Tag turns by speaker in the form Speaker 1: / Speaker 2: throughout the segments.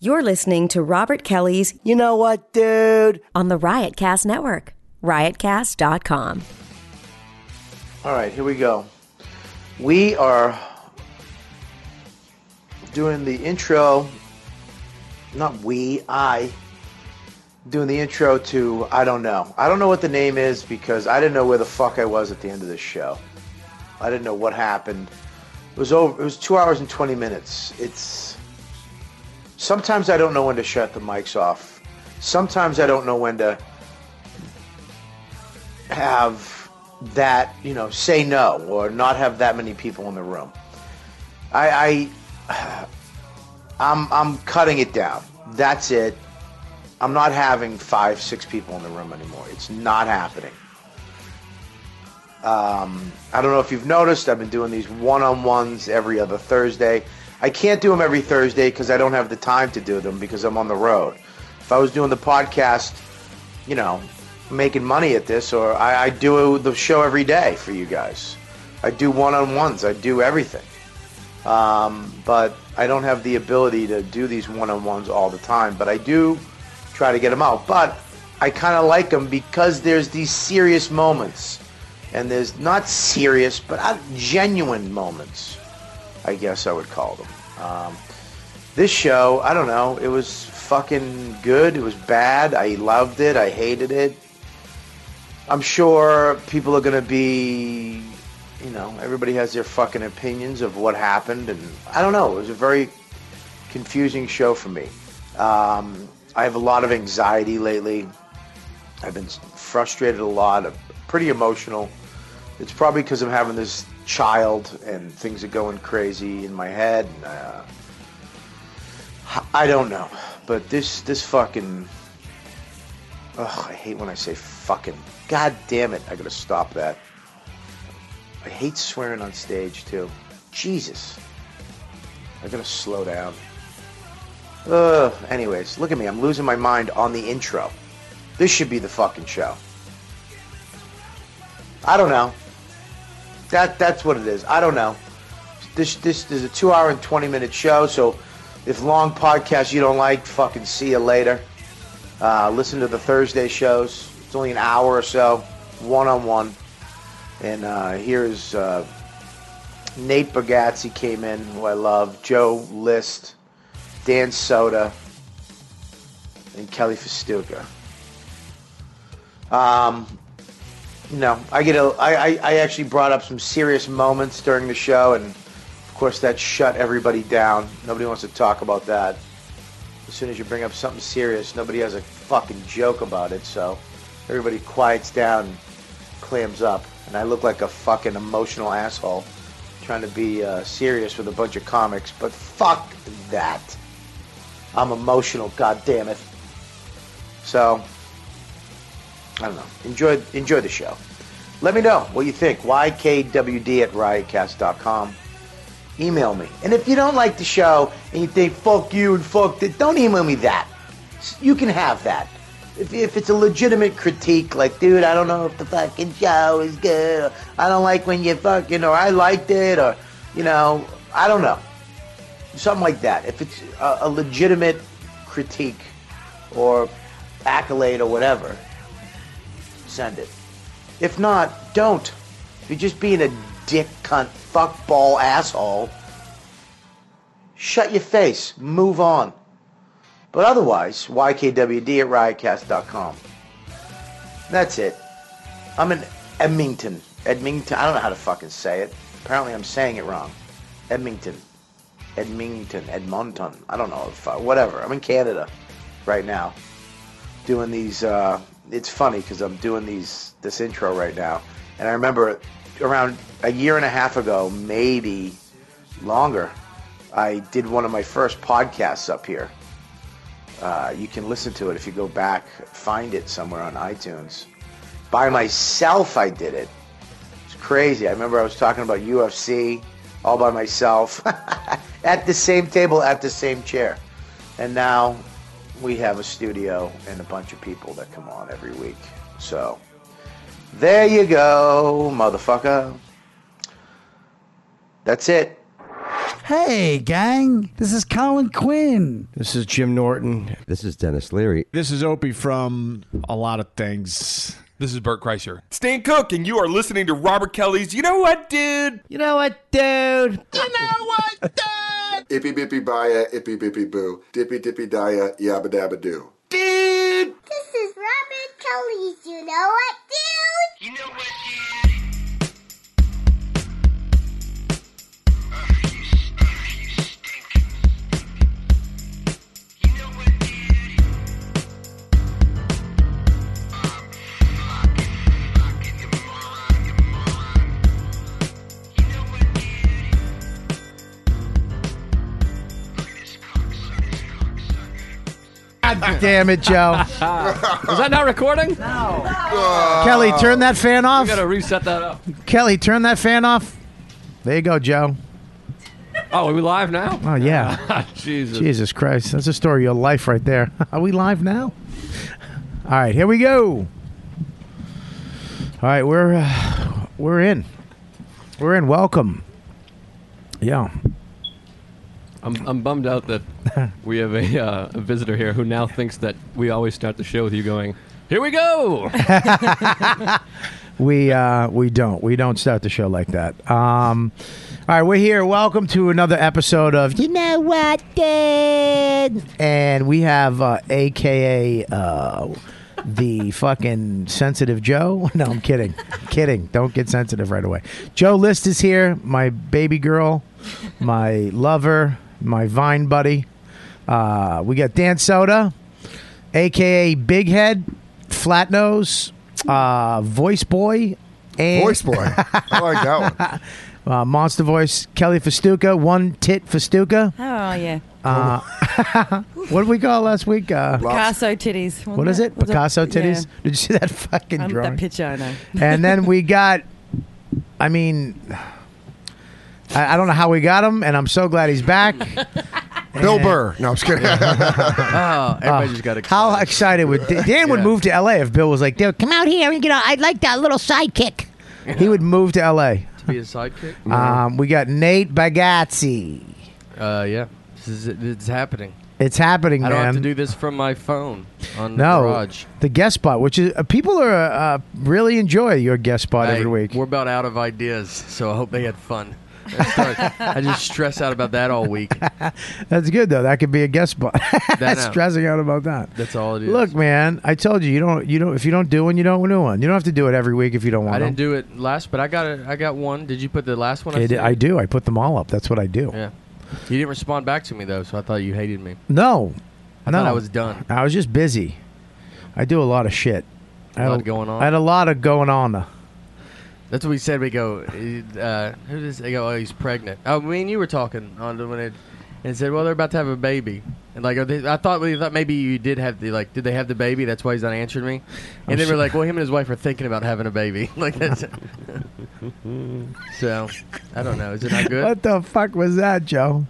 Speaker 1: You're listening to Robert Kelly's
Speaker 2: You know what, dude?
Speaker 1: on the Riotcast Network, riotcast.com.
Speaker 2: All right, here we go. We are doing the intro. Not we, I. Doing the intro to I don't know. I don't know what the name is because I didn't know where the fuck I was at the end of this show. I didn't know what happened. It was over. It was two hours and twenty minutes. It's sometimes I don't know when to shut the mics off. Sometimes I don't know when to have that you know say no or not have that many people in the room. I, I I'm I'm cutting it down. That's it. I'm not having five six people in the room anymore. It's not happening. Um, I don't know if you've noticed. I've been doing these one on ones every other Thursday. I can't do them every Thursday because I don't have the time to do them because I'm on the road. If I was doing the podcast you know, making money at this, or I, I do the show every day for you guys. I do one on ones, I do everything. Um, but I don't have the ability to do these one on ones all the time, but I do try to get them out. But I kind of like them because there's these serious moments, and there's not serious, but uh, genuine moments, I guess I would call them. Um, this show, I don't know, it was fucking good. It was bad. I loved it. I hated it. I'm sure people are going to be, you know, everybody has their fucking opinions of what happened. And I don't know. It was a very confusing show for me. Um, I have a lot of anxiety lately. I've been frustrated a lot, I'm pretty emotional. It's probably because I'm having this child and things are going crazy in my head. And, uh, I don't know, but this this fucking. Ugh, I hate when I say fucking. God damn it! I gotta stop that. I hate swearing on stage too. Jesus, I gotta slow down. Ugh. Anyways, look at me. I'm losing my mind on the intro. This should be the fucking show. I don't know. That that's what it is. I don't know this this is a two hour and twenty minute show. So if long podcasts you don't like, fucking see you later. Uh, listen to the Thursday shows. It's only an hour or so, one on one. And uh, here is uh, Nate Bargatze came in, who I love. Joe List, Dan Soda, and Kelly Festuca. Um, no, I get a. I, I, I actually brought up some serious moments during the show, and of course that shut everybody down. Nobody wants to talk about that. As soon as you bring up something serious, nobody has a fucking joke about it. So everybody quiets down, and clams up, and I look like a fucking emotional asshole trying to be uh, serious with a bunch of comics. But fuck that. I'm emotional. God damn it. So I don't know. Enjoy enjoy the show. Let me know what you think. YKWD at riotcast.com. Email me. And if you don't like the show and you think fuck you and fuck that, don't email me that. S- You can have that. If, if it's a legitimate critique, like, dude, I don't know if the fucking show is good, or I don't like when you fucking, or I liked it, or, you know, I don't know. Something like that. If it's a, a legitimate critique or accolade or whatever, send it. If not, don't. If you're just being a dick, cunt, fuckball asshole, shut your face. Move on. But otherwise, YKWD at riotcast.com. That's it. I'm in Edmington. Edmington. I don't know how to fucking say it. Apparently, I'm saying it wrong. Edmington. Edmington. Edmonton. I don't know. If, whatever. I'm in Canada right now doing these. Uh, it's funny because I'm doing these this intro right now, and I remember around a year and a half ago, maybe longer, I did one of my first podcasts up here. Uh, you can listen to it if you go back, find it somewhere on iTunes. By myself, I did it. It's crazy. I remember I was talking about UFC all by myself at the same table, at the same chair. And now we have a studio and a bunch of people that come on every week. So there you go, motherfucker. That's it.
Speaker 3: Hey, gang, this is Colin Quinn.
Speaker 4: This is Jim Norton.
Speaker 5: This is Dennis Leary.
Speaker 6: This is Opie from a lot of things.
Speaker 7: This is Bert Kreischer. Stan Cook, and you are listening to Robert Kelly's You Know What, Dude?
Speaker 4: You know what, dude?
Speaker 8: You know what, dude?
Speaker 9: Ippy bippy baya, ippy bippy boo. Dippy dippy dia, yabba dabba doo.
Speaker 8: Dude! This is Robert Kelly's You Know What, Dude? You know what, dude?
Speaker 3: God damn it, Joe.
Speaker 10: Is that not recording?
Speaker 3: Kelly, turn that fan
Speaker 10: We
Speaker 3: off.
Speaker 10: gotta reset that up.
Speaker 3: Kelly, turn that fan off. There you go, Joe.
Speaker 10: Oh, are we live now?
Speaker 3: Oh, yeah.
Speaker 10: Jesus.
Speaker 3: Jesus Christ. That's a story of your life right there. Are we live now? All right, here we go. All right, we're uh, we're in. We're in. Welcome. Yeah.
Speaker 10: I'm, I'm bummed out that we have a, uh, a visitor here who now thinks that we always start the show with you going, Here we go!
Speaker 3: We uh, we don't we don't start the show like that. Um, all right, we're here. Welcome to another episode of You Know What, Dude. And we have uh, AKA uh, the fucking sensitive Joe. No, I'm kidding, kidding. Don't get sensitive right away. Joe List is here. My baby girl, my lover, my Vine buddy. Uh, we got Dan Soda, AKA Big Head, Flat Nose, uh, Voice Boy, and
Speaker 4: Voice boy. I like that one.
Speaker 3: uh, Monster Voice, Kelly Festuca, One Tit Festuca.
Speaker 11: Oh yeah,
Speaker 3: What did we call it last week? Uh,
Speaker 11: Picasso titties.
Speaker 3: what is it? Picasso titties. Did you see that fucking
Speaker 11: Yeah. Um,
Speaker 3: drawing?
Speaker 11: that picture, I know.
Speaker 3: and then we got, I mean, I, I don't know how we got him, and I'm so glad he's back.
Speaker 4: Bill Burr. No, I'm just kidding.
Speaker 10: oh, everybody just got
Speaker 3: How excited would Dan would move to L.A. if Bill was like, "Dude, come out here and get. A, I'd like that little sidekick." He would move to L.A.
Speaker 10: to be a sidekick?
Speaker 12: Uh-huh.
Speaker 3: Um, we got Nate Bagazzi.
Speaker 10: Uh, yeah. This is it's happening.
Speaker 3: It's happening,
Speaker 10: I
Speaker 3: man.
Speaker 10: don't have to do this from my phone on
Speaker 3: no,
Speaker 10: the garage.
Speaker 3: the guest spot, which is uh, people are uh, really enjoy your guest spot
Speaker 12: Hey,
Speaker 3: every week.
Speaker 12: We're about out of ideas, so I hope they had fun. I start- I just stress out about that all week.
Speaker 3: That's good though. That could be a guest spot.
Speaker 12: That, uh,
Speaker 3: Stressing out about that.
Speaker 12: That's all it is.
Speaker 3: Look, man, I told you you don't you don't if you don't do one, you don't do one. You don't have to do it every week if you don't want
Speaker 12: I didn't
Speaker 3: to.
Speaker 12: do it last, but I got a, I got one. Did you put the last one?
Speaker 3: I,
Speaker 12: sent
Speaker 3: I
Speaker 12: you?
Speaker 3: do. I put them all up. That's what I do.
Speaker 12: Yeah. You didn't respond back to me though, so I thought you hated me.
Speaker 3: No,
Speaker 12: I
Speaker 3: no,
Speaker 12: thought I was done.
Speaker 3: I was just busy. I do a lot of shit. I had
Speaker 12: A lot going on.
Speaker 3: I had a lot of going on.
Speaker 12: That's what we said. We go. Uh, who does? They go. Oh, he's pregnant. Oh, me and you were talking on the- when it, and said, well, they're about to have a baby. And like, are they, I thought we thought maybe you did have the like. Did they have the baby? That's why he's not answering me.
Speaker 3: I'm
Speaker 12: And then
Speaker 3: sure-
Speaker 12: we're like, well, him and his wife are thinking about having a baby. like that's. so, I don't know. Is it not good?
Speaker 3: What the fuck was that, Joe?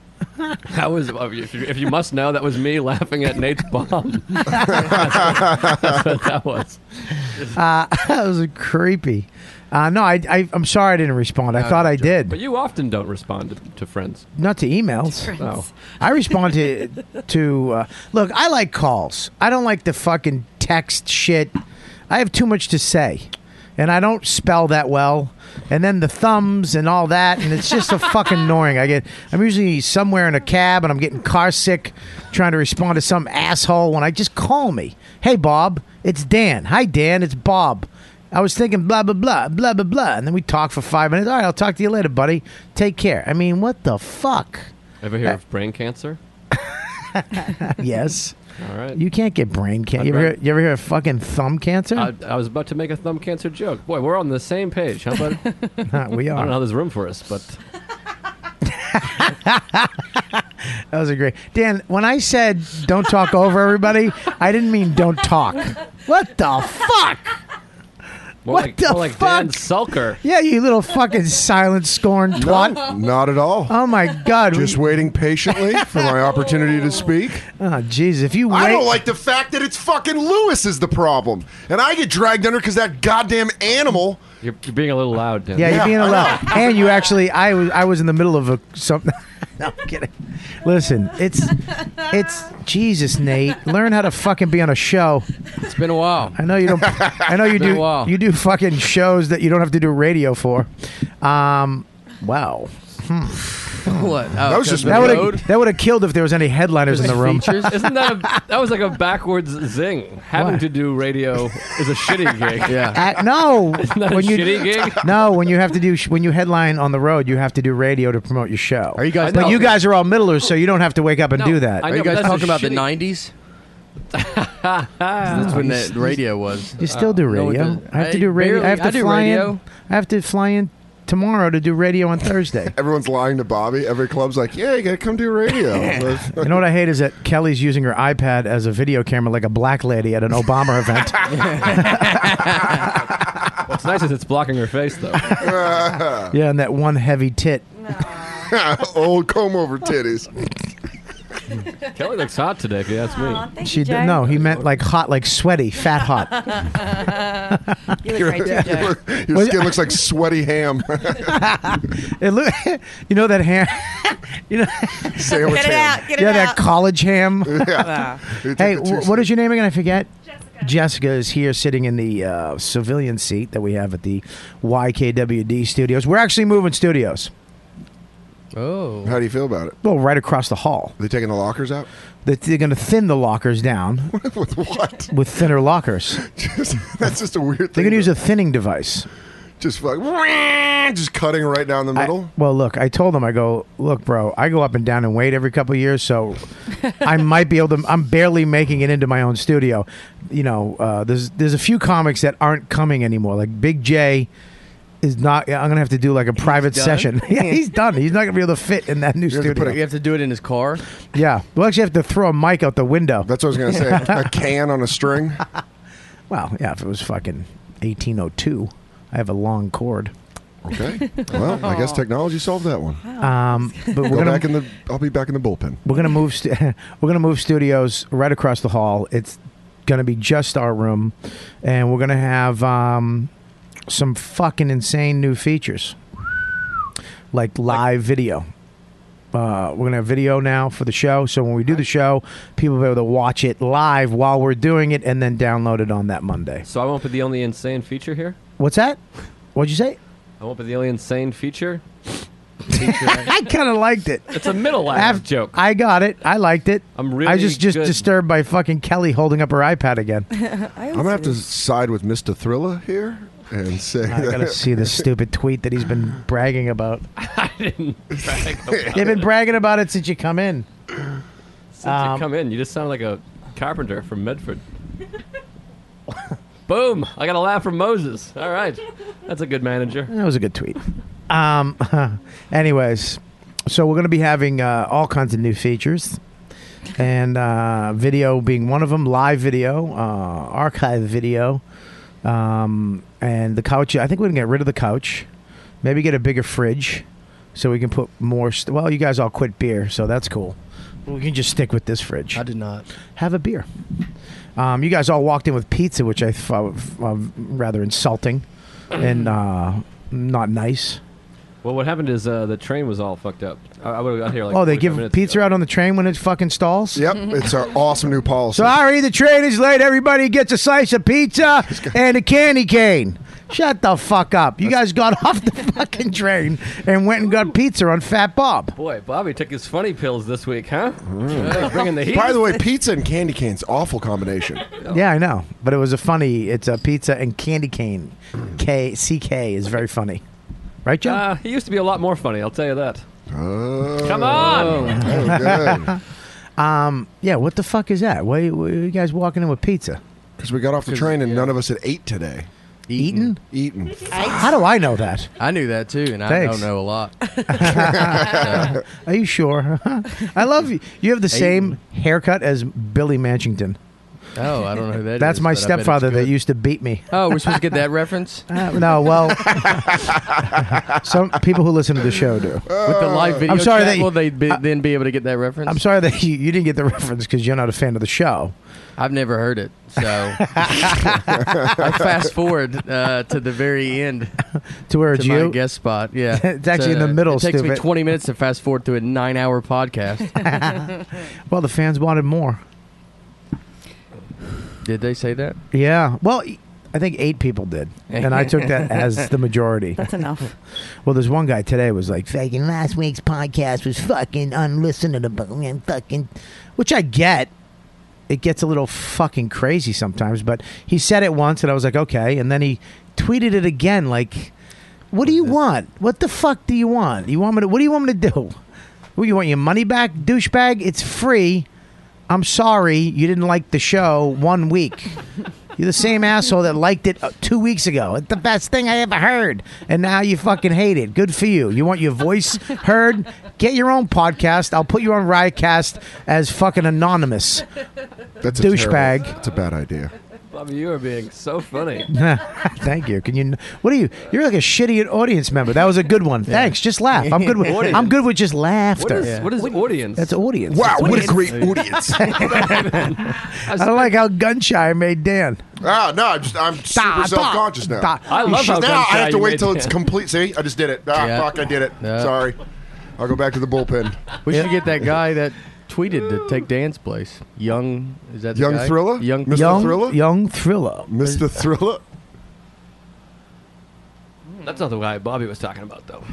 Speaker 10: That was, if you, if you must know, that was me laughing at Nate's bomb. that's, what that was.
Speaker 3: Uh, that was creepy. Uh, no, I, I I'm sorry I didn't respond. I thought I did.
Speaker 10: But you often don't respond to, to friends.
Speaker 3: not to emails.
Speaker 10: Oh.
Speaker 3: I respond to to uh, look. I like calls. I don't like the fucking text shit. I have too much to say, and I don't spell that well. And then the thumbs and all that, and it's just so fucking annoying. I get. I'm usually somewhere in a cab, and I'm getting car sick, trying to respond to some asshole when I just call me. Hey Bob, it's Dan. Hi Dan, it's Bob. I was thinking blah blah blah blah blah blah, and then we talk for five minutes. All right, I'll talk to you later, buddy. Take care. I mean, what the fuck?
Speaker 10: Ever hear of brain cancer?
Speaker 3: yes.
Speaker 10: All right.
Speaker 3: You can't get brain cancer. You, ever
Speaker 10: Right.
Speaker 3: hear- you ever hear of fucking thumb cancer?
Speaker 10: I, I was about to make a thumb cancer joke. Boy, we're on the same page. How about it? Uh, I
Speaker 3: we
Speaker 10: don't know how
Speaker 3: are.
Speaker 10: there's room for us, but
Speaker 3: That was a great. Dan, when I said don't talk over everybody, I didn't mean don't talk. What the fuck?
Speaker 10: more
Speaker 3: What
Speaker 10: like,
Speaker 3: the
Speaker 10: more like Dan Sulker.
Speaker 3: Yeah, you little fucking silent scorn twat.
Speaker 4: Not at all.
Speaker 3: Oh my god.
Speaker 4: Just waiting patiently for my opportunity to speak.
Speaker 3: oh jeez, if you wait.
Speaker 13: I don't like the fact that it's fucking Lewis is the problem, and I get dragged under because that goddamn animal.
Speaker 10: You're, you're being a little loud, Dan.
Speaker 3: yeah, you're
Speaker 13: Yeah,
Speaker 3: being
Speaker 13: I
Speaker 3: allowed. And you actually, I was, I was in the middle of a something. No, I'm kidding. Listen, it's it's Jesus, Nate. Learn how to fucking be on a show.
Speaker 12: It's been a while.
Speaker 3: I know you don't. I know you
Speaker 12: Been a
Speaker 3: do.
Speaker 12: while.
Speaker 3: You do fucking shows that you don't have to do radio for. Um, wow.
Speaker 12: what? Oh,
Speaker 3: that
Speaker 12: That was 'cause just the
Speaker 3: that would
Speaker 10: road?
Speaker 3: have that would have killed if there was any headliners in the room.
Speaker 10: Features? Isn't that a, that was like a backwards zing? Having to do radio is a shitty gig.
Speaker 3: Uh, no,
Speaker 10: Isn't that a shitty gig?
Speaker 3: no, when you have to do sh- when you headline on the road, you have to do radio to promote your show. Are you
Speaker 12: guys-
Speaker 3: But
Speaker 12: No.
Speaker 3: you guys are all middlers, so you don't have to wake up and do that.
Speaker 12: Are you guys talking about the '90s? That's when
Speaker 3: you s-
Speaker 12: that radio was.
Speaker 3: You still do
Speaker 12: No one
Speaker 3: radio.
Speaker 12: does-
Speaker 3: I have to do radio.
Speaker 12: barely-
Speaker 3: I have to
Speaker 12: do
Speaker 3: fly
Speaker 12: radio.
Speaker 3: in. I have to fly in tomorrow to do radio on Thursday.
Speaker 13: Everyone's lying to Bobby. Every club's like, yeah, you gotta come do radio.
Speaker 3: you know what I hate is that Kelly's using her iPad as a video camera like a black lady at an Obama event.
Speaker 10: What's nice is it's blocking her face though.
Speaker 3: Yeah, and that one heavy tit.
Speaker 13: uh, Old comb over titties.
Speaker 10: Kelly looks hot today. If you ask me,
Speaker 3: She did- no, he meant like hot, like sweaty, fat hot.
Speaker 5: you look
Speaker 13: Your,
Speaker 5: great too, Jay.
Speaker 13: your- your
Speaker 3: Was-
Speaker 13: skin looks like sweaty ham.
Speaker 3: It look, you know that ham, you know,
Speaker 13: Sandwich Get it ham. out, get it
Speaker 3: yeah,
Speaker 13: out.
Speaker 3: that college ham.
Speaker 13: Yeah. Wow.
Speaker 3: Hey,
Speaker 13: They took it
Speaker 3: wh-
Speaker 13: too
Speaker 3: what is your name again? I forget. Jessica. Jessica is here, sitting in the uh, civilian seat that we have at the YKWd studios. We're actually moving studios.
Speaker 12: Oh,
Speaker 13: how do you feel about it?
Speaker 3: Well, right across the hall.
Speaker 13: They taking the lockers out?
Speaker 3: That they're going to thin the lockers down
Speaker 13: With what?
Speaker 3: with thinner lockers.
Speaker 13: That's just a weird
Speaker 3: They're
Speaker 13: thing.
Speaker 3: going to use a thinning device.
Speaker 13: Just like, just cutting right down the middle.
Speaker 3: Well, look, I told them, I go, look, bro, I go up and down in weight every couple of years, so I might be able to. I'm barely making it into my own studio. You know, uh, there's there's a few comics that aren't coming anymore. Like Big J is not. I'm gonna have to do like a private
Speaker 12: done?
Speaker 3: session. yeah, he's done. He's not gonna be able to fit in that new studio.
Speaker 12: You have to do it in his car.
Speaker 3: yeah, we'll actually have to throw a mic out the window.
Speaker 13: That's what I was gonna say. a can on a string.
Speaker 3: Well, yeah, if it was fucking 1802, I have a long cord.
Speaker 13: Okay. Well, I guess technology solved that one.
Speaker 3: Um, but Oh. we're
Speaker 13: Go
Speaker 3: gonna
Speaker 13: back in the. I'll be back in the bullpen.
Speaker 3: We're gonna move. St- we're gonna move studios right across the hall. It's gonna be just our room, and we're gonna have um, some fucking insane new features, like live video. Uh, we're gonna have video now for the show, so when we do the show, people will be able to watch it live while we're doing it, and then download it on that Monday.
Speaker 10: so I won't be the only insane feature here.
Speaker 3: What's that? What'd you say?
Speaker 10: I won't be the only insane feature.
Speaker 3: I kind of liked it.
Speaker 10: It's a middle laugh
Speaker 3: I've-
Speaker 10: joke.
Speaker 3: I got it. I liked it.
Speaker 10: I'm really
Speaker 3: I just just
Speaker 10: good.
Speaker 3: disturbed by fucking Kelly holding up her iPad again.
Speaker 13: I'm gonna have to side with Mr. Thrilla here and say.
Speaker 3: I gotta see this stupid tweet that he's been bragging about. They've been bragging about it since you come in.
Speaker 10: Since
Speaker 3: Um,
Speaker 10: you come in, you just sound like a carpenter from Medford. Boom! I got a laugh from Moses. All right, that's a good manager.
Speaker 3: That was a good tweet. Um, anyways, so we're gonna be having uh, all kinds of new features, and uh, video being one of them. Live video, uh, archive video, um, and the couch. I think we're gonna get rid of the couch. Maybe get a bigger fridge, so we can put more. St- well, you guys all quit beer, so that's cool. We can just stick with this fridge. I
Speaker 12: did not
Speaker 3: have a beer. Um, you guys all walked in with pizza, which I thought was uh, rather insulting and uh, not nice.
Speaker 10: Well, what happened is uh, the train was all fucked up. I, I would have got here like.
Speaker 3: oh, they
Speaker 10: 45
Speaker 3: give
Speaker 10: minutes
Speaker 3: pizza out on the train when it fucking stalls.
Speaker 13: Yep, it's our awesome new policy.
Speaker 3: Sorry, the train is late. Everybody gets a slice of pizza and a candy cane. Shut the fuck up. You guys got off the fucking train and went and got pizza on Fat Bob.
Speaker 10: Boy, Bobby took his funny pills this week, huh?
Speaker 12: Mm.
Speaker 10: Really bringing the heat.
Speaker 13: By the way, pizza and candy canes, awful combination.
Speaker 3: Yeah, I know. But it was a funny, it's a pizza and candy cane. K C K is very funny. Right, Joe?
Speaker 10: Uh, he used to be a lot more funny. I'll tell you that. Oh.
Speaker 13: Come
Speaker 10: on.
Speaker 3: um, yeah, what the fuck is that? Why, why are you guys walking in with pizza?
Speaker 13: Because we got off the train and none of us had ate today.
Speaker 3: Eaten?
Speaker 13: Eaten.
Speaker 3: How do I know that?
Speaker 12: I knew that too, and I
Speaker 3: Thanks.
Speaker 12: don't know a lot.
Speaker 3: Are you sure? I love you. You have the same haircut as Billy Manchington.
Speaker 12: Oh, I don't know who that
Speaker 3: That's
Speaker 12: is, but
Speaker 3: my
Speaker 12: I bet it's
Speaker 3: stepfather that
Speaker 12: good.
Speaker 3: used to beat me.
Speaker 12: Oh, we're supposed to get that reference?
Speaker 3: Uh, no, well, some people who listen to the show do.
Speaker 12: With the live video
Speaker 3: I'm sorry
Speaker 12: chat,
Speaker 3: that you-
Speaker 12: will they be, then be able to get that reference?
Speaker 3: I'm sorry that you, you didn't get the reference because you're not a fan of the show.
Speaker 12: I've never heard it, so I fast forward uh, to the very end
Speaker 3: to where it's
Speaker 12: my
Speaker 3: you?
Speaker 12: guest spot. Yeah,
Speaker 3: It's actually in
Speaker 12: So
Speaker 3: the middle,
Speaker 12: It takes me
Speaker 3: stupid.
Speaker 12: 20 minutes to fast forward through a nine-hour podcast.
Speaker 3: Well, the fans wanted more.
Speaker 12: Did they say that?
Speaker 3: Yeah. Well, e, I think eight people did, and I took that as the majority.
Speaker 5: That's enough.
Speaker 3: Well, there's one guy today was like, "Fucking last week's podcast was fucking unlistenable and fucking," which I get. It gets a little fucking crazy sometimes, but he said it once, and I was like, "Okay," and then he tweeted it again, like, "What do you want? What the fuck do you want? You want me to? What do you want me to do? What you want your money back, douchebag? It's free. I'm sorry you didn't like the show one week." You're the same asshole that liked it uh, two weeks ago. It's the best thing I ever heard. And now you fucking hate it. Good for you. You want your voice heard? Get your own podcast. I'll put you on Riotcast as fucking anonymous.
Speaker 13: That's a
Speaker 3: douchebag.
Speaker 13: terrible- That's a bad idea.
Speaker 10: Bobby, you are being so funny.
Speaker 3: Thank you. Can you? What are you? You're like a shitty audience member. That was a good one. Thanks. Just laugh. I'm good with.
Speaker 10: Audience.
Speaker 3: I'm good with just
Speaker 10: What
Speaker 3: laughter.
Speaker 10: is, what is audience?
Speaker 3: That's audience.
Speaker 10: Wow, what a
Speaker 13: great audience.
Speaker 3: I don't like how gun shy I made Dan.
Speaker 13: Ah, no, I'm, just, I'm
Speaker 3: Da,
Speaker 13: super
Speaker 3: da,
Speaker 13: self conscious now.
Speaker 3: da. I love
Speaker 13: You should-
Speaker 3: how
Speaker 13: now I
Speaker 3: gun-shy
Speaker 13: have to
Speaker 3: you
Speaker 13: wait
Speaker 3: made
Speaker 13: till
Speaker 3: it.
Speaker 13: it's complete. See, I just did it. Ah,
Speaker 12: Yeah.
Speaker 13: fuck, I did it.
Speaker 12: Yeah.
Speaker 13: Sorry. I'll go back to the bullpen.
Speaker 12: We should get that guy that tweeted to take Dan's place. Young is that the
Speaker 13: Young
Speaker 12: guy?
Speaker 13: Thriller?
Speaker 12: Young
Speaker 13: Mr.
Speaker 12: Thriller?
Speaker 13: Thriller?
Speaker 3: Young Thriller.
Speaker 13: Mr. Thriller?
Speaker 10: That's not the guy Bobby was talking about, though.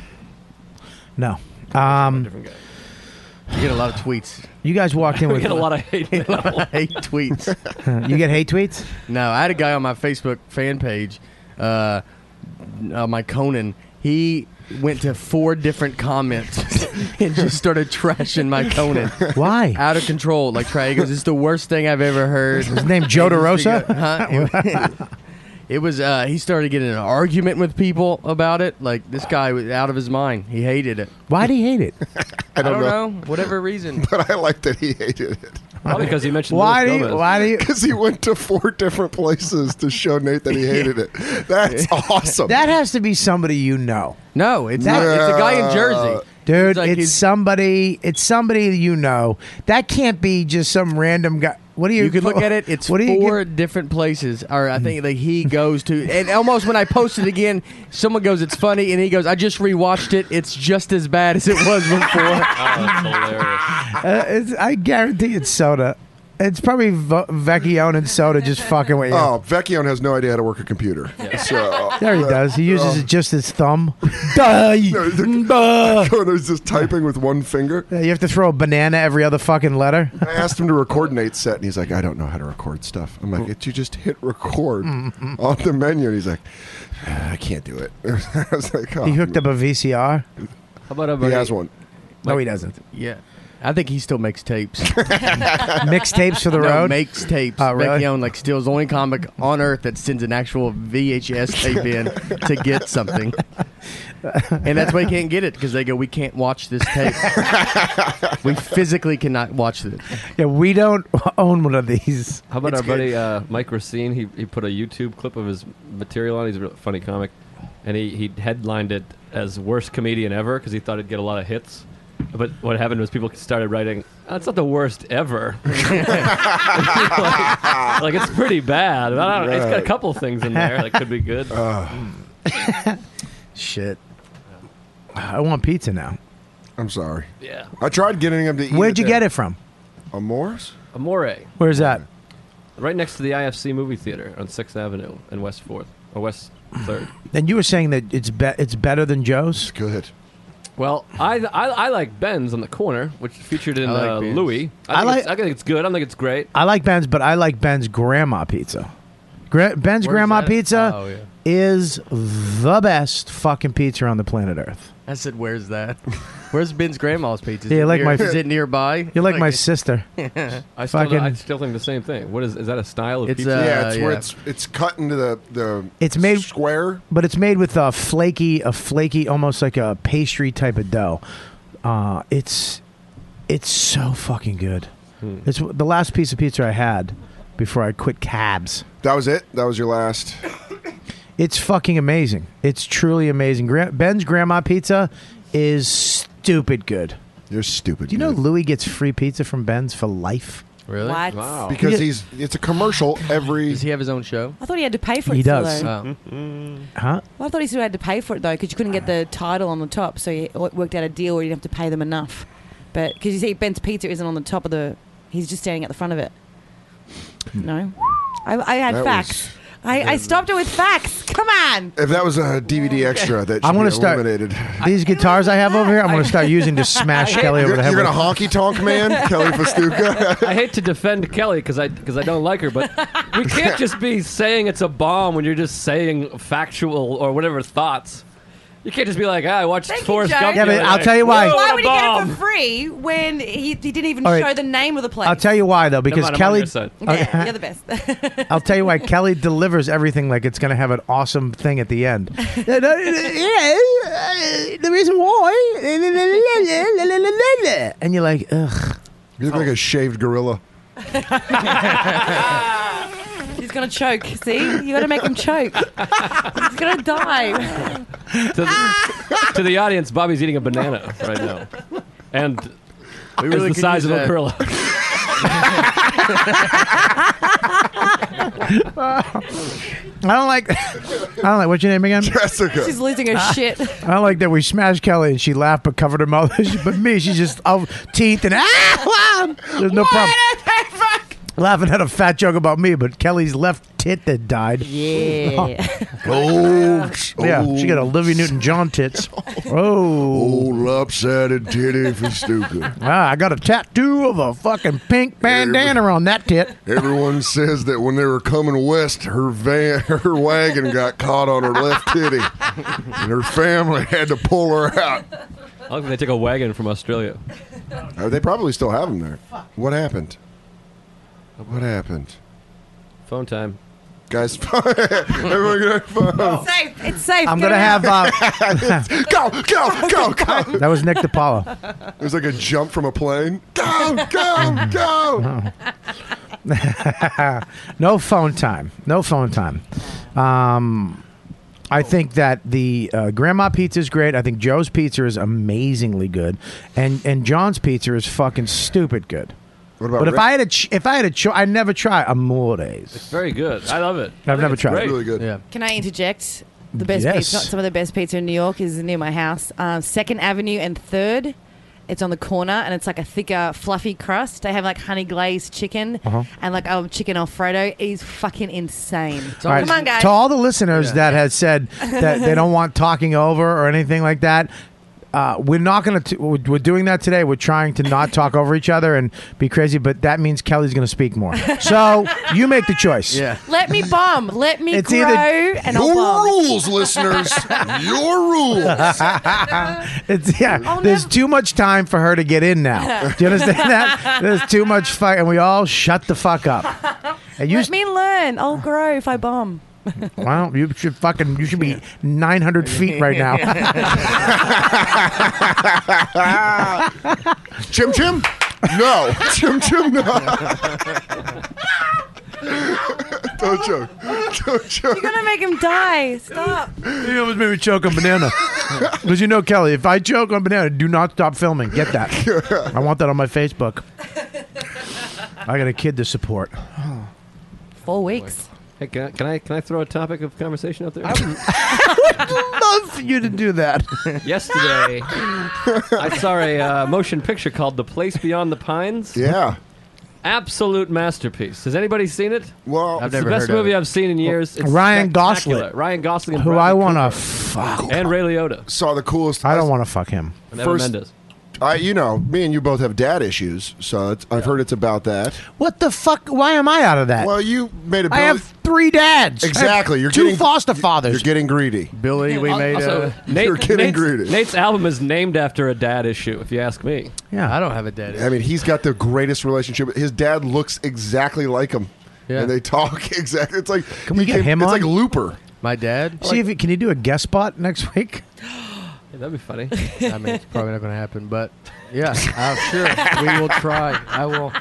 Speaker 3: No. Um,
Speaker 12: You get a lot of tweets.
Speaker 3: you guys walked in
Speaker 12: We
Speaker 3: with
Speaker 12: get a lot of
Speaker 10: hate.
Speaker 12: a lot of hate tweets.
Speaker 3: you get hate tweets?
Speaker 12: No, I had a guy on my Facebook fan page, uh, uh, my Conan. He went to four different comments and just started trashing my Conan.
Speaker 3: Why?
Speaker 12: Out of control. Like, Trey he goes, it's the worst thing I've ever heard.
Speaker 3: His name Joe DeRosa?
Speaker 12: Huh? It was. Uh, he started getting in an argument with people about it. Like this guy was out of his mind. He hated it.
Speaker 3: Why did he hate it?
Speaker 12: I don't, know. Whatever reason.
Speaker 13: But I like that he hated it.
Speaker 10: Probably because he mentioned Luis
Speaker 13: Why do you-
Speaker 10: Gomez.
Speaker 3: why do you?
Speaker 13: Because he went to four different places to show Nate that he hated it. That's awesome.
Speaker 3: That has to be somebody you know.
Speaker 12: No, it's not. Uh, It's a guy in Jersey.
Speaker 3: Dude,
Speaker 12: like
Speaker 3: it's
Speaker 12: he's-
Speaker 3: somebody. It's somebody that you know. That can't be just some random guy. What do you?
Speaker 12: You can look at it. It's
Speaker 3: what do you
Speaker 12: four different places, or I think that he goes to. And almost when I post it again, someone goes, "It's funny," and he goes, "I just rewatched it. It's just as bad as it was
Speaker 13: Oh,
Speaker 12: before."
Speaker 3: get? Uh, it's, I guarantee it's soda. It's probably v- Vecchione and soda just fucking with you.
Speaker 13: Oh, Vecchione has no idea how to work a computer. So
Speaker 3: There he does. He uses
Speaker 13: Oh.
Speaker 3: it just his thumb. Duh.
Speaker 13: Conan's just typing with one finger.
Speaker 3: You have to throw a banana every other fucking letter.
Speaker 13: I asked him to record Nate's set, and he's like, "I don't know how to record stuff." I'm like, "Did you just hit record on the menu?" And he's like, "Ah, "I can't do it." I was like, oh.
Speaker 3: He hooked up a VCR.
Speaker 10: How about a
Speaker 13: He has one.
Speaker 3: No, he doesn't.
Speaker 12: yeah, I think he still makes tapes.
Speaker 3: Mixtapes for the
Speaker 12: no,
Speaker 3: road.
Speaker 12: Makes tapes.
Speaker 3: Oh, really?
Speaker 12: Vecchione like steals the only comic on earth that sends an actual VHS tape in to get something, and that's why he can't get it because they go, "We can't watch this tape. we physically cannot watch it."
Speaker 3: yeah, we don't own one of these.
Speaker 10: How about
Speaker 3: It's
Speaker 10: our buddy uh, Mike Racine? He, he put a YouTube clip of his material on. He's a real funny comic, and he, he headlined it as worst comedian ever because he thought it'd get a lot of hits. But what happened was people started writing, "That's not the worst ever." like, like, it's pretty bad. I don't- It's got a
Speaker 13: Right.
Speaker 10: couple things in there that could be good.
Speaker 3: Shit. I want pizza now.
Speaker 13: I'm sorry.
Speaker 10: Yeah.
Speaker 13: I tried getting him to eat.
Speaker 3: Where'd you get it from?
Speaker 13: from? Amores.
Speaker 10: Amore,
Speaker 3: Where's that?
Speaker 10: right next to the IFC movie theater on Sixth Avenue and West Fourth or West Third.
Speaker 3: And you were saying that it's be- it's better than Joe's.
Speaker 13: good.
Speaker 10: Well, I, I I like Ben's on the corner, which featured in
Speaker 3: I like
Speaker 10: uh,
Speaker 3: Ben's.
Speaker 10: Louis. I,
Speaker 3: I
Speaker 10: think
Speaker 3: like-
Speaker 10: it's- I think it's good. I don't think it's great.
Speaker 3: I like Ben's, but I like Ben's grandma pizza. Gra- Ben's grandma
Speaker 10: that?
Speaker 3: pizza
Speaker 10: Oh, yeah.
Speaker 3: is the best fucking pizza on the planet Earth.
Speaker 12: I said, "Where's that? Where's Ben's grandma's pizza? Is
Speaker 3: Yeah,
Speaker 12: it
Speaker 3: like
Speaker 12: near-
Speaker 3: my-
Speaker 12: is it nearby?
Speaker 3: You're like my sister.
Speaker 10: I still,
Speaker 3: Fucking-
Speaker 10: I still think the same thing. What is is that a style of
Speaker 12: It's,
Speaker 10: pizza?
Speaker 12: uh,
Speaker 13: yeah, it's where
Speaker 12: yeah.
Speaker 13: it's it's cut into the the
Speaker 3: It's made
Speaker 13: square.
Speaker 3: but it's made with a flaky, a flaky, almost like a pastry type of dough. Uh,
Speaker 10: Hmm.
Speaker 3: it's it's so fucking good. It's the last piece of pizza I had before I quit cabs.
Speaker 13: That was it. That was your last.
Speaker 3: It's fucking amazing. It's truly amazing. Gra- Ben's grandma pizza is stupid good.
Speaker 13: You're stupid.
Speaker 3: Do you know Louis gets free pizza from Ben's for life?
Speaker 12: Really?
Speaker 5: What? Wow.
Speaker 13: Because
Speaker 3: Yeah.
Speaker 13: he's it's a commercial every.
Speaker 12: Does he have his own show? Oh.
Speaker 5: I thought he had to pay for it.
Speaker 3: He
Speaker 5: still,
Speaker 3: does.
Speaker 5: though.
Speaker 3: Huh?
Speaker 5: Well, I thought he still had to pay for it though, because you couldn't get the title on the top, so you it worked out a deal where you didn't have to pay them enough. But because you see, Ben's Pizza isn't on the top of the, he's just standing at the front of it.
Speaker 3: Hmm.
Speaker 5: No, I, I had
Speaker 13: That
Speaker 5: facts. I, I stopped it with facts. Come on.
Speaker 13: If that was a DVD extra, that should
Speaker 3: I'm
Speaker 13: I'm
Speaker 3: gonna
Speaker 13: gonna
Speaker 3: start-
Speaker 13: eliminated.
Speaker 3: These guitars I have over here, I'm going to start using to smash Kelly over
Speaker 13: You're,
Speaker 3: the head.
Speaker 13: you're
Speaker 3: with.
Speaker 13: gonna honky tonk man, Kelly Festuca.
Speaker 3: uh,
Speaker 10: I hate to defend Kelly because I because I don't like her, but we can't just be saying it's a bomb when you're just saying factual or whatever thoughts. You can't just be like, ah, I watched
Speaker 5: Thank you,
Speaker 10: Forrest
Speaker 5: Joe.
Speaker 10: Gump.
Speaker 3: Yeah,
Speaker 10: the
Speaker 3: but
Speaker 10: other
Speaker 3: I'll
Speaker 10: night."
Speaker 3: tell you why.
Speaker 10: Whoa, what
Speaker 5: Why
Speaker 10: a
Speaker 5: would he get it
Speaker 10: bomb.
Speaker 5: for free when he, he didn't even
Speaker 3: All right.
Speaker 5: show the name of the place?
Speaker 3: I'll tell you why though,
Speaker 10: Never
Speaker 3: because
Speaker 10: mind, I'm on
Speaker 3: Kelly.
Speaker 10: your side.
Speaker 5: Yeah, you're the best.
Speaker 3: I'll tell you why Kelly delivers everything like it's going to have an awesome thing at the end. yeah, uh, the reason why. And you're like, ugh.
Speaker 13: You look like a shaved gorilla.
Speaker 5: He's gonna choke. See, you gotta make him choke. He's gonna die.
Speaker 10: to, the, to the audience, Bobby's eating a banana right now, and
Speaker 12: We
Speaker 10: it's
Speaker 12: really
Speaker 10: the
Speaker 12: could
Speaker 10: size of
Speaker 12: use
Speaker 10: a
Speaker 12: that.
Speaker 10: gorilla.
Speaker 3: I don't like. I don't like. What's your name again?
Speaker 13: Jessica.
Speaker 5: She's losing her shit.
Speaker 3: I don't like that we smashed Kelly and she laughed but covered her mouth. but me, she just oh, teeth and ah. wow." There's no problem. Laughing at a fat joke about me, but Kelly's left tit that died.
Speaker 5: Yeah.
Speaker 13: Oh,
Speaker 3: Yeah,
Speaker 13: oh,
Speaker 3: she got Olivia Newton-John tits. Oh,
Speaker 13: old lopsided titty Festuca.
Speaker 3: ah, I got a tattoo of a fucking pink bandana on that tit.
Speaker 13: Everyone says that when they were coming west, her van, her wagon got caught on her left titty, and her family had to pull her out.
Speaker 10: I like when they took a wagon from Australia.
Speaker 13: Uh, They probably still have them there. What happened? What happened,
Speaker 10: Phone time.
Speaker 13: guys? everyone get their phone.
Speaker 5: It's safe. It's safe.
Speaker 3: Oh. I'm
Speaker 5: Get
Speaker 3: gonna
Speaker 5: it out.
Speaker 3: have. Uh,
Speaker 13: Go, go, go, go!
Speaker 3: that was Nick DiPaolo.
Speaker 13: It was like a jump from a plane. Go, go, go!
Speaker 3: No phone time. No phone time. Um, I think that the uh, Grandma Pizza is great. I think Joe's Pizza is amazingly good, and and John's Pizza is fucking stupid good.
Speaker 13: What about
Speaker 3: But if
Speaker 13: Rick?
Speaker 3: I had a ch- if I had a cho- I never try Amores.
Speaker 10: Very good. I love it. I
Speaker 3: I've
Speaker 10: think
Speaker 3: never
Speaker 10: it's
Speaker 3: tried it.
Speaker 10: great.
Speaker 13: really good.
Speaker 12: Yeah.
Speaker 5: Can I interject? The best
Speaker 3: Yes.
Speaker 5: pizza, some of the best pizza in New York is near my house. Uh, Second Avenue and Third. It's on the corner, and it's like a thicker, fluffy crust. They have like honey glazed chicken,
Speaker 3: Uh-huh.
Speaker 5: and like um, chicken alfredo is fucking insane.
Speaker 3: All right,
Speaker 5: Come on, guys.
Speaker 3: To all the listeners that has said that they don't want talking over or anything like that, uh, we're not going to. We're we're doing that today. We're trying to not talk over each other and be crazy, but that means Kelly's going to speak more. So you make the choice.
Speaker 12: Yeah.
Speaker 5: Let me bomb. Let me
Speaker 3: It's
Speaker 5: grow,
Speaker 3: either-
Speaker 5: and I'll
Speaker 13: Your
Speaker 5: bomb.
Speaker 13: rules, listeners. Your rules.
Speaker 3: It's yeah.
Speaker 5: I'll
Speaker 3: there's
Speaker 5: nev-
Speaker 3: too much time for her to get in now. Do you understand that? There's too much fight, and we all shut the fuck up. And you,
Speaker 5: Let me learn. I'll grow if I bomb.
Speaker 3: well, you should fucking. You should be 900 feet right now.
Speaker 13: Chim Chim? No. Chim Chim, no. Don't joke. Don't joke.
Speaker 5: You're gonna make him die. Stop.
Speaker 3: You almost made me choke on banana. Because you know, Kelly, if I choke on banana, do not stop filming. Get that. I want that on my Facebook. I got a kid to support.
Speaker 5: Four weeks.
Speaker 10: Hey, can I, can I can I throw a topic of conversation out there?
Speaker 3: Love for you to do that.
Speaker 10: Yesterday, I saw a uh, motion picture called "The Place Beyond the Pines."
Speaker 13: Yeah.
Speaker 10: Absolute masterpiece. Has anybody seen it?
Speaker 13: Well,
Speaker 12: I've
Speaker 10: It's
Speaker 12: never
Speaker 10: the best
Speaker 12: heard of
Speaker 10: movie
Speaker 12: it.
Speaker 10: I've seen in years. It's
Speaker 3: Ryan
Speaker 10: spectacular.
Speaker 3: Gosling.
Speaker 10: Ryan Gosling, and
Speaker 3: Who
Speaker 10: Bradley
Speaker 3: I want
Speaker 10: Cooper.
Speaker 3: to fuck.
Speaker 10: and Ray Liotta,
Speaker 13: saw the coolest.
Speaker 3: I don't want to fuck him.
Speaker 10: and Evan
Speaker 13: First-
Speaker 10: Mendes.
Speaker 13: I, you know, me and you both have dad issues, so it's, I've heard it's about that.
Speaker 3: What the fuck? Why am I out of that?
Speaker 13: Well, you made a bill.
Speaker 3: I have three dads. I have
Speaker 13: exactly. You're
Speaker 3: two
Speaker 13: getting,
Speaker 3: foster fathers.
Speaker 13: You're getting greedy.
Speaker 12: Billy, we made
Speaker 10: Also,
Speaker 12: a.
Speaker 10: Nate,
Speaker 13: You're getting
Speaker 10: Nate's,
Speaker 13: greedy.
Speaker 10: Nate's album is named after a dad issue, if you ask me.
Speaker 3: yeah,
Speaker 12: I don't have a dad.
Speaker 13: I mean, he's got the greatest relationship. His dad looks exactly like him,
Speaker 12: Yeah.
Speaker 13: and they talk exactly. It's like
Speaker 3: Can we
Speaker 13: he
Speaker 3: get him
Speaker 13: It's
Speaker 3: on?
Speaker 13: like Looper.
Speaker 12: My dad?
Speaker 3: See if you, can you do a guest spot next week?
Speaker 10: Hey, that'd be funny.
Speaker 12: I mean, it's probably not going to happen, but yeah, I'm sure we will try. I will.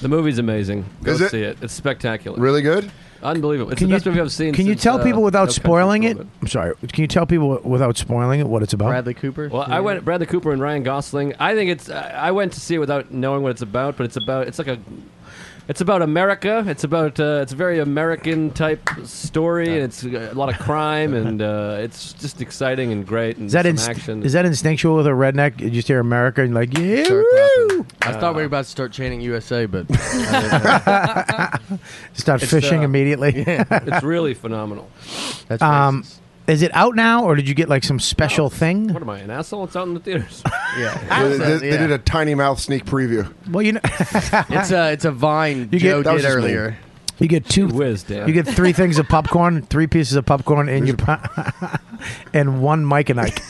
Speaker 10: The movie's amazing. Go
Speaker 13: Is it?
Speaker 10: see it. It's spectacular.
Speaker 13: Really good?
Speaker 10: Unbelievable. It's
Speaker 3: Can
Speaker 10: the
Speaker 3: you-
Speaker 10: best movie I've seen.
Speaker 3: Can you
Speaker 10: since,
Speaker 3: tell
Speaker 10: uh,
Speaker 3: people without
Speaker 10: No Country
Speaker 3: spoiling
Speaker 10: for
Speaker 3: it?
Speaker 10: Old Men.
Speaker 3: I'm sorry. Can you tell people without spoiling it what it's about?
Speaker 12: Bradley Cooper.
Speaker 10: Well, I went Bradley Cooper and Ryan Gosling. I think it's. I I went to see it without knowing what it's about, but it's about. It's like a. It's about America. It's about. Uh, it's a very American type story, and it's uh, a lot of crime, and uh, it's just exciting and great. And
Speaker 3: Is that
Speaker 10: some
Speaker 3: inst-
Speaker 10: action.
Speaker 3: is that instinctual with a redneck? You just hear America and you're like yeah. woo!"
Speaker 12: I thought we were about to start chanting USA, but
Speaker 3: Start
Speaker 10: It's,
Speaker 3: fishing
Speaker 10: uh,
Speaker 3: immediately.
Speaker 10: it's really phenomenal.
Speaker 12: That's
Speaker 3: um, is it out now, or did you get like some special thing?
Speaker 10: What am I, an asshole? It's out in the theaters.
Speaker 12: yeah,
Speaker 13: they, they- they
Speaker 12: Yeah.
Speaker 13: did a tiny mouth sneak preview.
Speaker 3: Well, you know,
Speaker 12: it's a it's a Vine
Speaker 3: You get-
Speaker 12: Joe
Speaker 3: That was
Speaker 12: did
Speaker 3: just me.
Speaker 12: earlier.
Speaker 3: You get two.
Speaker 10: Whiz, Dan.
Speaker 3: You get three things of popcorn, three pieces of popcorn, and your pa- and one Mike and Ike.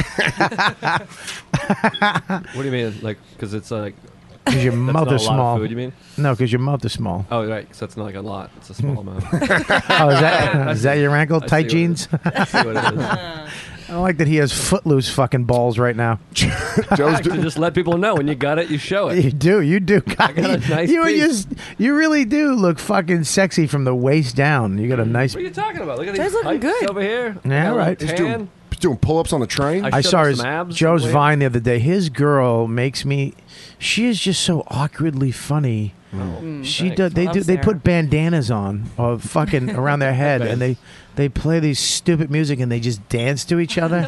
Speaker 10: what do you mean? Like, because it's like.
Speaker 3: Because your
Speaker 10: that's not
Speaker 3: mouth
Speaker 10: a
Speaker 3: is
Speaker 10: lot of
Speaker 3: small.
Speaker 10: food, you mean?
Speaker 3: No, because your mouth is small.
Speaker 10: Oh, right. So it's not like a lot. It's a small amount. oh,
Speaker 3: is that is that your ankle tight jeans?
Speaker 10: I see what it is.
Speaker 3: I like that he has footloose fucking balls right now.
Speaker 10: I like to just let people know when you got it, you show it.
Speaker 3: You do, you do. God,
Speaker 10: got a nice
Speaker 3: you are
Speaker 10: piece.
Speaker 3: just, you really do look fucking sexy from the waist down. You got a nice.
Speaker 10: What are you talking about? Look at
Speaker 5: Joe's
Speaker 10: these
Speaker 5: looking
Speaker 10: pipes
Speaker 5: good.
Speaker 10: over here.
Speaker 3: Yeah,
Speaker 10: Got a
Speaker 3: right.
Speaker 10: tan.
Speaker 3: He's
Speaker 13: doing- He's doing pull ups on the train.
Speaker 10: I
Speaker 3: I
Speaker 10: showed
Speaker 3: saw
Speaker 10: him
Speaker 3: his
Speaker 10: some abs
Speaker 3: Joe's
Speaker 10: somewhere.
Speaker 3: Vine the other day. His girl makes me. She is just so awkwardly funny.
Speaker 10: Oh.
Speaker 3: she
Speaker 10: Mm, thanks.
Speaker 3: does. They
Speaker 10: Love
Speaker 3: do. They
Speaker 10: Sarah.
Speaker 3: put bandanas on, or fucking around their head, and they they play these stupid music and they just dance to each other.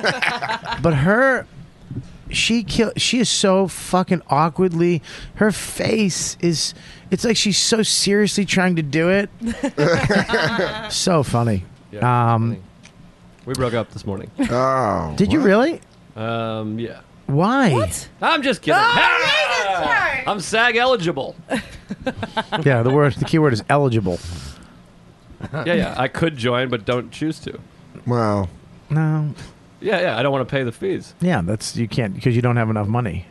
Speaker 3: but her, she kill. She is so fucking awkwardly. Her face is. It's like she's so seriously trying to do it. so funny.
Speaker 10: Yeah,
Speaker 3: um,
Speaker 10: We broke up this morning.
Speaker 13: Oh.
Speaker 3: did you really?
Speaker 10: Um, yeah.
Speaker 3: Why?
Speaker 10: I'm just
Speaker 5: Oh,
Speaker 10: kidding. Ah! I'm SAG eligible.
Speaker 3: yeah, the word the key word is eligible.
Speaker 10: yeah, yeah. I could join, but don't choose to.
Speaker 13: Wow.
Speaker 3: No.
Speaker 10: Yeah, yeah. I don't want to pay the fees.
Speaker 3: Yeah, that's you can't because you don't have enough money.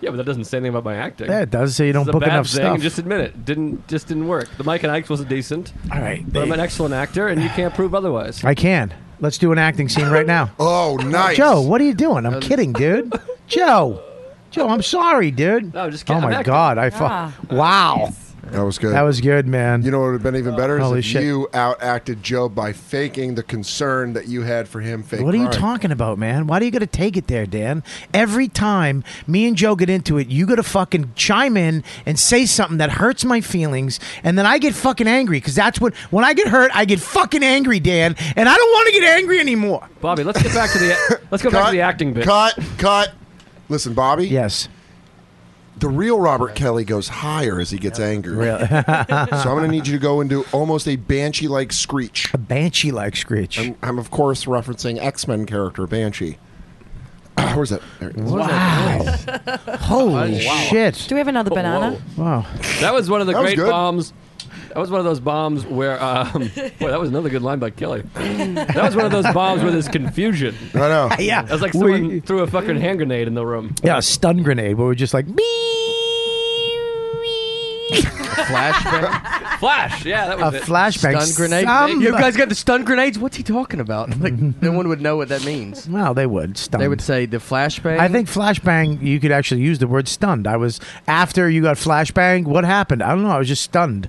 Speaker 10: Yeah, but that doesn't say anything about my acting.
Speaker 3: Yeah, it does say you don't
Speaker 10: It's a
Speaker 3: book
Speaker 10: bad
Speaker 3: enough
Speaker 10: thing,
Speaker 3: stuff.
Speaker 10: and Just admit it. Didn't just didn't work. The Mike and Ike was decent.
Speaker 3: All right,
Speaker 10: but I'm an excellent actor, and you can't prove otherwise.
Speaker 3: I can. Let's do an acting scene right now.
Speaker 13: oh, nice.
Speaker 3: Joe, what are you doing?
Speaker 10: Uh,
Speaker 3: I'm kidding, dude. Joe, Joe, I'm sorry, dude.
Speaker 10: No, just
Speaker 3: Oh
Speaker 10: kidding. I'm
Speaker 3: my
Speaker 10: acting.
Speaker 3: God, I fuck. Wow.
Speaker 13: That was good.
Speaker 3: That was good, man.
Speaker 13: You know what would have been even better
Speaker 3: Holy
Speaker 13: is if
Speaker 3: shit.
Speaker 13: you outacted Joe by faking the concern that you had for him. Fake.
Speaker 3: What are you
Speaker 13: crime.
Speaker 3: talking about, man? Why do you got to take it there, Dan? Every time me and Joe get into it, you got to fucking chime in and say something that hurts my feelings, and then I get fucking angry because that's what when I get hurt, I get fucking angry, Dan, and I don't want to get angry anymore.
Speaker 10: Bobby, let's get back to the let's go back to the acting bit.
Speaker 13: Cut, cut. Listen, Bobby.
Speaker 3: Yes.
Speaker 13: The real Robert Kelly goes higher as he gets angry. so I'm going to need you to go into almost a banshee-like screech.
Speaker 3: A banshee-like screech.
Speaker 13: I'm, I'm of course referencing X-Men character Banshee. Where's that? There it is.
Speaker 3: Wow. Holy shit.
Speaker 5: Do we have another
Speaker 10: Oh,
Speaker 5: banana?
Speaker 10: whoa.
Speaker 3: Wow.
Speaker 10: That was one of the
Speaker 13: That was
Speaker 10: great
Speaker 13: good.
Speaker 10: bombs. That was one of those bombs where, um, boy, that was another good line by Kelly. That was one of those bombs where there's confusion.
Speaker 13: I know.
Speaker 3: Yeah.
Speaker 10: That was like
Speaker 3: We-
Speaker 10: someone threw a fucking hand grenade in the room.
Speaker 3: Yeah, a stun grenade where we're just like,
Speaker 12: Flashbang,
Speaker 10: Flash, yeah, that
Speaker 3: a
Speaker 10: was it.
Speaker 3: flashbang.
Speaker 12: stun grenade.
Speaker 3: Some-
Speaker 12: You guys got the stun grenades? What's he talking about? Like no one would know what that means.
Speaker 3: Well, they would stun.
Speaker 12: They would say the flashbang.
Speaker 3: I think flashbang. You could actually use the word stunned. I was after you got flashbang. What happened? I don't know. I was just stunned.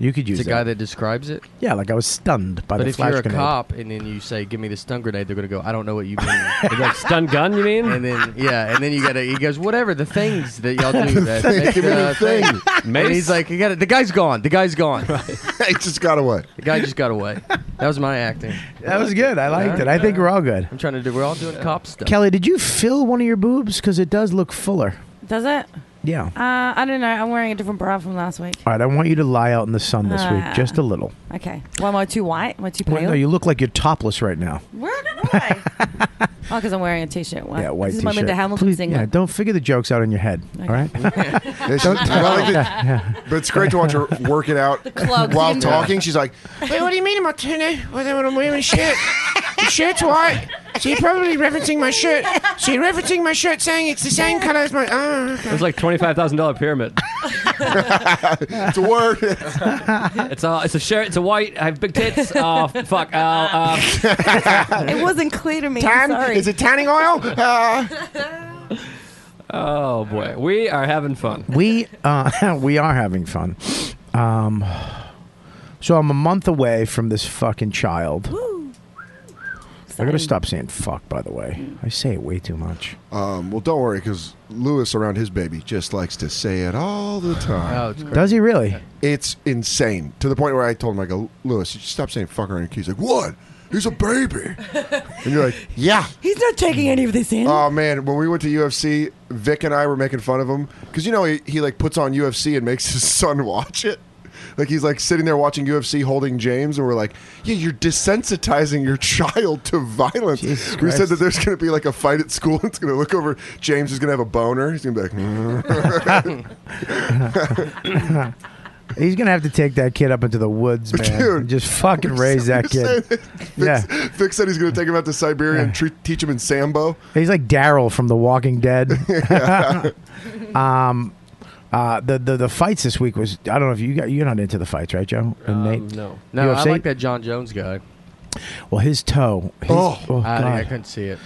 Speaker 3: You could use
Speaker 12: it's a
Speaker 3: that.
Speaker 12: guy that describes it.
Speaker 3: Yeah, like I was stunned by
Speaker 12: But
Speaker 3: the
Speaker 12: if
Speaker 3: flash
Speaker 12: you're a
Speaker 3: grenade.
Speaker 12: cop and then you say, "Give me the stun grenade," they're gonna go, "I don't know what you mean."
Speaker 10: Like stun gun, you mean?
Speaker 12: and then yeah, and then you gotta. He goes, "Whatever the things that y'all do." That make
Speaker 13: Give me
Speaker 12: the
Speaker 13: the thing.
Speaker 12: And he's like, "You got it." The guy's gone. The guy's gone.
Speaker 13: I just got away.
Speaker 12: The guy just got away. That was my acting.
Speaker 3: That was good. I liked it. I think we're all good.
Speaker 12: I'm trying to do. We're all doing cop stuff.
Speaker 3: Kelly, did you fill one of your boobs? Because it does look fuller.
Speaker 5: Does it?
Speaker 3: Yeah.
Speaker 5: Uh, I don't know. I'm wearing a different bra from last week.
Speaker 3: All right. I want you to lie out in the sun this
Speaker 5: Ah.
Speaker 3: week, just a little.
Speaker 5: Okay. Why am I too white? Am I too pale?
Speaker 3: Well, no, you look like you're topless right now.
Speaker 5: What? Why? oh, because I'm wearing a t-shirt. Why?
Speaker 3: Yeah, white
Speaker 5: This is
Speaker 3: t-shirt.
Speaker 5: my Linda Hamilton
Speaker 3: Please, yeah,
Speaker 5: singlet.
Speaker 3: don't figure the jokes out in your head. All right.
Speaker 13: Yeah, she- well, like the- but it's great to watch her work it out
Speaker 5: clogs.
Speaker 13: while talking. She's like,
Speaker 11: Wait, what do you mean, Martina? What am I wearing? Shirt? Your shirt's white. So you're probably referencing my shirt. So you're referencing my shirt, saying it's the same color as my. Oh,
Speaker 10: it
Speaker 11: okay.
Speaker 10: was like twenty-five thousand dollar pyramid.
Speaker 13: "It's a word."
Speaker 10: It's a, it's a shirt. It's a white. I have big tits. Oh fuck. Uh, uh,
Speaker 5: it wasn't clear to me. I'm
Speaker 11: Tan?
Speaker 5: sorry.
Speaker 11: Is it tanning oil? Uh,
Speaker 10: Oh boy, we are having fun.
Speaker 3: we uh, we are having fun. Um, so I'm a month away from this fucking child. I gotta stop saying fuck. By the way, I say it way too much.
Speaker 13: Um, well, don't worry, because Lewis around his baby just likes to say it all the time.
Speaker 3: Oh, it's crazy. Does he really?
Speaker 13: It's insane to the point where I told him, I go, Lewis, you should stop saying fucker on your keys. Like, what? He's a baby. and you're like, yeah.
Speaker 5: He's not taking any of this in.
Speaker 13: Oh man, when we went to UFC, Vic and I were making fun of him because you know he, he like puts on UFC and makes his son watch it. Like he's like sitting there watching UFC, holding James, and we're like, "Yeah, you're desensitizing your child to violence." we said
Speaker 4: Christ.
Speaker 13: that there's going to be like a fight at school. It's going to look over. James is going to have a boner. He's going to be like,
Speaker 3: He's gonna have to take that kid up into the woods, man. and just fucking raise that kid. Yeah,
Speaker 13: Vic said he's going to take him out to Siberia and tre- teach him in Sambo.
Speaker 3: he's like Daryl from The Walking Dead. um, uh, the, the the fights this week was I don't know if you got you're not into the fights, right, Joe? And Nate?
Speaker 12: No, no, I
Speaker 3: UFC?
Speaker 12: like that John Jones guy.
Speaker 3: Well, his toe. his- oh,
Speaker 12: I,
Speaker 3: God.
Speaker 12: I couldn't see it.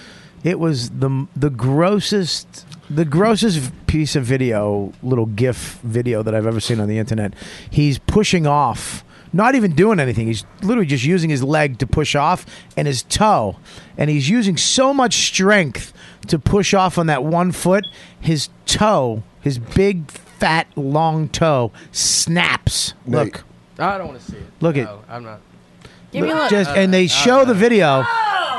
Speaker 3: It was the the grossest the grossest piece of video, little GIF video that I've ever seen on the internet. He's pushing off, not even doing anything. He's literally just using his leg to push off and his toe, and he's using so much strength to push off on that one foot. His toe, his big fat long toe, snaps. Look,
Speaker 12: I don't want to see it.
Speaker 3: Look
Speaker 12: no,
Speaker 3: at-
Speaker 12: I'm not.
Speaker 3: just and they show the video.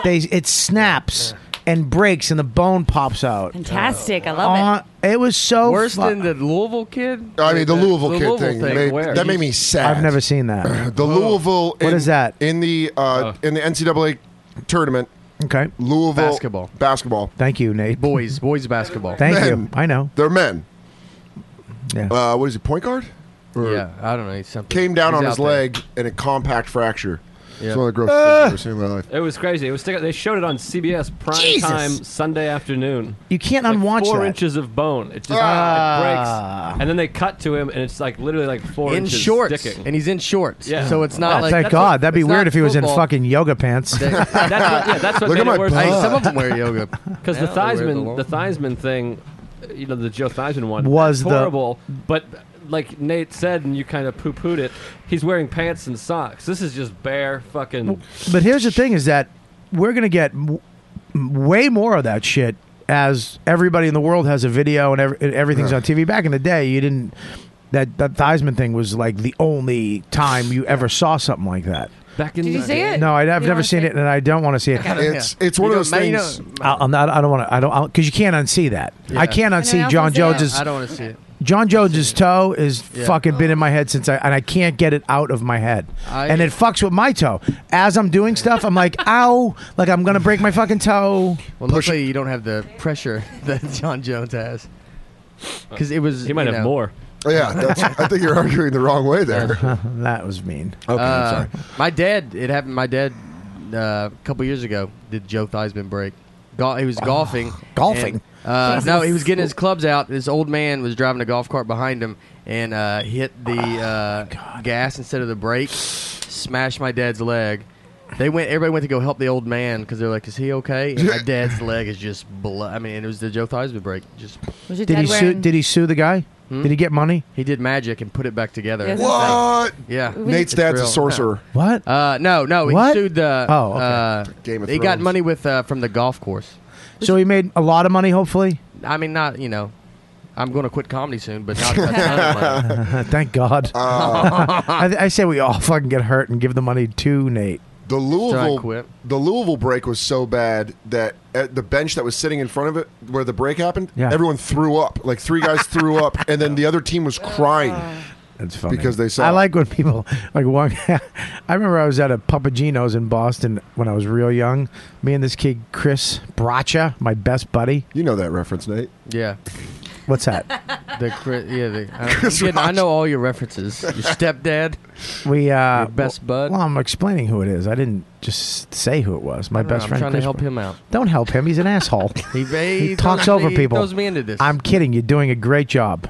Speaker 3: They it snaps and breaks and the bone pops out.
Speaker 5: Fantastic. I love it.
Speaker 3: Uh, it. was so
Speaker 12: Worse
Speaker 3: fu-
Speaker 12: than the Louisville kid.
Speaker 13: I mean, the Louisville kid
Speaker 12: Louisville
Speaker 13: thing, made-
Speaker 12: where?
Speaker 13: that made me sad.
Speaker 3: I've never seen that.
Speaker 13: The Louisville.
Speaker 3: What
Speaker 13: in,
Speaker 3: is that?
Speaker 13: In the
Speaker 12: Oh.
Speaker 13: uh, in the NCAA tournament.
Speaker 3: Okay.
Speaker 13: Louisville
Speaker 12: Basketball.
Speaker 13: Basketball.
Speaker 3: Thank you, Nate.
Speaker 12: Boys, boys basketball.
Speaker 3: Thank you. I know.
Speaker 13: They're men.
Speaker 3: Yeah.
Speaker 13: Uh, what is he? Point guard? Or-
Speaker 12: Yeah, I don't know. He's something.
Speaker 13: Came down
Speaker 12: He's
Speaker 13: on
Speaker 12: out
Speaker 13: his
Speaker 12: there.
Speaker 13: leg and a compact fracture.
Speaker 12: Yeah.
Speaker 13: It's one of the grossest
Speaker 10: Ah!
Speaker 13: things I've ever seen in my life.
Speaker 10: It was crazy. It was stick- they showed it on CBS prime
Speaker 3: Jesus.
Speaker 10: time Sunday afternoon.
Speaker 3: You can't unwatch
Speaker 10: four
Speaker 3: that.
Speaker 10: inches of bone. It just
Speaker 12: Ah.
Speaker 10: it breaks, and then they cut to him, and it's like literally like four
Speaker 12: in
Speaker 10: inches
Speaker 12: shorts,
Speaker 10: sticking.
Speaker 12: and he's in shorts.
Speaker 10: Yeah.
Speaker 12: So it's not
Speaker 3: Oh,
Speaker 12: like
Speaker 3: thank
Speaker 12: that's
Speaker 3: God.
Speaker 12: what-
Speaker 3: That'd be
Speaker 12: it's
Speaker 3: weird
Speaker 12: not
Speaker 3: if he was in
Speaker 12: football.
Speaker 3: fucking yoga pants.
Speaker 12: That-
Speaker 10: that's what, yeah, that's what
Speaker 12: Look
Speaker 10: made
Speaker 12: at my
Speaker 10: it worse.
Speaker 12: butt. Hey, some of 'em wear yoga.
Speaker 10: Because
Speaker 12: Yeah,
Speaker 10: the
Speaker 12: they wear the
Speaker 10: Theismann,
Speaker 12: long-
Speaker 10: the Theismann thing, you know, the Joe Theismann one
Speaker 3: Was the-
Speaker 10: horrible. But like Nate said, and you kind of poo pooed it. He's wearing pants and socks. This is just bare fucking.
Speaker 3: But here's the thing: is that we're gonna get w- way more of that shit as everybody in the world has a video and, ev- and everything's on TV. Back in the day, you didn't. That that Theismann thing was like the only time you ever saw something like that.
Speaker 10: Back in
Speaker 5: Did you
Speaker 10: the
Speaker 5: see
Speaker 10: day.
Speaker 5: it?
Speaker 3: No, I, I've
Speaker 5: You
Speaker 3: never
Speaker 5: wanna
Speaker 3: seen
Speaker 5: see
Speaker 3: it, and I don't want to see it.
Speaker 5: gotta-
Speaker 13: It's- yeah. it's one
Speaker 3: You
Speaker 13: of
Speaker 3: don't-
Speaker 13: those
Speaker 3: you
Speaker 13: things-
Speaker 3: don't- I'll- I'm not, I don't want to. I don't. I'll- Because you can't unsee that. I can't
Speaker 12: Yeah.
Speaker 3: unsee John Jones's.
Speaker 12: I don't want to see it.
Speaker 3: John Jones's toe is
Speaker 12: Yeah.
Speaker 3: fucking been in my head since I and I can't get it out of my head,
Speaker 12: I-
Speaker 3: and it fucks with my toe. As I'm doing stuff, I'm like, ow, like I'm gonna break my fucking toe.
Speaker 12: Well, luckily you don't have the pressure that John Jones has. Because it was
Speaker 10: He might
Speaker 12: you
Speaker 10: have
Speaker 12: know-
Speaker 10: more.
Speaker 13: Oh, yeah, that's, I think you're arguing the wrong way there.
Speaker 3: that was mean.
Speaker 13: Okay, I'm
Speaker 12: Uh,
Speaker 13: sorry.
Speaker 12: My dad, it happened. My dad, uh, a couple years ago, did Joe Theismann break. Go- he was
Speaker 13: Ah,
Speaker 12: golfing.
Speaker 3: golfing?
Speaker 12: and, uh,
Speaker 3: Jesus.
Speaker 12: no, he was getting his clubs out. This old man was driving a golf cart behind him and uh, hit
Speaker 13: Oh
Speaker 12: the uh, gas instead of the brake. Smashed my dad's leg. They went. Everybody went to go help the old man because they're like, "Is he okay?" And my dad's leg is just blood. I mean, it was the Joe Theismann break. Just
Speaker 5: Was your
Speaker 3: Did
Speaker 5: dad
Speaker 3: he sue?
Speaker 5: wearing-
Speaker 3: Did he sue the guy?
Speaker 12: Hmm?
Speaker 3: Did he get money?
Speaker 12: he did magic and put it back together.
Speaker 5: Yes,
Speaker 13: What?
Speaker 12: Yeah, It's
Speaker 13: Nate's dad's a
Speaker 12: real.
Speaker 13: sorcerer.
Speaker 3: What?
Speaker 12: Uh, no, no. He
Speaker 3: What?
Speaker 12: sued the.
Speaker 3: Oh, okay.
Speaker 12: uh,
Speaker 13: Game of
Speaker 12: He got
Speaker 13: Thrones.
Speaker 12: money with uh, from the golf course.
Speaker 3: So he made a lot of money, hopefully.
Speaker 12: I mean, not you know. I'm going to quit comedy soon, but not. a ton of money.
Speaker 3: Thank God. I, I say we all fucking get hurt and give the money to Nate.
Speaker 13: The Louisville,
Speaker 12: quit.
Speaker 13: the Louisville break was so bad that at the bench that was sitting in front of it, where the break happened,
Speaker 3: Yeah.
Speaker 13: everyone threw up. Like three guys threw up, and then the other team was crying.
Speaker 3: That's funny.
Speaker 13: Because they saw.
Speaker 3: I like when people like walk. I remember I was at a Papagino's in Boston when I was real young. Me and this kid Chris Bracha, my best buddy.
Speaker 13: You know that reference, Nate.
Speaker 12: Yeah,
Speaker 3: What's that?
Speaker 12: the cri- yeah. The, I, I'm kidding. I know all your references. Your stepdad.
Speaker 3: We uh,
Speaker 12: Your best
Speaker 3: well-
Speaker 12: bud?
Speaker 3: Well, I'm explaining who it is. I didn't just say who it was. My
Speaker 12: I don't know,
Speaker 3: best
Speaker 12: I'm
Speaker 3: friend.
Speaker 12: trying
Speaker 3: Chris
Speaker 12: to help
Speaker 3: Bra-
Speaker 12: him out.
Speaker 3: Don't help him. He's an asshole.
Speaker 12: He, he,
Speaker 3: he talks
Speaker 12: throws
Speaker 3: over
Speaker 12: me-
Speaker 3: people.
Speaker 12: He throws me into this.
Speaker 3: I'm kidding. You're doing a great job.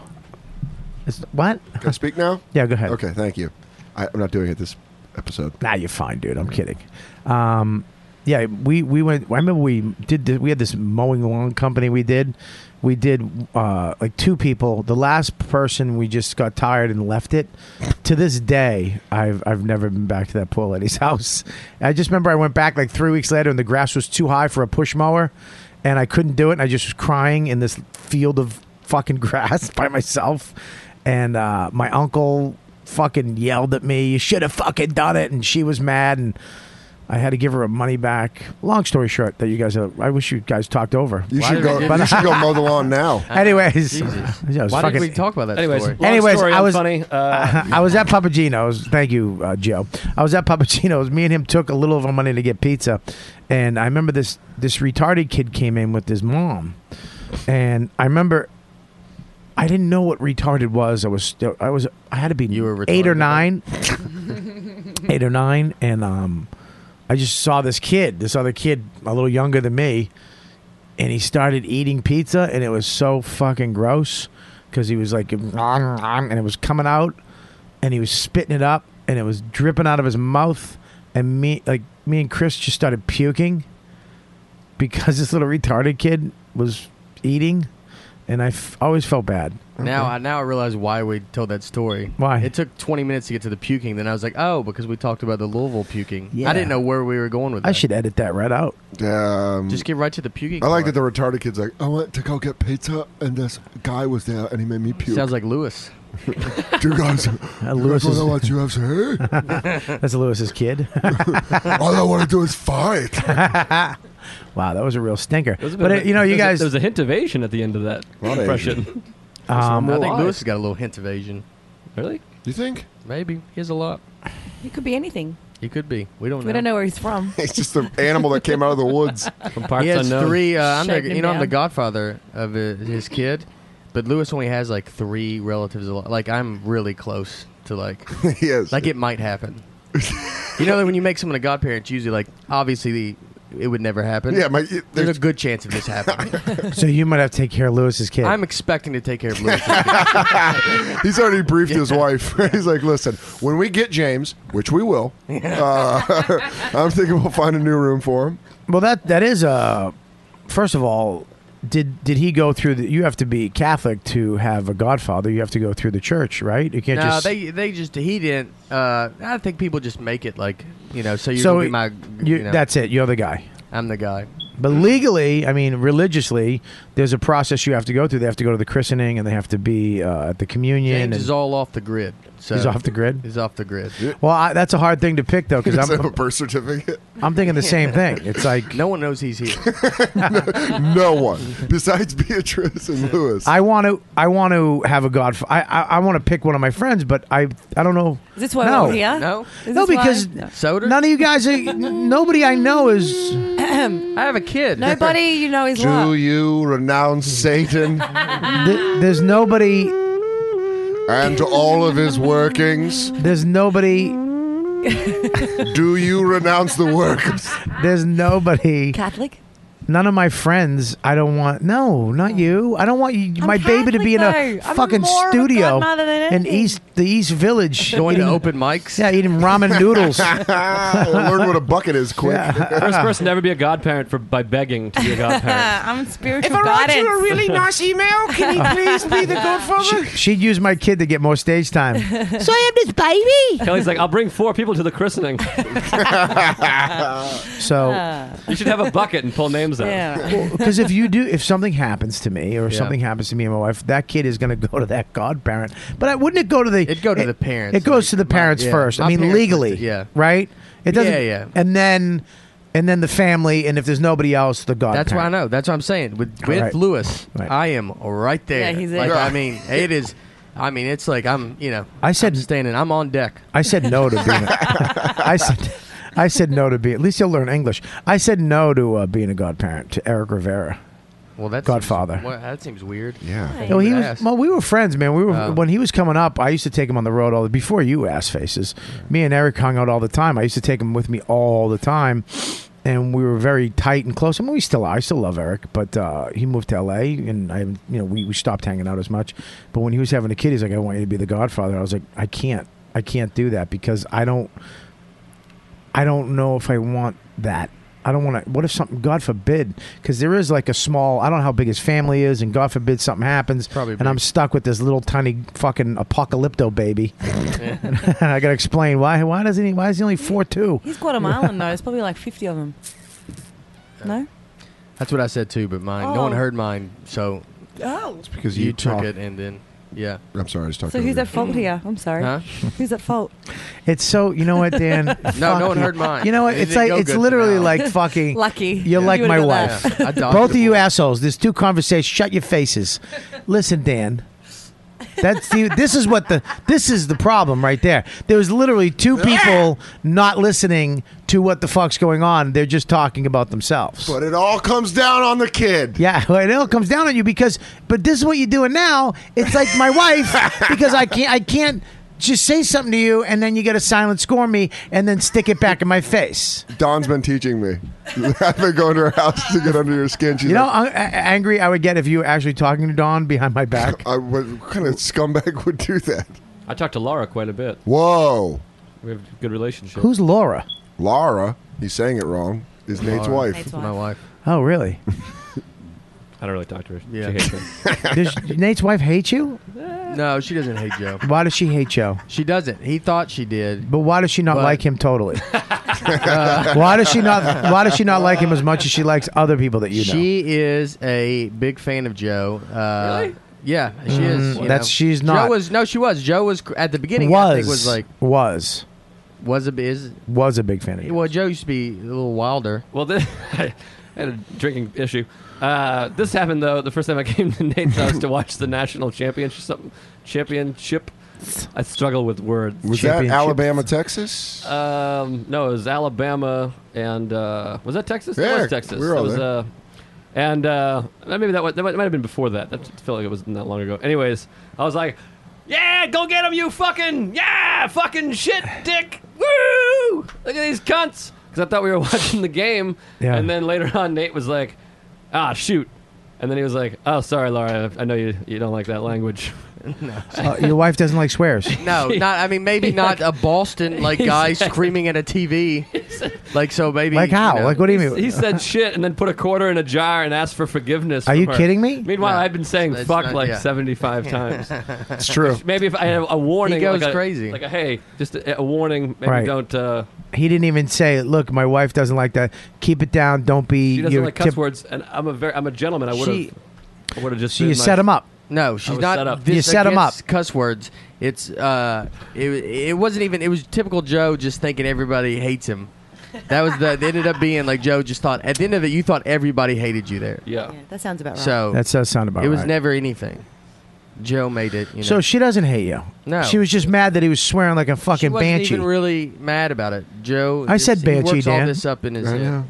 Speaker 3: It's, what?
Speaker 13: Can I speak now?
Speaker 3: Yeah, go ahead.
Speaker 13: Okay, thank you. I, I'm not doing it this episode.
Speaker 3: Nah, you're fine, dude. I'm kidding. Um, yeah, we we went. I remember we did. th- We had this mowing lawn company. We did. We did uh, like two people. The last person we just got tired and left it. to this day, I've I've never been back to that poor lady's house. I just remember I went back like three weeks later, and the grass was too high for a push mower, and I couldn't do it. And I just was crying in this field of fucking grass by myself. And uh, my uncle fucking yelled at me, "You should have fucking done it!" And she was mad and. I had to give her her money back. Long story short, that you guys, are, I wish you guys talked over.
Speaker 4: You should go. you should go mow the lawn now.
Speaker 3: Anyways, yeah, it was
Speaker 12: Why did
Speaker 3: fucking-
Speaker 12: we talk about that
Speaker 10: Anyways,
Speaker 12: story?
Speaker 10: long story, Uh,
Speaker 3: I was
Speaker 10: unfunny.
Speaker 3: I was at Papagino's. Thank you, uh, Joe. I was at Papagino's. Me and him took a little of our money to get pizza, and I remember this this retarded kid came in with his mom, and I remember I didn't know what retarded was. I was still, I was I had to be you were eight or nine, eight or nine, and um, I just saw this kid, this other kid, a little younger than me, and he started eating pizza, and it was so fucking gross because he was like, "Nom, nom," and it was coming out, and he was spitting it up, and it was dripping out of his mouth, and me like me and Chris just started puking because this little retarded kid was eating, and I f- always felt bad.
Speaker 12: Now, I now I realize why we told that story.
Speaker 3: Why?
Speaker 12: It took 20 minutes to get to the puking. Then I was like, oh, because we talked about the Louisville puking.
Speaker 3: Yeah.
Speaker 12: I didn't know where we were going with
Speaker 3: I
Speaker 12: that.
Speaker 3: should edit that right out.
Speaker 4: Um,
Speaker 12: Just get right to the puking.
Speaker 4: I like that
Speaker 12: part.
Speaker 4: the retarded kid's like, I went to go get pizza, and this guy was there, and he made me puke.
Speaker 12: Sounds like Lewis.
Speaker 4: Dude, guys, Lewis
Speaker 3: Lewis
Speaker 4: you guys
Speaker 3: is-
Speaker 4: want to watch UFC?
Speaker 3: That's Lewis's kid.
Speaker 4: All I want to do is fight.
Speaker 3: wow, that was a real stinker.
Speaker 10: There's a bit
Speaker 3: But
Speaker 10: of
Speaker 3: it,
Speaker 10: a-
Speaker 3: you know, you
Speaker 10: there's a-
Speaker 3: guys.
Speaker 10: there's a hint of Asian at the end of that
Speaker 4: lot of
Speaker 10: impression.
Speaker 3: Um,
Speaker 12: I think
Speaker 10: Why?
Speaker 12: Lewis has got a little hint of Asian.
Speaker 10: Really?
Speaker 4: You think?
Speaker 12: Maybe. He has a lot.
Speaker 5: It could be anything.
Speaker 12: He could be. We don't know.
Speaker 5: We don't know where he's from.
Speaker 4: it's just an animal that came out of the woods.
Speaker 10: From
Speaker 12: he has three. Uh, I'm the,
Speaker 5: Shutting him
Speaker 12: you know, I'm the
Speaker 5: down.
Speaker 12: godfather of uh, his kid, but Lewis only has like three relatives. al- Like I'm really close to like.
Speaker 4: yes.
Speaker 12: Like it might happen. you know that when you make someone a godparent, it's usually like obviously it would never happen.
Speaker 4: Yeah, my- it-
Speaker 12: there's,
Speaker 4: there's-
Speaker 12: a good chance of this happening.
Speaker 3: so you might have to take care of Lewis's kid.
Speaker 12: I'm expecting to take care of Lewis.
Speaker 4: He's already briefed his wife. He's like, listen, when we get James, which we will, uh, I'm thinking we'll find a new room for him.
Speaker 3: Well, that that is Uh, first of all, did did he go through? The, you have to be Catholic to have a godfather. You have to go through the church, right? You can't
Speaker 12: no,
Speaker 3: just.
Speaker 12: they they just he didn't. Uh, I think people just make it like you know. So you're
Speaker 3: so
Speaker 12: gonna be my.
Speaker 3: you-
Speaker 12: you know,
Speaker 3: that's it. You're the guy.
Speaker 12: I'm the guy.
Speaker 3: But legally, I mean, religiously, there's a process you have to go through. They have to go to the christening, and they have to be uh, at the communion.
Speaker 12: James is
Speaker 3: and-
Speaker 12: all off the grid. So
Speaker 3: He's off the grid?
Speaker 12: He's off the grid.
Speaker 3: well, I, that's a hard thing to pick though, because
Speaker 4: Does he have a
Speaker 3: I'm
Speaker 4: birth certificate?
Speaker 3: I'm thinking the same thing. It's like
Speaker 12: no one knows he's here.
Speaker 4: no one besides Beatrice and Lewis.
Speaker 3: I want to I want to have a godfather. I I, I want to pick one of my friends, but I I don't know.
Speaker 5: Is this why
Speaker 3: no.
Speaker 5: we're here?
Speaker 12: No.
Speaker 5: Is
Speaker 3: no,
Speaker 5: this why-
Speaker 3: because
Speaker 5: No.
Speaker 3: none of you guys, are, nobody I know is.
Speaker 12: I have a kid.
Speaker 5: Nobody you know is
Speaker 4: Do
Speaker 5: love.
Speaker 4: you renounce Satan
Speaker 3: th- there's nobody.
Speaker 4: and all of his workings?
Speaker 3: There's nobody.
Speaker 4: Do you renounce the works?
Speaker 3: There's nobody.
Speaker 5: Catholic?
Speaker 3: None of my friends. I don't want. No, not you. I don't want you, my baby to be in a
Speaker 5: Catholic, though. I'm
Speaker 3: fucking
Speaker 5: more of a
Speaker 3: studio
Speaker 5: godmother than
Speaker 3: in
Speaker 5: anything.
Speaker 3: East the East Village.
Speaker 12: Going to
Speaker 3: eating-
Speaker 12: open mics.
Speaker 3: Yeah, eating ramen noodles.
Speaker 4: Ah, Learn what a bucket is quick.
Speaker 10: First person to ever be a godparent for by begging to be a godparent.
Speaker 5: I'm spiritual
Speaker 11: If I write you a
Speaker 5: guidance.
Speaker 11: really nice email, can you please be the godfather?
Speaker 3: She'd use my kid to get more stage time. so I have this baby.
Speaker 10: Kelly's like, I'll bring four people to the christening.
Speaker 3: So.
Speaker 10: you should have a bucket and pull names out.
Speaker 5: Yeah.
Speaker 3: Because if you do, if something happens to me or if
Speaker 10: Yeah.
Speaker 3: something happens to me and my wife, that kid is going to go to that godparent. But I, wouldn't it go to the?
Speaker 12: It'd go to the parents.
Speaker 3: It goes to the
Speaker 12: Like, my-
Speaker 3: parents
Speaker 12: yeah,
Speaker 3: first. I
Speaker 12: my
Speaker 3: mean,
Speaker 12: parents
Speaker 3: legally,
Speaker 12: did, yeah.
Speaker 3: right. It doesn't.
Speaker 12: Yeah, yeah.
Speaker 3: And then, and then the family, and if there's nobody else, the godparent.
Speaker 12: That's why I know. That's what I'm saying. With with
Speaker 3: Right.
Speaker 12: Lewis,
Speaker 3: Right.
Speaker 12: I am right there.
Speaker 5: Yeah, he's
Speaker 12: like,
Speaker 5: it.
Speaker 12: I mean, it is. I mean, it's like I'm. You know,
Speaker 3: I said-
Speaker 12: I'm standing. I'm on deck.
Speaker 3: I said no to being. A, I said, I said no to be. At least you'll learn English. I said no to uh, being a godparent to Eric Rivera.
Speaker 12: Well, that's
Speaker 3: Godfather.
Speaker 12: that seems weird.
Speaker 4: Yeah.
Speaker 3: No, he
Speaker 12: would
Speaker 3: was.
Speaker 12: ask.
Speaker 3: Well, we were friends, man. We were
Speaker 12: Oh.
Speaker 3: when he was coming up. I used to take him on the road all the before you ass faces. Me and Eric hung out all the time. I used to take him with me all the time, and we were very tight and close. I mean, we still are. I still love Eric, but uh, he moved to L.A. and I, haven't- you know, we, we stopped hanging out as much. But when he was having a kid, he's like, "I want you to be the Godfather." I was like, "I can't. I can't do that because I don't. I don't know if I want that." I don't want to. What if something? God forbid, because there is like a small. I don't know how big his family is, and God forbid something happens, Probably and I'm stuck with this little tiny fucking apocalypto baby. and I gotta explain why. Why doesn't he? Why is he only four two?
Speaker 5: He's Guatemalan though. There's probably like 50 of them. No?
Speaker 12: That's what I said too, but mine. No one
Speaker 5: Oh.
Speaker 12: heard mine, so
Speaker 5: Oh.
Speaker 12: it's
Speaker 4: because
Speaker 12: you,
Speaker 4: you
Speaker 12: took
Speaker 4: talk-
Speaker 12: it and then yeah.
Speaker 4: I'm sorry, I was talking.
Speaker 5: So who's at fault here? I'm sorry.
Speaker 12: Huh?
Speaker 5: Who's at fault?
Speaker 3: It's so you know what, Dan.
Speaker 12: No,
Speaker 3: Fuck
Speaker 12: no one
Speaker 3: you.
Speaker 12: heard mine.
Speaker 3: You know what?
Speaker 12: It
Speaker 3: It's
Speaker 12: didn't
Speaker 3: like
Speaker 12: go
Speaker 3: it's
Speaker 12: good
Speaker 3: literally
Speaker 12: now.
Speaker 3: like fucking.
Speaker 5: Lucky.
Speaker 3: You're like my wife.
Speaker 12: Yeah, I dodged
Speaker 3: Both of
Speaker 12: it.
Speaker 3: you assholes. There's two conversations. Shut your faces. Listen, Dan. That's the, this is what the this is the problem right there. There was literally two people not listening to what the fuck's going on. They're just talking about themselves.
Speaker 4: But it all comes down on the kid.
Speaker 3: Yeah, well, it all comes down on you because. But this is what you're doing now. It's like my wife because I can't. I can't just say something to you and then you got to silent score me and then stick it back in my face.
Speaker 4: Don's been teaching me. I've been going to her house to get under your skin. She's
Speaker 3: You know,
Speaker 4: like,
Speaker 3: how a- angry I would get if you were actually talking to Dawn behind my back.
Speaker 4: I, what kind of scumbag would do that?
Speaker 10: I talked to Laura quite a bit.
Speaker 4: Whoa.
Speaker 10: We have a good relationship.
Speaker 3: Who's Laura?
Speaker 4: Laura. He's saying it wrong. Is Nate's
Speaker 10: Laura.
Speaker 4: wife.
Speaker 10: Nate's wife. My wife.
Speaker 3: Oh, really?
Speaker 10: I don't really talk to her. Yeah. She hates me.
Speaker 3: Does Nate's wife hate you?
Speaker 12: No, she doesn't hate Joe.
Speaker 3: Why does she hate Joe?
Speaker 12: She doesn't. He thought she did.
Speaker 3: But why does she not
Speaker 12: But-
Speaker 3: like him totally?
Speaker 12: Uh,
Speaker 3: why does she not? Why does she not like him as much as she likes other people that you know?
Speaker 12: She is a big fan of Joe. Uh, really? Yeah, she is. you
Speaker 3: Mm, that's-
Speaker 12: know.
Speaker 3: she's not.
Speaker 12: Joe was no, she was. Joe was cr- at the beginning. I
Speaker 3: was
Speaker 12: think, was like
Speaker 3: was
Speaker 12: was a is
Speaker 3: was a big fan of you.
Speaker 12: well. Joe used to be a little wilder.
Speaker 10: Well, this, I had a drinking issue. Uh, this happened though the first time I came to Nate's house to watch the national championship. Something championship. I struggle with words.
Speaker 4: Was that Alabama, Texas?
Speaker 10: Um, no, it was Alabama and uh, was that Texas? That
Speaker 4: Yeah,
Speaker 10: was Texas.
Speaker 4: we were all
Speaker 10: That was,
Speaker 4: there.
Speaker 10: uh, and uh, maybe that was, that might, might have been before that. That felt like it wasn't that long ago. Anyways, I was like, "Yeah, go get him, you fucking yeah, fucking shit, dick! Woo! Look at these cunts!" Because I thought we were watching the game,
Speaker 3: Yeah.
Speaker 10: and then later on, Nate was like, "Ah, shoot." And then he was like, "Oh, sorry, Laura. I I know you, you don't like that language."
Speaker 12: No,
Speaker 3: Uh, your wife doesn't like swears.
Speaker 12: no, not. I mean, maybe not a Boston like guy screaming at a TV. Like so, maybe
Speaker 3: Like how? Like, what do you mean?
Speaker 10: He said shit and then put a quarter in a jar and asked for forgiveness.
Speaker 3: uh, Are
Speaker 10: from
Speaker 3: you
Speaker 10: her.
Speaker 3: kidding me?
Speaker 10: Meanwhile, I've been saying
Speaker 12: That's
Speaker 10: fuck
Speaker 12: not-
Speaker 10: like
Speaker 12: yeah.
Speaker 10: 75 times.
Speaker 12: It's
Speaker 3: true.
Speaker 10: Maybe if I had a warning.
Speaker 12: He goes
Speaker 10: like a-
Speaker 12: crazy.
Speaker 10: Like a hey, just a, a warning. Maybe
Speaker 3: Right.
Speaker 10: don't. Uh,
Speaker 3: He didn't even say, "Look, my wife doesn't like that. Keep it down. Don't be."
Speaker 10: she doesn't
Speaker 3: your
Speaker 10: like cuss
Speaker 3: tip-
Speaker 10: words, and I'm a very, I'm a gentleman. I would
Speaker 12: She-
Speaker 10: have. I would have just.
Speaker 3: So you
Speaker 10: been, like,
Speaker 3: set him up.
Speaker 12: No, she's
Speaker 10: was
Speaker 12: not.
Speaker 10: set up.
Speaker 12: this
Speaker 3: You set 'em
Speaker 12: against Cuss words. It's uh, it, it wasn't even. It was typical Joe just thinking everybody hates him. That was the. It ended up being like Joe just thought. At the end of it, you thought everybody hated you there.
Speaker 10: Yeah.
Speaker 5: That sounds about right.
Speaker 12: So
Speaker 3: That does sound about
Speaker 12: It was
Speaker 3: right.
Speaker 12: never anything. Joe made it. You know?
Speaker 3: So she doesn't hate you.
Speaker 12: No.
Speaker 3: she was just mad that he was swearing like a
Speaker 12: She
Speaker 3: fucking
Speaker 12: wasn't
Speaker 3: banshee.
Speaker 12: even really mad about it. Joe.
Speaker 3: I said
Speaker 12: he
Speaker 3: banshee,
Speaker 12: works all
Speaker 3: Dan.
Speaker 12: this up in his
Speaker 4: I
Speaker 12: head.
Speaker 4: know.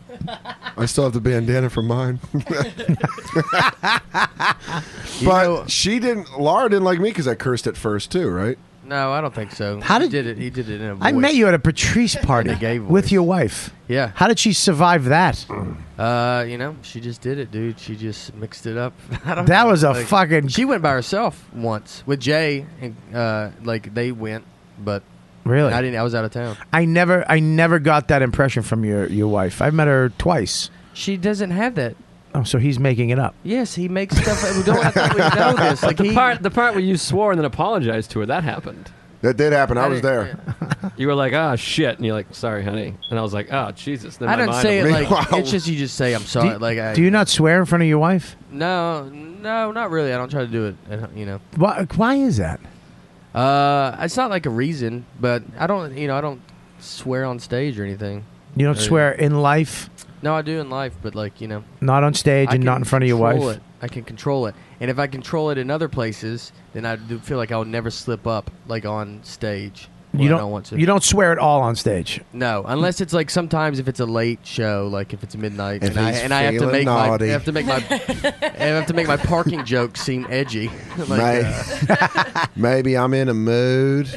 Speaker 4: I still have the bandana from mine. but she didn't. Laura didn't like me because I cursed at first too, right?
Speaker 12: No, I don't think so.
Speaker 3: How
Speaker 12: he
Speaker 3: did-
Speaker 12: did it? He did it in a voice.
Speaker 3: I met you at a Patrice party
Speaker 12: gay voice.
Speaker 3: with your wife.
Speaker 12: Yeah.
Speaker 3: How did she survive that?
Speaker 12: Uh, you know, she just did it, dude. She just mixed it up. I don't
Speaker 3: That
Speaker 12: know,
Speaker 3: was a
Speaker 12: like-
Speaker 3: fucking.
Speaker 12: She went by herself once with Jay, and uh, like they went, but
Speaker 3: Really?
Speaker 12: I didn't. I was out of town.
Speaker 3: I never, I never got that impression from your your wife. I've met her twice.
Speaker 12: She doesn't have that.
Speaker 3: Oh, so he's making it up.
Speaker 12: Yes, he makes stuff. we don't I thought we know this. Like
Speaker 10: But the
Speaker 12: he,
Speaker 10: part the part where you swore and then apologized to her that happened.
Speaker 4: That did happen. I,
Speaker 12: I
Speaker 4: was
Speaker 12: didn't-
Speaker 4: there.
Speaker 10: You were like ah shit, and you're like sorry honey, and I was like oh Jesus. Then
Speaker 12: I
Speaker 10: my
Speaker 12: don't
Speaker 10: mind
Speaker 12: say it
Speaker 10: went-
Speaker 12: like
Speaker 4: Meanwhile-
Speaker 12: it's just you just say I'm sorry.
Speaker 3: do,
Speaker 12: like I,
Speaker 3: do you not swear in front of your wife?
Speaker 12: no, no, not really. I don't try to do it. at- You know,
Speaker 3: Why, why is that?
Speaker 12: uh, it's not like a reason, but I don't. You know, I don't swear on stage or anything.
Speaker 3: You don't
Speaker 12: Or-
Speaker 3: swear in life,
Speaker 12: No, I do in life, but like you know,
Speaker 3: not on stage,
Speaker 12: I
Speaker 3: and
Speaker 12: can
Speaker 3: not in front of your wife.
Speaker 12: control It. I can control it, and if I control it in other places, then I do feel like I'll never slip up, like on stage. when
Speaker 3: You
Speaker 12: I
Speaker 3: don't,
Speaker 12: want to.
Speaker 3: You don't swear at all on stage.
Speaker 12: No, unless it's like sometimes if it's a late show, like if it's midnight,
Speaker 4: If
Speaker 12: and I
Speaker 4: he's
Speaker 12: and I have to
Speaker 4: feeling
Speaker 12: make
Speaker 4: naughty.
Speaker 12: my I have to make my I have to make my parking joke seem edgy. like,
Speaker 4: May-
Speaker 12: uh,
Speaker 4: Maybe I'm in a mood.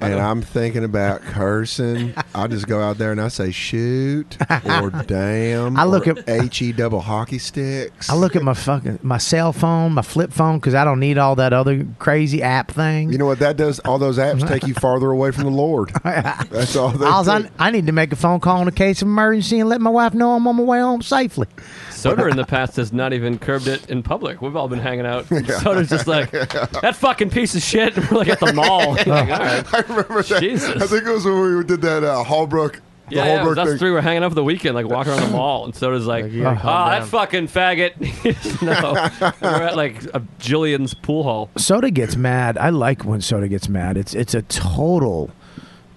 Speaker 13: and I'm thinking about cursing, I just go out there and I say shoot or damn.
Speaker 3: I look
Speaker 13: or
Speaker 3: at-
Speaker 13: H E double hockey stick.
Speaker 3: I look at my fucking my cell phone, my flip phone, because I don't need all that other crazy app thing.
Speaker 13: You know what that does? All those apps take you farther away from the Lord. That's all. They
Speaker 3: I, was
Speaker 13: do.
Speaker 3: on, I need to make a phone call in a case of emergency and let my wife know I'm on my way home safely.
Speaker 10: Soder in the past has not even curbed it in public. We've all been hanging out. Soder's just like that fucking piece of shit. We're like at the mall. Like, all right.
Speaker 13: I remember that.
Speaker 10: Jesus.
Speaker 13: I think it was when we did that uh, Hallbrook. The
Speaker 10: Yeah, yeah, it was
Speaker 13: Hallbrook
Speaker 10: us
Speaker 13: thing.
Speaker 10: three were hanging out for the weekend, like walking around the mall, and Soda's like, "Oh,
Speaker 13: gotta calm
Speaker 10: that
Speaker 13: down."
Speaker 10: fucking faggot!" no, we're at like a Jillian's pool hall.
Speaker 3: Soda gets mad. I like when Soda gets mad. It's it's a total.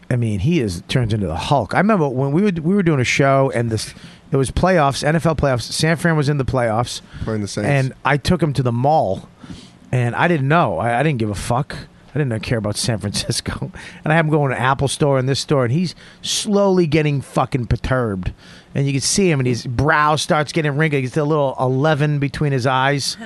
Speaker 3: I mean, he is turns into the Hulk. I remember when we were we were doing a show and this it was playoffs, NFL playoffs. San Fran was in the playoffs,
Speaker 13: playing the Saints.
Speaker 3: and I took him to the mall, and I didn't know. I, I didn't give a fuck. I didn't care about San Francisco, and I have him going to Apple Store and this store, and he's slowly getting fucking perturbed, and you can see him, and his brow starts getting wrinkled. He gets a little eleven between his eyes,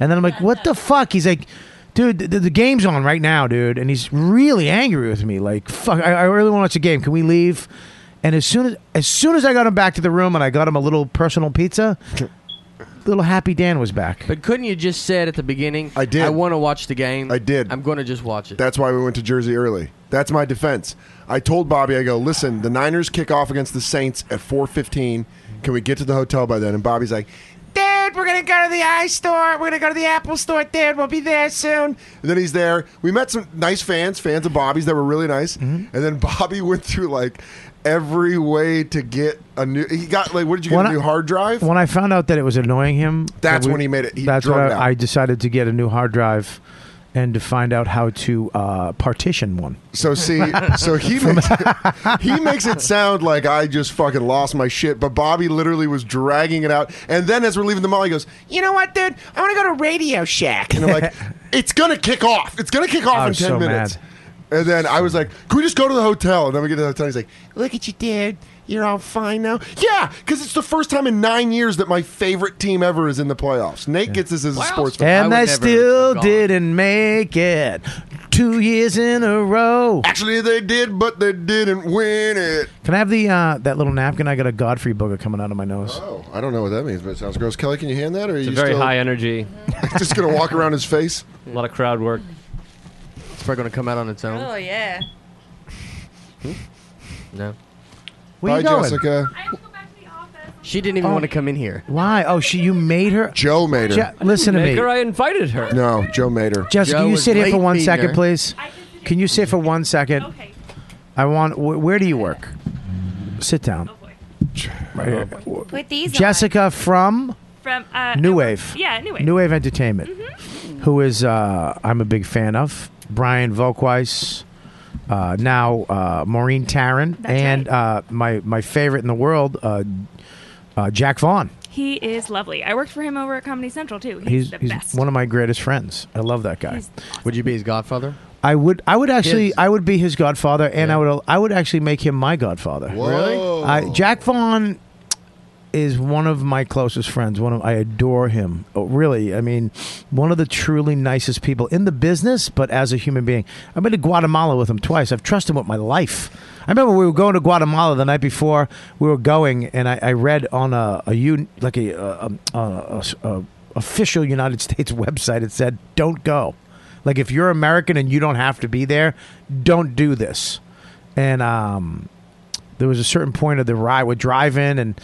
Speaker 3: and then I'm like, "What the fuck?" He's like, "Dude, the, the game's on right now, dude," and he's really angry with me. Like, "Fuck, I, I really want to watch the game. Can we leave?" And as soon as as soon as I got him back to the room, and I got him a little personal pizza, little Happy Dan was back.
Speaker 12: But couldn't you just said at the beginning? I
Speaker 13: did.
Speaker 12: I want to watch the game. I
Speaker 13: did.
Speaker 12: I'm going to just watch it.
Speaker 13: That's why we went to Jersey early. That's my defense. I told Bobby, I go, listen, the Niners kick off against the Saints at 4:15. Can we get to the hotel by then? And Bobby's like,
Speaker 11: Dad, we're gonna go to the i store. We're gonna go to the Apple store. Dad, we'll be there soon.
Speaker 13: and then he's there. We met some nice fans, fans of Bobby's that were really nice.
Speaker 3: Mm-hmm.
Speaker 13: And then Bobby went through like every way to get a new. He got like, what did you get?
Speaker 3: When
Speaker 13: a
Speaker 3: I-
Speaker 13: new hard drive.
Speaker 3: When I found out that it was annoying him,
Speaker 13: That's
Speaker 3: that
Speaker 13: when he made it- he
Speaker 3: that's
Speaker 13: drummed
Speaker 3: when
Speaker 13: out.
Speaker 3: I, I decided to get a new hard drive, and to find out how to uh, partition one.
Speaker 13: So see, so he makes it, he makes it sound like I just fucking lost my shit, but Bobby literally was dragging it out. And then as we're leaving the mall, he goes,
Speaker 11: You know what, dude? I want to go to Radio Shack.
Speaker 13: and I'm like, "It's gonna kick off. It's gonna kick off
Speaker 11: I
Speaker 13: in
Speaker 11: was
Speaker 13: ten
Speaker 11: so
Speaker 13: minutes." And then I was like, "Can we just go to the hotel?" And then we get to the hotel. And he's like,
Speaker 11: Look at you, dude.
Speaker 13: "You're all fine now." Yeah, because it's the first time in nine years that my favorite team ever is in the playoffs. Nate gets this as a sports fan,
Speaker 3: And they still didn't make it two years in a row.
Speaker 13: Actually, they did, but they didn't win it.
Speaker 3: Can I have the uh, that little napkin? I got a Godfrey booger coming out of my nose.
Speaker 13: Oh, I don't know what that means, but it sounds gross. Kelly, can you hand that? Or are
Speaker 10: It's
Speaker 13: you
Speaker 10: a very
Speaker 13: still
Speaker 10: high energy.
Speaker 13: just gonna walk around his face?
Speaker 10: A lot of crowd work.
Speaker 12: It's probably going to come out on its own.
Speaker 5: Oh yeah.
Speaker 12: No.
Speaker 3: Where you Bye, going? Jessica.
Speaker 12: She didn't even want to come in here.
Speaker 3: Why? Oh, she you made her.
Speaker 13: Joe made her.
Speaker 3: Je- listen to me.
Speaker 10: Maker, I invited her.
Speaker 13: No, Joe made her.
Speaker 3: Jessica, can you sit here for one second,
Speaker 10: her.
Speaker 3: please? Can you sit for one second? Okay. I want. Wh- where do you work? Sit
Speaker 14: Oh,
Speaker 3: down. Right here.
Speaker 14: With these on.
Speaker 3: Jessica from
Speaker 14: From uh,
Speaker 3: New Wave.
Speaker 14: Yeah, New Wave. Mm-hmm.
Speaker 3: New Wave Entertainment, who is uh, I'm a big fan of Brian Volkweis. Uh, now uh, Maureen Taryn and uh, my my favorite in the world, uh, uh, Jack Vaughn.
Speaker 14: He is lovely. I worked for him over at Comedy Central too. He's,
Speaker 3: He's,
Speaker 14: the
Speaker 3: he's
Speaker 14: best.
Speaker 3: one of my greatest friends. I love that guy.
Speaker 14: He's
Speaker 12: Would you be his godfather?
Speaker 3: I would I would actually
Speaker 12: His.
Speaker 3: I would be his godfather and I would I would actually make him my godfather.
Speaker 12: Whoa. Really?
Speaker 13: Oh.
Speaker 3: I, Jack Vaughn is one of my closest friends. One of I adore him. Oh, really, I mean, one of the truly nicest people in the business, but as a human being. I've been to Guatemala with him twice. I've trusted him with my life. I remember we were going to Guatemala the night before we were going, and I, I read on a, a un, like a, a, a, a, a official United States website. It said, "Don't go." Like if you're American and you don't have to be there, don't do this. And um, there was a certain point of the ride we're driving, and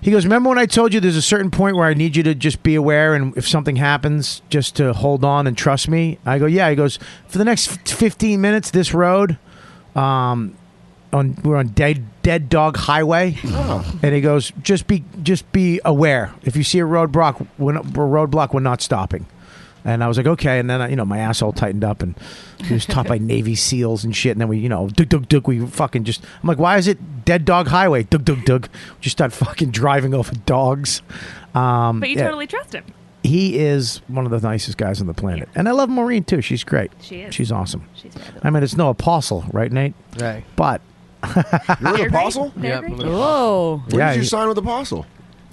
Speaker 3: he goes, "Remember when I told you there's a certain point where I need you to just be aware, and if something happens, just to hold on and trust me." I go, "Yeah." He goes, "For the next 15 minutes, this road." Um, on we're on dead dead dog highway, and he goes, just be just be aware. If you see a roadblock, we're not, we're roadblock, we're not stopping. And I was like, okay. And then I, you know my asshole tightened up, and he was taught by Navy SEALs and shit. And then we you know dug dug dug. We fucking just I'm like, why is it dead dog highway? Dug dug dug. Just start fucking driving over dogs. Um,
Speaker 14: but you
Speaker 3: yeah.
Speaker 14: totally trust him.
Speaker 3: He is one of the nicest guys on the planet, and I love Maureen too. She's great.
Speaker 14: She is.
Speaker 3: She's awesome. She's I mean, it's no apostle, right, Nate?
Speaker 12: Right.
Speaker 3: But
Speaker 13: You're an apostle?
Speaker 3: They're Yep, great. I'm an
Speaker 5: Whoa.
Speaker 13: When
Speaker 3: Yeah,
Speaker 13: did you
Speaker 3: he-
Speaker 13: sign with Apostle?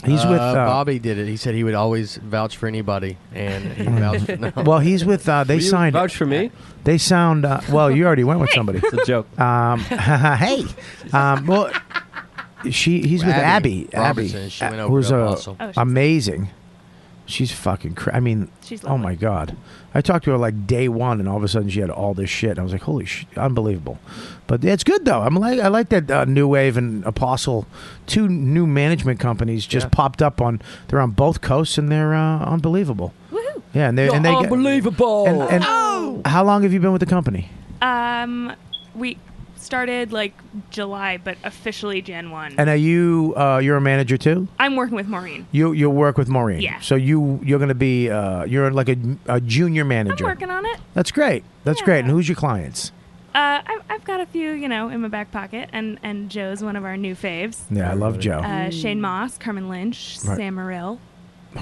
Speaker 3: He's with, uh,
Speaker 12: Bobby. Did it? He said he would always vouch for anybody, and he vouched. No.
Speaker 3: Well, he's with. Uh, they
Speaker 12: Will you
Speaker 3: signed.
Speaker 12: vouch for me?
Speaker 3: They sound. Uh, well, you already went with somebody.
Speaker 10: It's a joke.
Speaker 3: Um, hey, um, well, she. He's with Abby.
Speaker 12: Abby
Speaker 3: Abby,
Speaker 12: Robertson. She
Speaker 3: uh,
Speaker 12: went over
Speaker 3: who's
Speaker 12: to
Speaker 3: a
Speaker 12: Apostle. Oh, she's-
Speaker 3: amazing. She's fucking. Cra- I mean,
Speaker 12: She's
Speaker 3: oh my god. I talked to her like day one, and all of a sudden she had all this shit. I was like, holy shit, unbelievable. But it's good though. I'm like, I like that uh, New Wave and Apostle, two new management companies just popped up on. They're on both coasts, and they're uh, unbelievable.
Speaker 14: Woohoo.
Speaker 3: Yeah, and they
Speaker 14: You're
Speaker 3: and they get-
Speaker 14: unbelievable.
Speaker 3: and, and how long have you been with the company?
Speaker 14: Oh! Um, we started like July, but officially Jan one.
Speaker 3: And are you uh, you're a manager too?
Speaker 14: I'm working with Maureen.
Speaker 3: You you work with Maureen.
Speaker 14: Yeah.
Speaker 3: So you you're going to be uh, you're like a, a junior manager.
Speaker 14: I'm working on it.
Speaker 3: That's great. That's great. And who's your clients?
Speaker 14: Uh, I, I've got a few, you know, in my back pocket, and and Joe's one of our new faves.
Speaker 3: Yeah, I love Joe.
Speaker 14: Uh, Shane Moss, Carmen Lynch,
Speaker 3: Right.
Speaker 14: Sam Morril,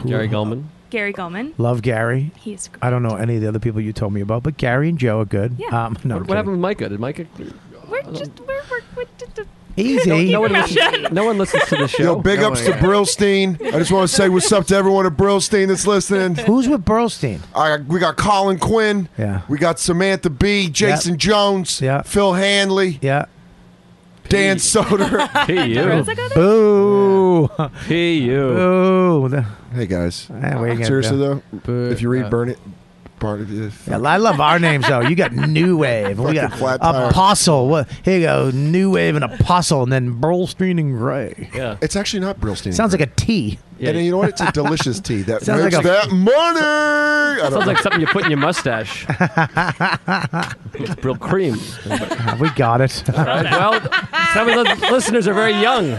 Speaker 10: Gary Goldman.
Speaker 14: Gary Gullman.
Speaker 3: Love Gary.
Speaker 14: He's
Speaker 3: I don't know any of the other people you told me about, but Gary and Joe are good.
Speaker 14: Yeah.
Speaker 3: Um, no, I'm
Speaker 10: what,
Speaker 3: kidding.
Speaker 10: what happened with Micah? Did Micah?
Speaker 14: We're just we're we're, we're just a
Speaker 3: Easy.
Speaker 10: No one, listens, no one listens to the show.
Speaker 13: Yo, big ups to Brillstein. I just want to say what's up to everyone at Brillstein that's listening.
Speaker 3: Who's with Brillstein?
Speaker 13: I, we got Colin Quinn.
Speaker 3: Yeah.
Speaker 13: We got Samantha B, Jason Jones, yeah. Phil Hanley.
Speaker 3: Yeah.
Speaker 13: Dan Soder.
Speaker 3: Boo.
Speaker 10: Hey you.
Speaker 3: Uh, Boo.
Speaker 13: Hey guys.
Speaker 3: Yeah, Eh, where you gonna
Speaker 13: Seriously
Speaker 3: go?
Speaker 13: though, if you read
Speaker 3: uh,
Speaker 13: Burn It, Burn It.
Speaker 3: Yeah, I love our names though. You got New Wave. and We got
Speaker 13: Fucking flat tire.
Speaker 3: Apostle. What? Here you go. New Wave and Apostle, and then Brillstein and Gray.
Speaker 10: Yeah.
Speaker 13: It's actually not Brillstein.
Speaker 3: Sounds like a tea.
Speaker 13: And you know what? It's a delicious tea. That
Speaker 3: Sounds
Speaker 13: makes
Speaker 3: like a-
Speaker 13: that money. I don't
Speaker 10: Sounds
Speaker 13: know.
Speaker 10: like something you put in your mustache. Real cream.
Speaker 3: Ah, we got it.
Speaker 10: Right? Well, some of the listeners are very young.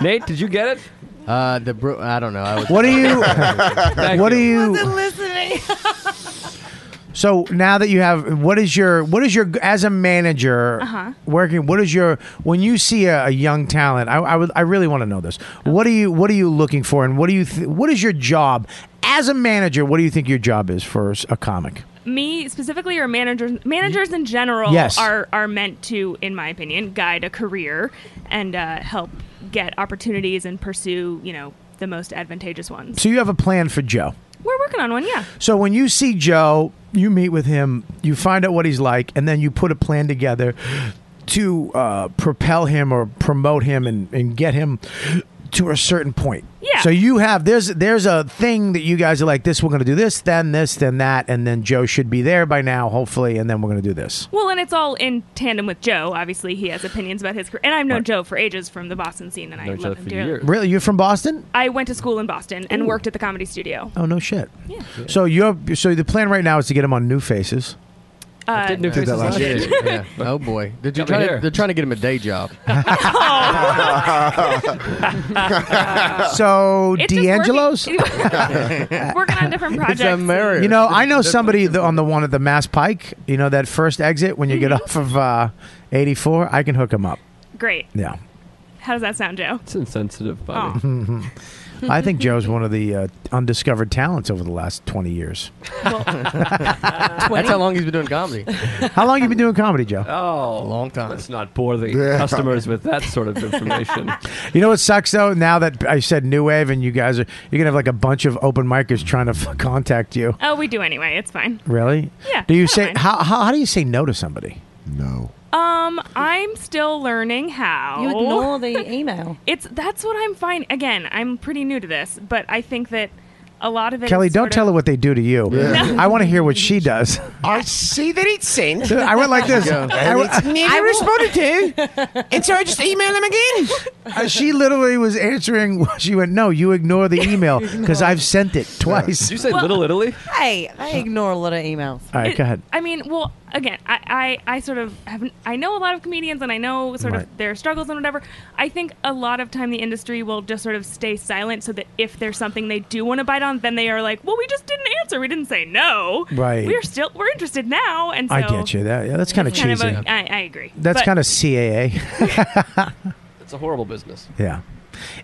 Speaker 10: Nate, did you get it?
Speaker 12: Uh, the bro- I don't know. I was
Speaker 3: What do you? what do you?
Speaker 5: listening.
Speaker 3: So now that you have, what is your, what is your, as a manager
Speaker 14: Uh-huh.
Speaker 3: working, what is your, when you see a, a young talent, I, I, would, I really want to know this. What are you, what are you looking for, and what do you, th- what is your job as a manager? What do you think your job is for s- a comic?
Speaker 14: me specifically or managers managers in general
Speaker 3: Yes.
Speaker 14: are are meant to in my opinion guide a career and uh, help get opportunities and pursue you know the most advantageous ones
Speaker 3: So you have a plan for Joe.
Speaker 14: we're working on one yeah
Speaker 3: So when you see Joe, you meet with him, you find out what he's like, and then you put a plan together to uh, propel him or promote him and, and get him to a certain point.
Speaker 14: Yeah.
Speaker 3: So you have there's there's a thing that you guys are like this. We're going to do this, then this, then that, and then Joe should be there by now, hopefully, and then we're going to do this.
Speaker 14: well and it's all in tandem with joe obviously he has opinions about his career and i've known joe for ages from the boston scene and i
Speaker 10: Known each
Speaker 14: love
Speaker 10: other
Speaker 14: him
Speaker 10: for
Speaker 14: dearly
Speaker 10: years.
Speaker 3: Really, you're from Boston?
Speaker 14: i went to school in boston and
Speaker 3: Ooh.
Speaker 14: worked at the comedy studio
Speaker 3: Oh no shit. Yeah. So you're so the plan right now is to get him on New Faces.
Speaker 14: uh,
Speaker 12: did
Speaker 3: Did that last year.
Speaker 12: yeah. Oh boy, did you
Speaker 10: Got me
Speaker 12: try
Speaker 10: here.
Speaker 12: to, they're trying to get him a day job.
Speaker 3: so
Speaker 14: It's Uh, just
Speaker 3: D'Angelo's.
Speaker 14: working, working on different projects
Speaker 3: You know, I know somebody th- on the one at the Mass Pike. You know that first exit when you get
Speaker 14: Mm-hmm.
Speaker 3: off of uh, 84. I can hook him up.
Speaker 14: great
Speaker 3: Yeah,
Speaker 14: how does that sound joe
Speaker 10: It's insensitive, buddy.
Speaker 3: I think Joe's one of the uh, undiscovered talents over the last 20 years.
Speaker 12: That's how long he's been doing comedy.
Speaker 3: How long you been doing comedy, Joe?
Speaker 10: Oh,
Speaker 12: long time.
Speaker 10: Let's not bore the
Speaker 3: Yeah.
Speaker 10: customers with that sort of information.
Speaker 3: You know what sucks though? Now that I said new wave, and you guys are you're gonna have like a bunch of open micers trying to f- contact you.
Speaker 14: oh we do anyway it's fine
Speaker 3: Really?
Speaker 14: Yeah,
Speaker 3: Do you
Speaker 14: never
Speaker 3: say
Speaker 14: mind.
Speaker 3: how, how how do you say no to somebody? No.
Speaker 14: Um, I'm still learning how.
Speaker 15: You ignore the email.
Speaker 14: It's that's what I'm fine. Again, I'm pretty new to this, but I think that a lot of it.
Speaker 3: Kelly,
Speaker 14: is
Speaker 3: don't
Speaker 14: sort
Speaker 3: tell
Speaker 14: of,
Speaker 3: her what they do to you.
Speaker 14: Yeah. No.
Speaker 3: I want to hear what she does.
Speaker 11: I see that it's sent.
Speaker 3: I went like this.
Speaker 11: And
Speaker 3: I went-
Speaker 11: it's never responded to. And so I just email him again.
Speaker 3: Uh, she literally was answering. She went, "No, you ignore the email because I've sent it twice."
Speaker 10: Did you say Little Italy?
Speaker 15: Hey, I ignore a lot of emails.
Speaker 3: All right,
Speaker 14: it-
Speaker 3: go ahead.
Speaker 14: I mean, well, again, I, I, I sort of haven't. I know a lot of comedians, and I know sort
Speaker 3: Right.
Speaker 14: of their struggles and whatever. I think a lot of time the industry will just sort of stay silent, so that if there's something they do want to bite on, then they are like, "Well, we just didn't answer. We didn't say no.
Speaker 3: Right.
Speaker 14: We're still we're interested now." And so
Speaker 3: I get you. That yeah, that's kind of
Speaker 14: it's
Speaker 3: cheesy.
Speaker 14: a- I I agree.
Speaker 3: that's
Speaker 14: But
Speaker 3: kind of CAA.
Speaker 10: It's a horrible business.
Speaker 3: yeah,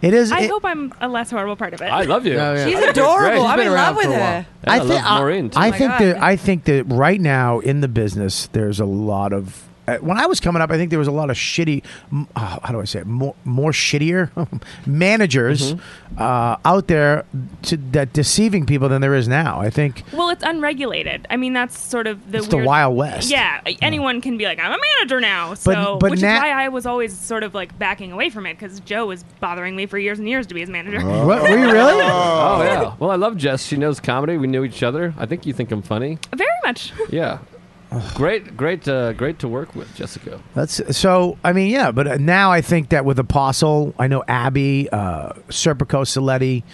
Speaker 3: it is.
Speaker 14: I
Speaker 3: it-
Speaker 14: hope I'm a less horrible part of it.
Speaker 10: I love you.
Speaker 3: No, yeah. She's
Speaker 10: I think you're
Speaker 15: adorable.
Speaker 10: great.
Speaker 15: I'm in love with her.
Speaker 10: Yeah, I,
Speaker 3: thi-
Speaker 10: love Maureen. too.
Speaker 3: I think that I think that right now in the business, there's a lot of uh, when I was coming up, I think there was a lot of shitty. m- Uh, how do I say it? More, more shittier managers
Speaker 10: Mm-hmm.
Speaker 3: uh, out there to, that deceiving people than there is now. I think
Speaker 14: Well, it's unregulated. I mean, that's sort of the
Speaker 3: It's the
Speaker 14: weird-
Speaker 3: Wild West.
Speaker 14: Yeah, anyone can be like, I'm a manager now. So,
Speaker 3: but
Speaker 14: which
Speaker 3: na-
Speaker 14: is why I was always sort of like backing away from it because Joe was bothering me for years and years to be his manager.
Speaker 3: What, were you really?
Speaker 10: Oh yeah. Well, I love Jess. She knows comedy. We knew each other. I think you think I'm funny.
Speaker 14: Very much.
Speaker 10: Yeah. great, great, uh, great to work with, Jessica.
Speaker 3: That's so. I mean, yeah, but uh, now I think that with Apostle, I know Abby, uh, Serpico, Saletti,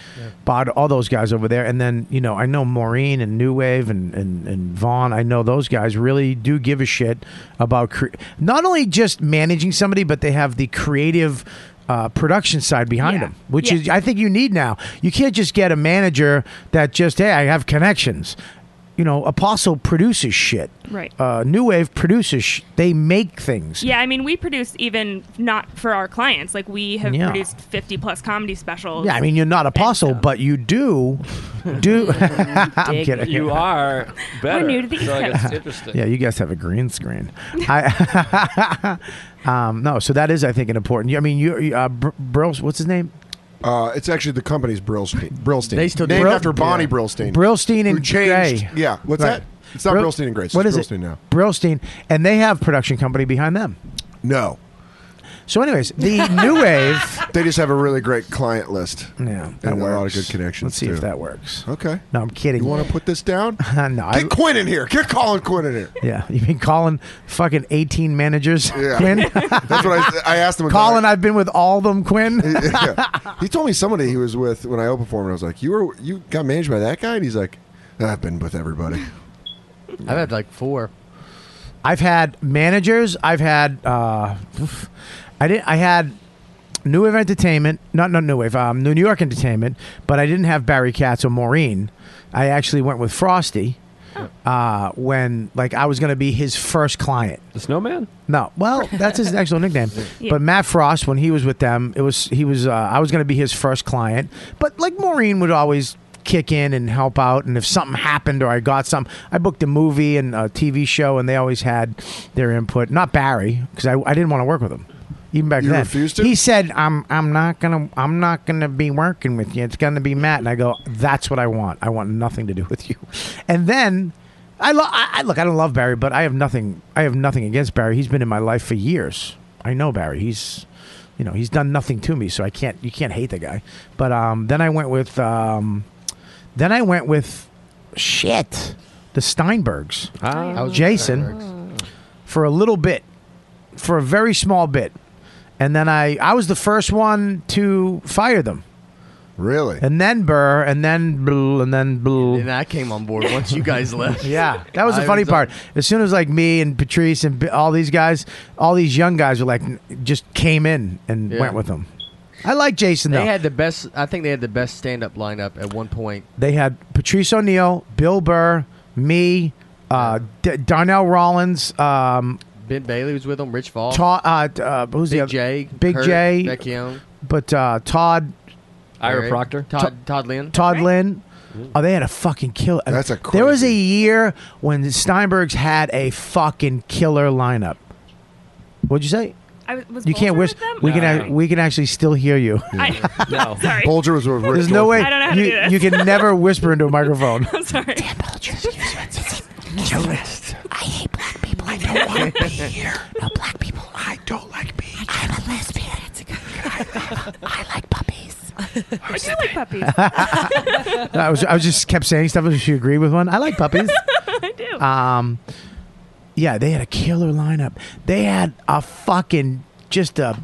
Speaker 3: Bod, all those guys over there, and then you know I know Maureen and New Wave and and, and Vaughn. I know those guys really do give a shit about cre- not only just managing somebody, but they have the creative. Uh, production side behind them, which
Speaker 16: Yeah.
Speaker 3: is I think you need now. You can't just get a manager that just hey I have connections. You know, Apostle produces shit.
Speaker 14: Right.
Speaker 3: Uh, New Wave produces. Sh- they make things.
Speaker 14: Yeah, I mean, we produce even not for our clients. Like, we have
Speaker 3: Yeah.
Speaker 14: produced 50 plus comedy specials. uh,
Speaker 3: Yeah, I mean, you're not apostle, but you do, do. I'm
Speaker 14: Dig.
Speaker 3: kidding.
Speaker 10: You are better.
Speaker 14: new to the
Speaker 10: so I
Speaker 14: East
Speaker 10: guess it's
Speaker 14: Coast.
Speaker 10: interesting.
Speaker 3: Yeah, you guys have a green screen. I, um, no, so that is, I think, an important. I mean, you, you, uh, Br- Brils, what's his name?
Speaker 13: Uh, it's actually the company's Brillstein. Brillstein.
Speaker 3: They still do
Speaker 13: named
Speaker 3: Brill-
Speaker 13: after Bonnie
Speaker 3: yeah.
Speaker 13: Brillstein.
Speaker 3: Brillstein
Speaker 13: who
Speaker 3: and
Speaker 13: changed-
Speaker 3: Gray.
Speaker 13: Yeah. What's
Speaker 3: Right.
Speaker 13: that? It's not
Speaker 3: Bril-
Speaker 13: Brillstein and Grace.
Speaker 3: What
Speaker 13: it's
Speaker 3: is
Speaker 13: Brillstein
Speaker 3: it?
Speaker 13: now.
Speaker 3: Brillstein, and they have production company behind them.
Speaker 13: No.
Speaker 3: So, anyways, the new wave.
Speaker 13: They just have a really great client list.
Speaker 3: Yeah, that
Speaker 13: and a lot of
Speaker 3: works.
Speaker 13: good connections.
Speaker 3: Let's see
Speaker 13: too.
Speaker 3: if that works.
Speaker 13: Okay.
Speaker 3: No, I'm kidding.
Speaker 13: You want to put this down?
Speaker 3: no, I,
Speaker 13: Get Quinn in here. Get Colin Quinn in here.
Speaker 3: yeah, you mean calling fucking 18 managers?
Speaker 13: Yeah.
Speaker 3: Quinn?
Speaker 13: That's what I, I asked him. about.
Speaker 3: Colin, I've been with all of them, Quinn.
Speaker 13: Yeah. He told me somebody he was with when I opened for him. And I was like, "You were you got managed by that guy?" And he's like, "I've been with everybody."
Speaker 12: I've had like four.
Speaker 3: I've had managers. I've had. Uh, oof. I didn't. I had New Wave Entertainment. Not not New Wave. Um, New York Entertainment. But I didn't have Barry Katz or Maureen. I actually went with Frosty. Uh, when like I was gonna be his first client.
Speaker 10: The Snowman.
Speaker 3: No, well, that's his actual nickname. But Matt Frost, when he was with them, it was he was uh, I was going to be his first client. But like Maureen would always kick in and help out, and if something happened or I got something, I booked a movie and a TV show, and they always had their input. Not Barry because I, I didn't want to work with him. Even back
Speaker 13: You
Speaker 3: then,
Speaker 13: refused to?
Speaker 3: he said, "I'm I'm not gonna I'm not gonna be working with you. It's gonna be Matt." And I go, "That's what I want. I want nothing to do with you." And then I, lo- I, I look. I don't love Barry, but I have nothing. I have nothing against Barry. He's been in my life for years. I know Barry. He's, you know, he's done nothing to me, so I can't. You can't hate the guy. But um, then I went with, um, then I went with, shit, the Steinbergs.
Speaker 10: Ah. I was with
Speaker 3: Jason, for a little bit, for a very small bit, and then I I was the first one to fire them.
Speaker 13: Really?
Speaker 3: And then Burr, and then Blue, and then Blue.
Speaker 12: And I came on board once you guys left.
Speaker 3: Yeah, that was the
Speaker 12: I uh,
Speaker 3: funny
Speaker 12: on-
Speaker 3: part. As soon as like me and Patrice and b- all these guys, all these young guys were like, n- just came in and
Speaker 12: Yeah.
Speaker 3: went with them. I like Jason
Speaker 12: They
Speaker 3: though.
Speaker 12: had the best. I think they had the best stand-up lineup at one point.
Speaker 3: They had Patrice O'Neill, Bill Burr, me, uh, D- Darnell Rollins, um,
Speaker 12: Ben Bailey was with them. Rich Vaughn.
Speaker 3: Ta- uh, d- uh, who's the
Speaker 12: Big
Speaker 3: other?
Speaker 12: J,
Speaker 3: Big
Speaker 12: Kurt
Speaker 3: J,
Speaker 12: Vecchione.
Speaker 3: but uh, Todd,
Speaker 10: Ira
Speaker 12: Eric,
Speaker 10: Proctor.
Speaker 12: Todd Todd Lynn.
Speaker 3: Todd Lynn. Oh, they had a fucking killer.
Speaker 12: Mm-hmm. That's a
Speaker 3: There was a year when Steinbergs had a fucking killer lineup. What'd you say?
Speaker 14: I was- was
Speaker 3: you can't
Speaker 14: Bulger
Speaker 3: wish.
Speaker 14: with them?
Speaker 3: We can.
Speaker 14: No.
Speaker 3: ac- We can actually still hear you.
Speaker 14: I, no. Sorry.
Speaker 13: Bulger was with Rick
Speaker 3: There's no way
Speaker 14: I don't know how to
Speaker 3: you,
Speaker 14: do this.
Speaker 3: you can never whisper into a microphone.
Speaker 14: I'm sorry. Damn,
Speaker 3: Bulger.
Speaker 11: I hate black people. I don't want to be here. No, black people. I don't like being. I'm a lesbian. I, I like puppies.
Speaker 14: I do like puppies.
Speaker 3: No, I was. I was just kept saying stuff. If you agree with one, I like puppies.
Speaker 14: I do.
Speaker 3: Um, yeah, they had a killer lineup. They had a fucking just a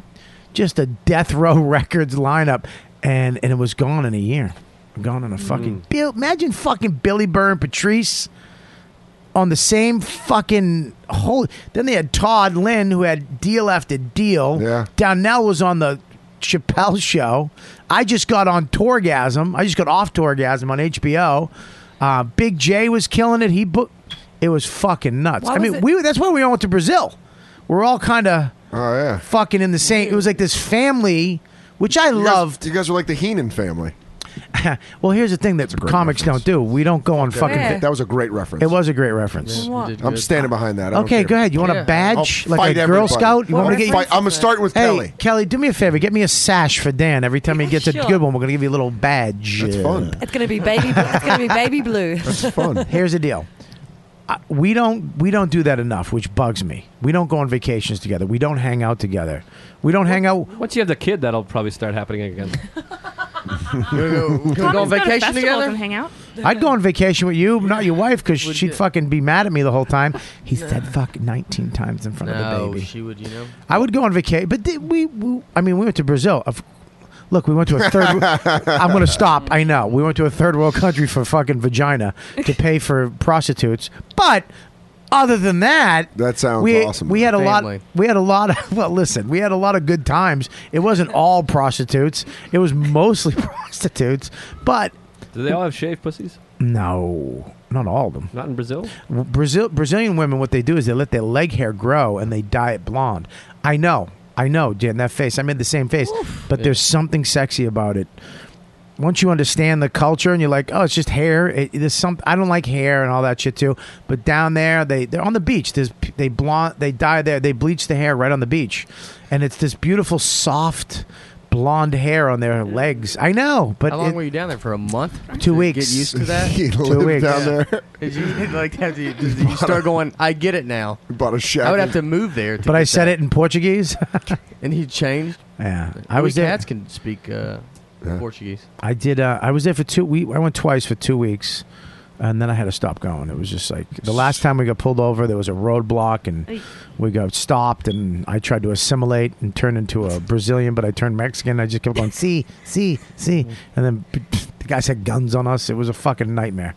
Speaker 3: just a death row records lineup, and and it was gone in a year. Gone in a fucking. Bill, imagine fucking Billy Burr and Patrice on the same fucking whole. Then they had Todd Lynn who had deal after deal. Yeah. Downell was on the Chappelle show. I just got on Torgasm. I just got off Torgasm on HBO. Uh, Big J was killing it. He booked. It was fucking nuts.
Speaker 11: Why
Speaker 3: I
Speaker 11: was
Speaker 3: mean,
Speaker 11: it-
Speaker 3: we that's why we all went to Brazil. We're all kind of
Speaker 13: Oh,
Speaker 3: fucking in the same. It was like this family, which I loved.
Speaker 13: You guys were like the Heenan family.
Speaker 3: well, here's the thing that comics don't do. We don't go on fucking.
Speaker 4: Yeah.
Speaker 3: va-
Speaker 4: That was a great reference.
Speaker 3: It was a great reference.
Speaker 4: Yeah, you did I'm good. standing behind that. I don't
Speaker 3: Okay,
Speaker 4: care.
Speaker 3: go ahead. You want
Speaker 4: Yeah.
Speaker 3: a badge,
Speaker 4: I'll
Speaker 3: like a
Speaker 4: fight
Speaker 3: Girl
Speaker 4: everybody.
Speaker 3: Scout? You
Speaker 4: What
Speaker 3: want me to get?
Speaker 4: reference Fight- I'ma is that? start with
Speaker 3: Hey,
Speaker 4: Kelly.
Speaker 3: Kelly, do me a favor. Get me a sash for Dan. Every time he gets a
Speaker 5: sure.
Speaker 3: good one, we're gonna give you a little badge. That's fun.
Speaker 5: It's gonna be baby. It's gonna be baby blue.
Speaker 3: Here's the deal. I- We don't we don't do that enough, which bugs me. We don't go on vacations together. We don't hang out together. We don't hang out.
Speaker 10: Once you have the kid, that'll probably start happening again.
Speaker 3: Can we go on
Speaker 14: Let's go to
Speaker 3: vacation
Speaker 14: festivals
Speaker 3: together?
Speaker 14: and hang out.
Speaker 3: I'd go on vacation with you, not your wife, because she'd fucking be mad at me the whole time. He said fuck 19 times in front of the
Speaker 12: No,
Speaker 3: baby.
Speaker 12: she would, you know.
Speaker 3: I would go on vacation, but did we, we. I mean, we went to Brazil. Of- Look, we went to a third. I'm going to stop. I know. We went to a third world country for fucking vagina to pay for prostitutes. But other than that,
Speaker 4: that sounds
Speaker 3: we,
Speaker 4: awesome.
Speaker 3: We had a
Speaker 4: Family.
Speaker 3: lot. We had a lot of. Well, listen, we had a lot of good times. It wasn't all prostitutes. It was mostly prostitutes. But
Speaker 10: Do they all have shaved pussies?
Speaker 3: no, not all of them.
Speaker 10: Not in Brazil.
Speaker 3: Brazil Brazilian women, what they do is they let their leg hair grow and they dye it blonde. I know, I know, Jan, that face. I made the same face, but there's something sexy about it. Once you understand the culture and you're like, oh, it's just hair. It, there's some. I don't like hair and all that shit too. But down there, they they're on the beach. There's p- they blonde, they dye their, they bleach the hair right on the beach, and it's this beautiful soft blonde hair on their legs. I know, but
Speaker 12: How long
Speaker 3: it-
Speaker 12: were you down there for a month?
Speaker 3: Two
Speaker 12: to
Speaker 3: weeks.
Speaker 12: Get used to that.
Speaker 3: He Two lived weeks. down there.
Speaker 12: Did you like have to, did you start going? I get it now.
Speaker 4: Bought a shack.
Speaker 12: I would have to move there. To
Speaker 3: but I
Speaker 12: get
Speaker 3: said
Speaker 12: that.
Speaker 3: it in Portuguese.
Speaker 12: and he changed.
Speaker 3: Yeah, I
Speaker 12: I
Speaker 3: was
Speaker 12: was
Speaker 3: there.
Speaker 12: cats can speak uh, Portuguese.
Speaker 3: I did. Uh, I was there for two. We I went twice for two weeks, and then I had to stop going. It was just like the last time we got pulled over, there was a roadblock, and
Speaker 14: Oy.
Speaker 3: we got stopped, and I tried to assimilate and turn into a Brazilian, but I turned Mexican. I just kept going, see, see, see, and then the guys had guns on us. It was a fucking nightmare.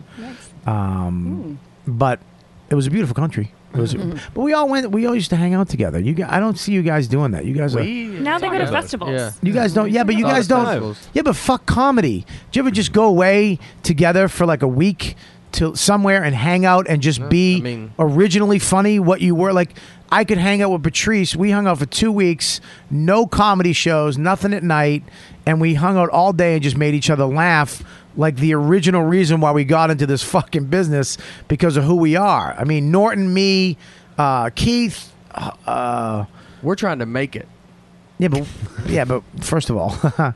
Speaker 3: Um, but it was a beautiful country. It was, but we all went. We all used to hang out together. You, guys, I don't see you guys doing that. You guys are.
Speaker 14: Now they go to festivals.
Speaker 3: You guys don't. Yeah, but you
Speaker 14: All the
Speaker 3: guys don't.
Speaker 14: festivals.
Speaker 3: Yeah, but fuck comedy. Do you ever just go away together for like a week to somewhere and hang out and just be originally funny? What you were like. I could hang out with Patrice. We hung out for two weeks, no comedy shows, nothing at night, and we hung out all day and just made each other laugh. Like the original reason why we got into this fucking business because of who we are. I mean, Norton, me, uh, Keith. Uh,
Speaker 12: We're trying to make it.
Speaker 3: yeah, but yeah, but first of all,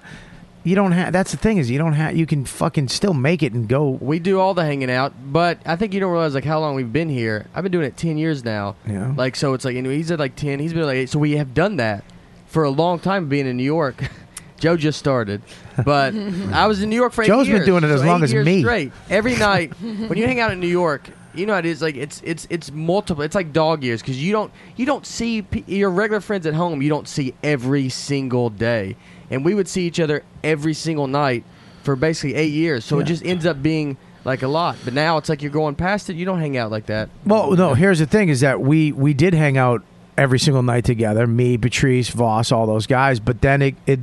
Speaker 3: you don't have. That's the thing is you don't have. You can fucking still make it and go.
Speaker 12: We do all the hanging out, but I think you don't realize like how long we've been here. I've been doing it ten years now.
Speaker 3: Yeah.
Speaker 12: Like so, it's like anyway, he's at like ten. He's been at, like eight. So we have done that for a long time. Being in New York, Joe just started, but I was in New York for.
Speaker 3: Joe's
Speaker 12: Joe's
Speaker 3: been doing it as long as me.
Speaker 12: Straight every night when you hang out in New York. You know how it is like it's it's it's multiple. It's like dog years because you don't you don't see p- your regular friends at home. You don't see every single day, and we would see each other every single night for basically eight years. So
Speaker 3: Yeah.
Speaker 12: it just ends up being like a lot. But now it's like you're going past it. You don't hang out like that.
Speaker 3: Well, no. Here's the thing: is that we we did hang out every single night together. Me, Patrice, Voss, all those guys. But then it it.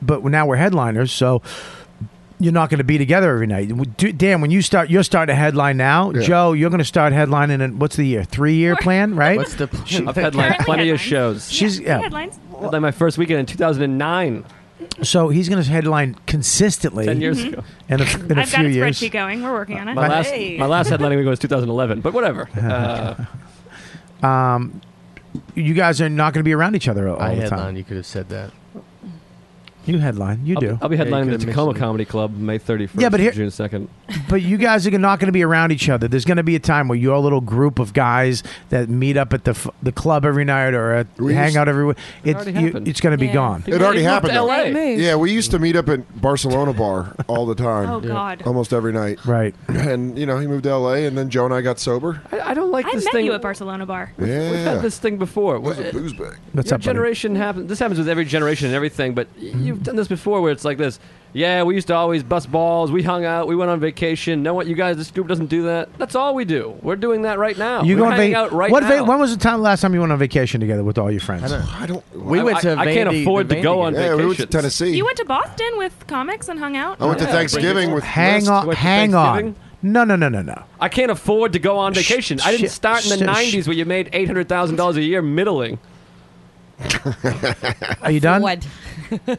Speaker 3: But now we're headliners, so you're not going to be together every night. Do- Dan, when you start, you're starting to headline now.
Speaker 10: Yeah.
Speaker 3: Joe, you're going to start headlining. In, what's the year? Three year plan, right?
Speaker 10: What's the plan? I've headlined plenty of shows.
Speaker 3: She's yeah.
Speaker 14: Headlines.
Speaker 10: Headlined my first weekend in 2009.
Speaker 3: So he's going to headline consistently.
Speaker 10: 10 years Mhm. ago.
Speaker 3: In a, f- in a
Speaker 14: I've
Speaker 3: few
Speaker 14: got a
Speaker 3: years.
Speaker 14: spreadsheet going. We're working on it.
Speaker 10: My last my last headlining week was 2011, but whatever. Uh,
Speaker 3: Um, you guys are not going to be around each other all
Speaker 12: I
Speaker 3: the
Speaker 12: headline.
Speaker 3: time.
Speaker 12: You could have said that.
Speaker 3: You headline. You
Speaker 10: I'll,
Speaker 3: do.
Speaker 10: I'll be headlining
Speaker 12: Yeah,
Speaker 10: the
Speaker 12: you could've
Speaker 10: Tacoma
Speaker 12: mentioned it.
Speaker 10: Comedy Club May 31st.
Speaker 3: Yeah, but here-
Speaker 10: June 2nd.
Speaker 3: but you guys are not going to be around each other. There's going to be a time where your little group of guys that meet up at the f- the club every night or at,
Speaker 4: We
Speaker 3: hang
Speaker 4: used-
Speaker 3: out every week. It's
Speaker 4: already
Speaker 3: you,
Speaker 4: happened.
Speaker 3: it's going to be gone.
Speaker 4: It already happened. though.
Speaker 14: LA. They moved.
Speaker 4: Yeah, we used to meet up at Barcelona Bar all the time.
Speaker 14: Oh, God.
Speaker 4: Almost every night.
Speaker 3: Right.
Speaker 4: And you know, he moved to LA, and then Joe and I got sober.
Speaker 10: I, I don't like
Speaker 14: I
Speaker 10: this
Speaker 14: met
Speaker 10: thing.
Speaker 14: you at Barcelona Bar.
Speaker 4: Yeah.
Speaker 10: We've had this thing before.
Speaker 4: It was a booze bag.
Speaker 3: What's
Speaker 10: Your
Speaker 3: up, buddy?
Speaker 10: generation happens. This happens with every generation and everything. But y- you've done this before, where it's like this. Yeah, we used to always bust balls. We hung out. We went on vacation. Know what, you guys? This group doesn't do that. That's all we do. We're doing that right now.
Speaker 3: You
Speaker 10: We're
Speaker 3: going
Speaker 10: hanging
Speaker 3: va-
Speaker 10: out right
Speaker 3: what
Speaker 10: now.
Speaker 3: va- when was the time last time you went on vacation together with all your friends?
Speaker 4: I don't.
Speaker 12: We went to
Speaker 10: I can't
Speaker 12: Vandy-
Speaker 10: afford to go on
Speaker 12: Vandy.
Speaker 10: vacation.
Speaker 4: we went to Tennessee.
Speaker 14: You went to Boston with comics and hung out.
Speaker 4: I went to
Speaker 10: Yeah.
Speaker 4: Thanksgiving with
Speaker 3: Hang
Speaker 4: List.
Speaker 3: on,
Speaker 10: Went to
Speaker 3: hang on.
Speaker 10: Thanksgiving?
Speaker 3: No, no, no, no, no.
Speaker 10: I can't afford to go on vacation. I didn't
Speaker 3: shit,
Speaker 10: start in the
Speaker 3: shit,
Speaker 10: '90s where you made eight hundred thousand dollars a year middling.
Speaker 3: Are you done?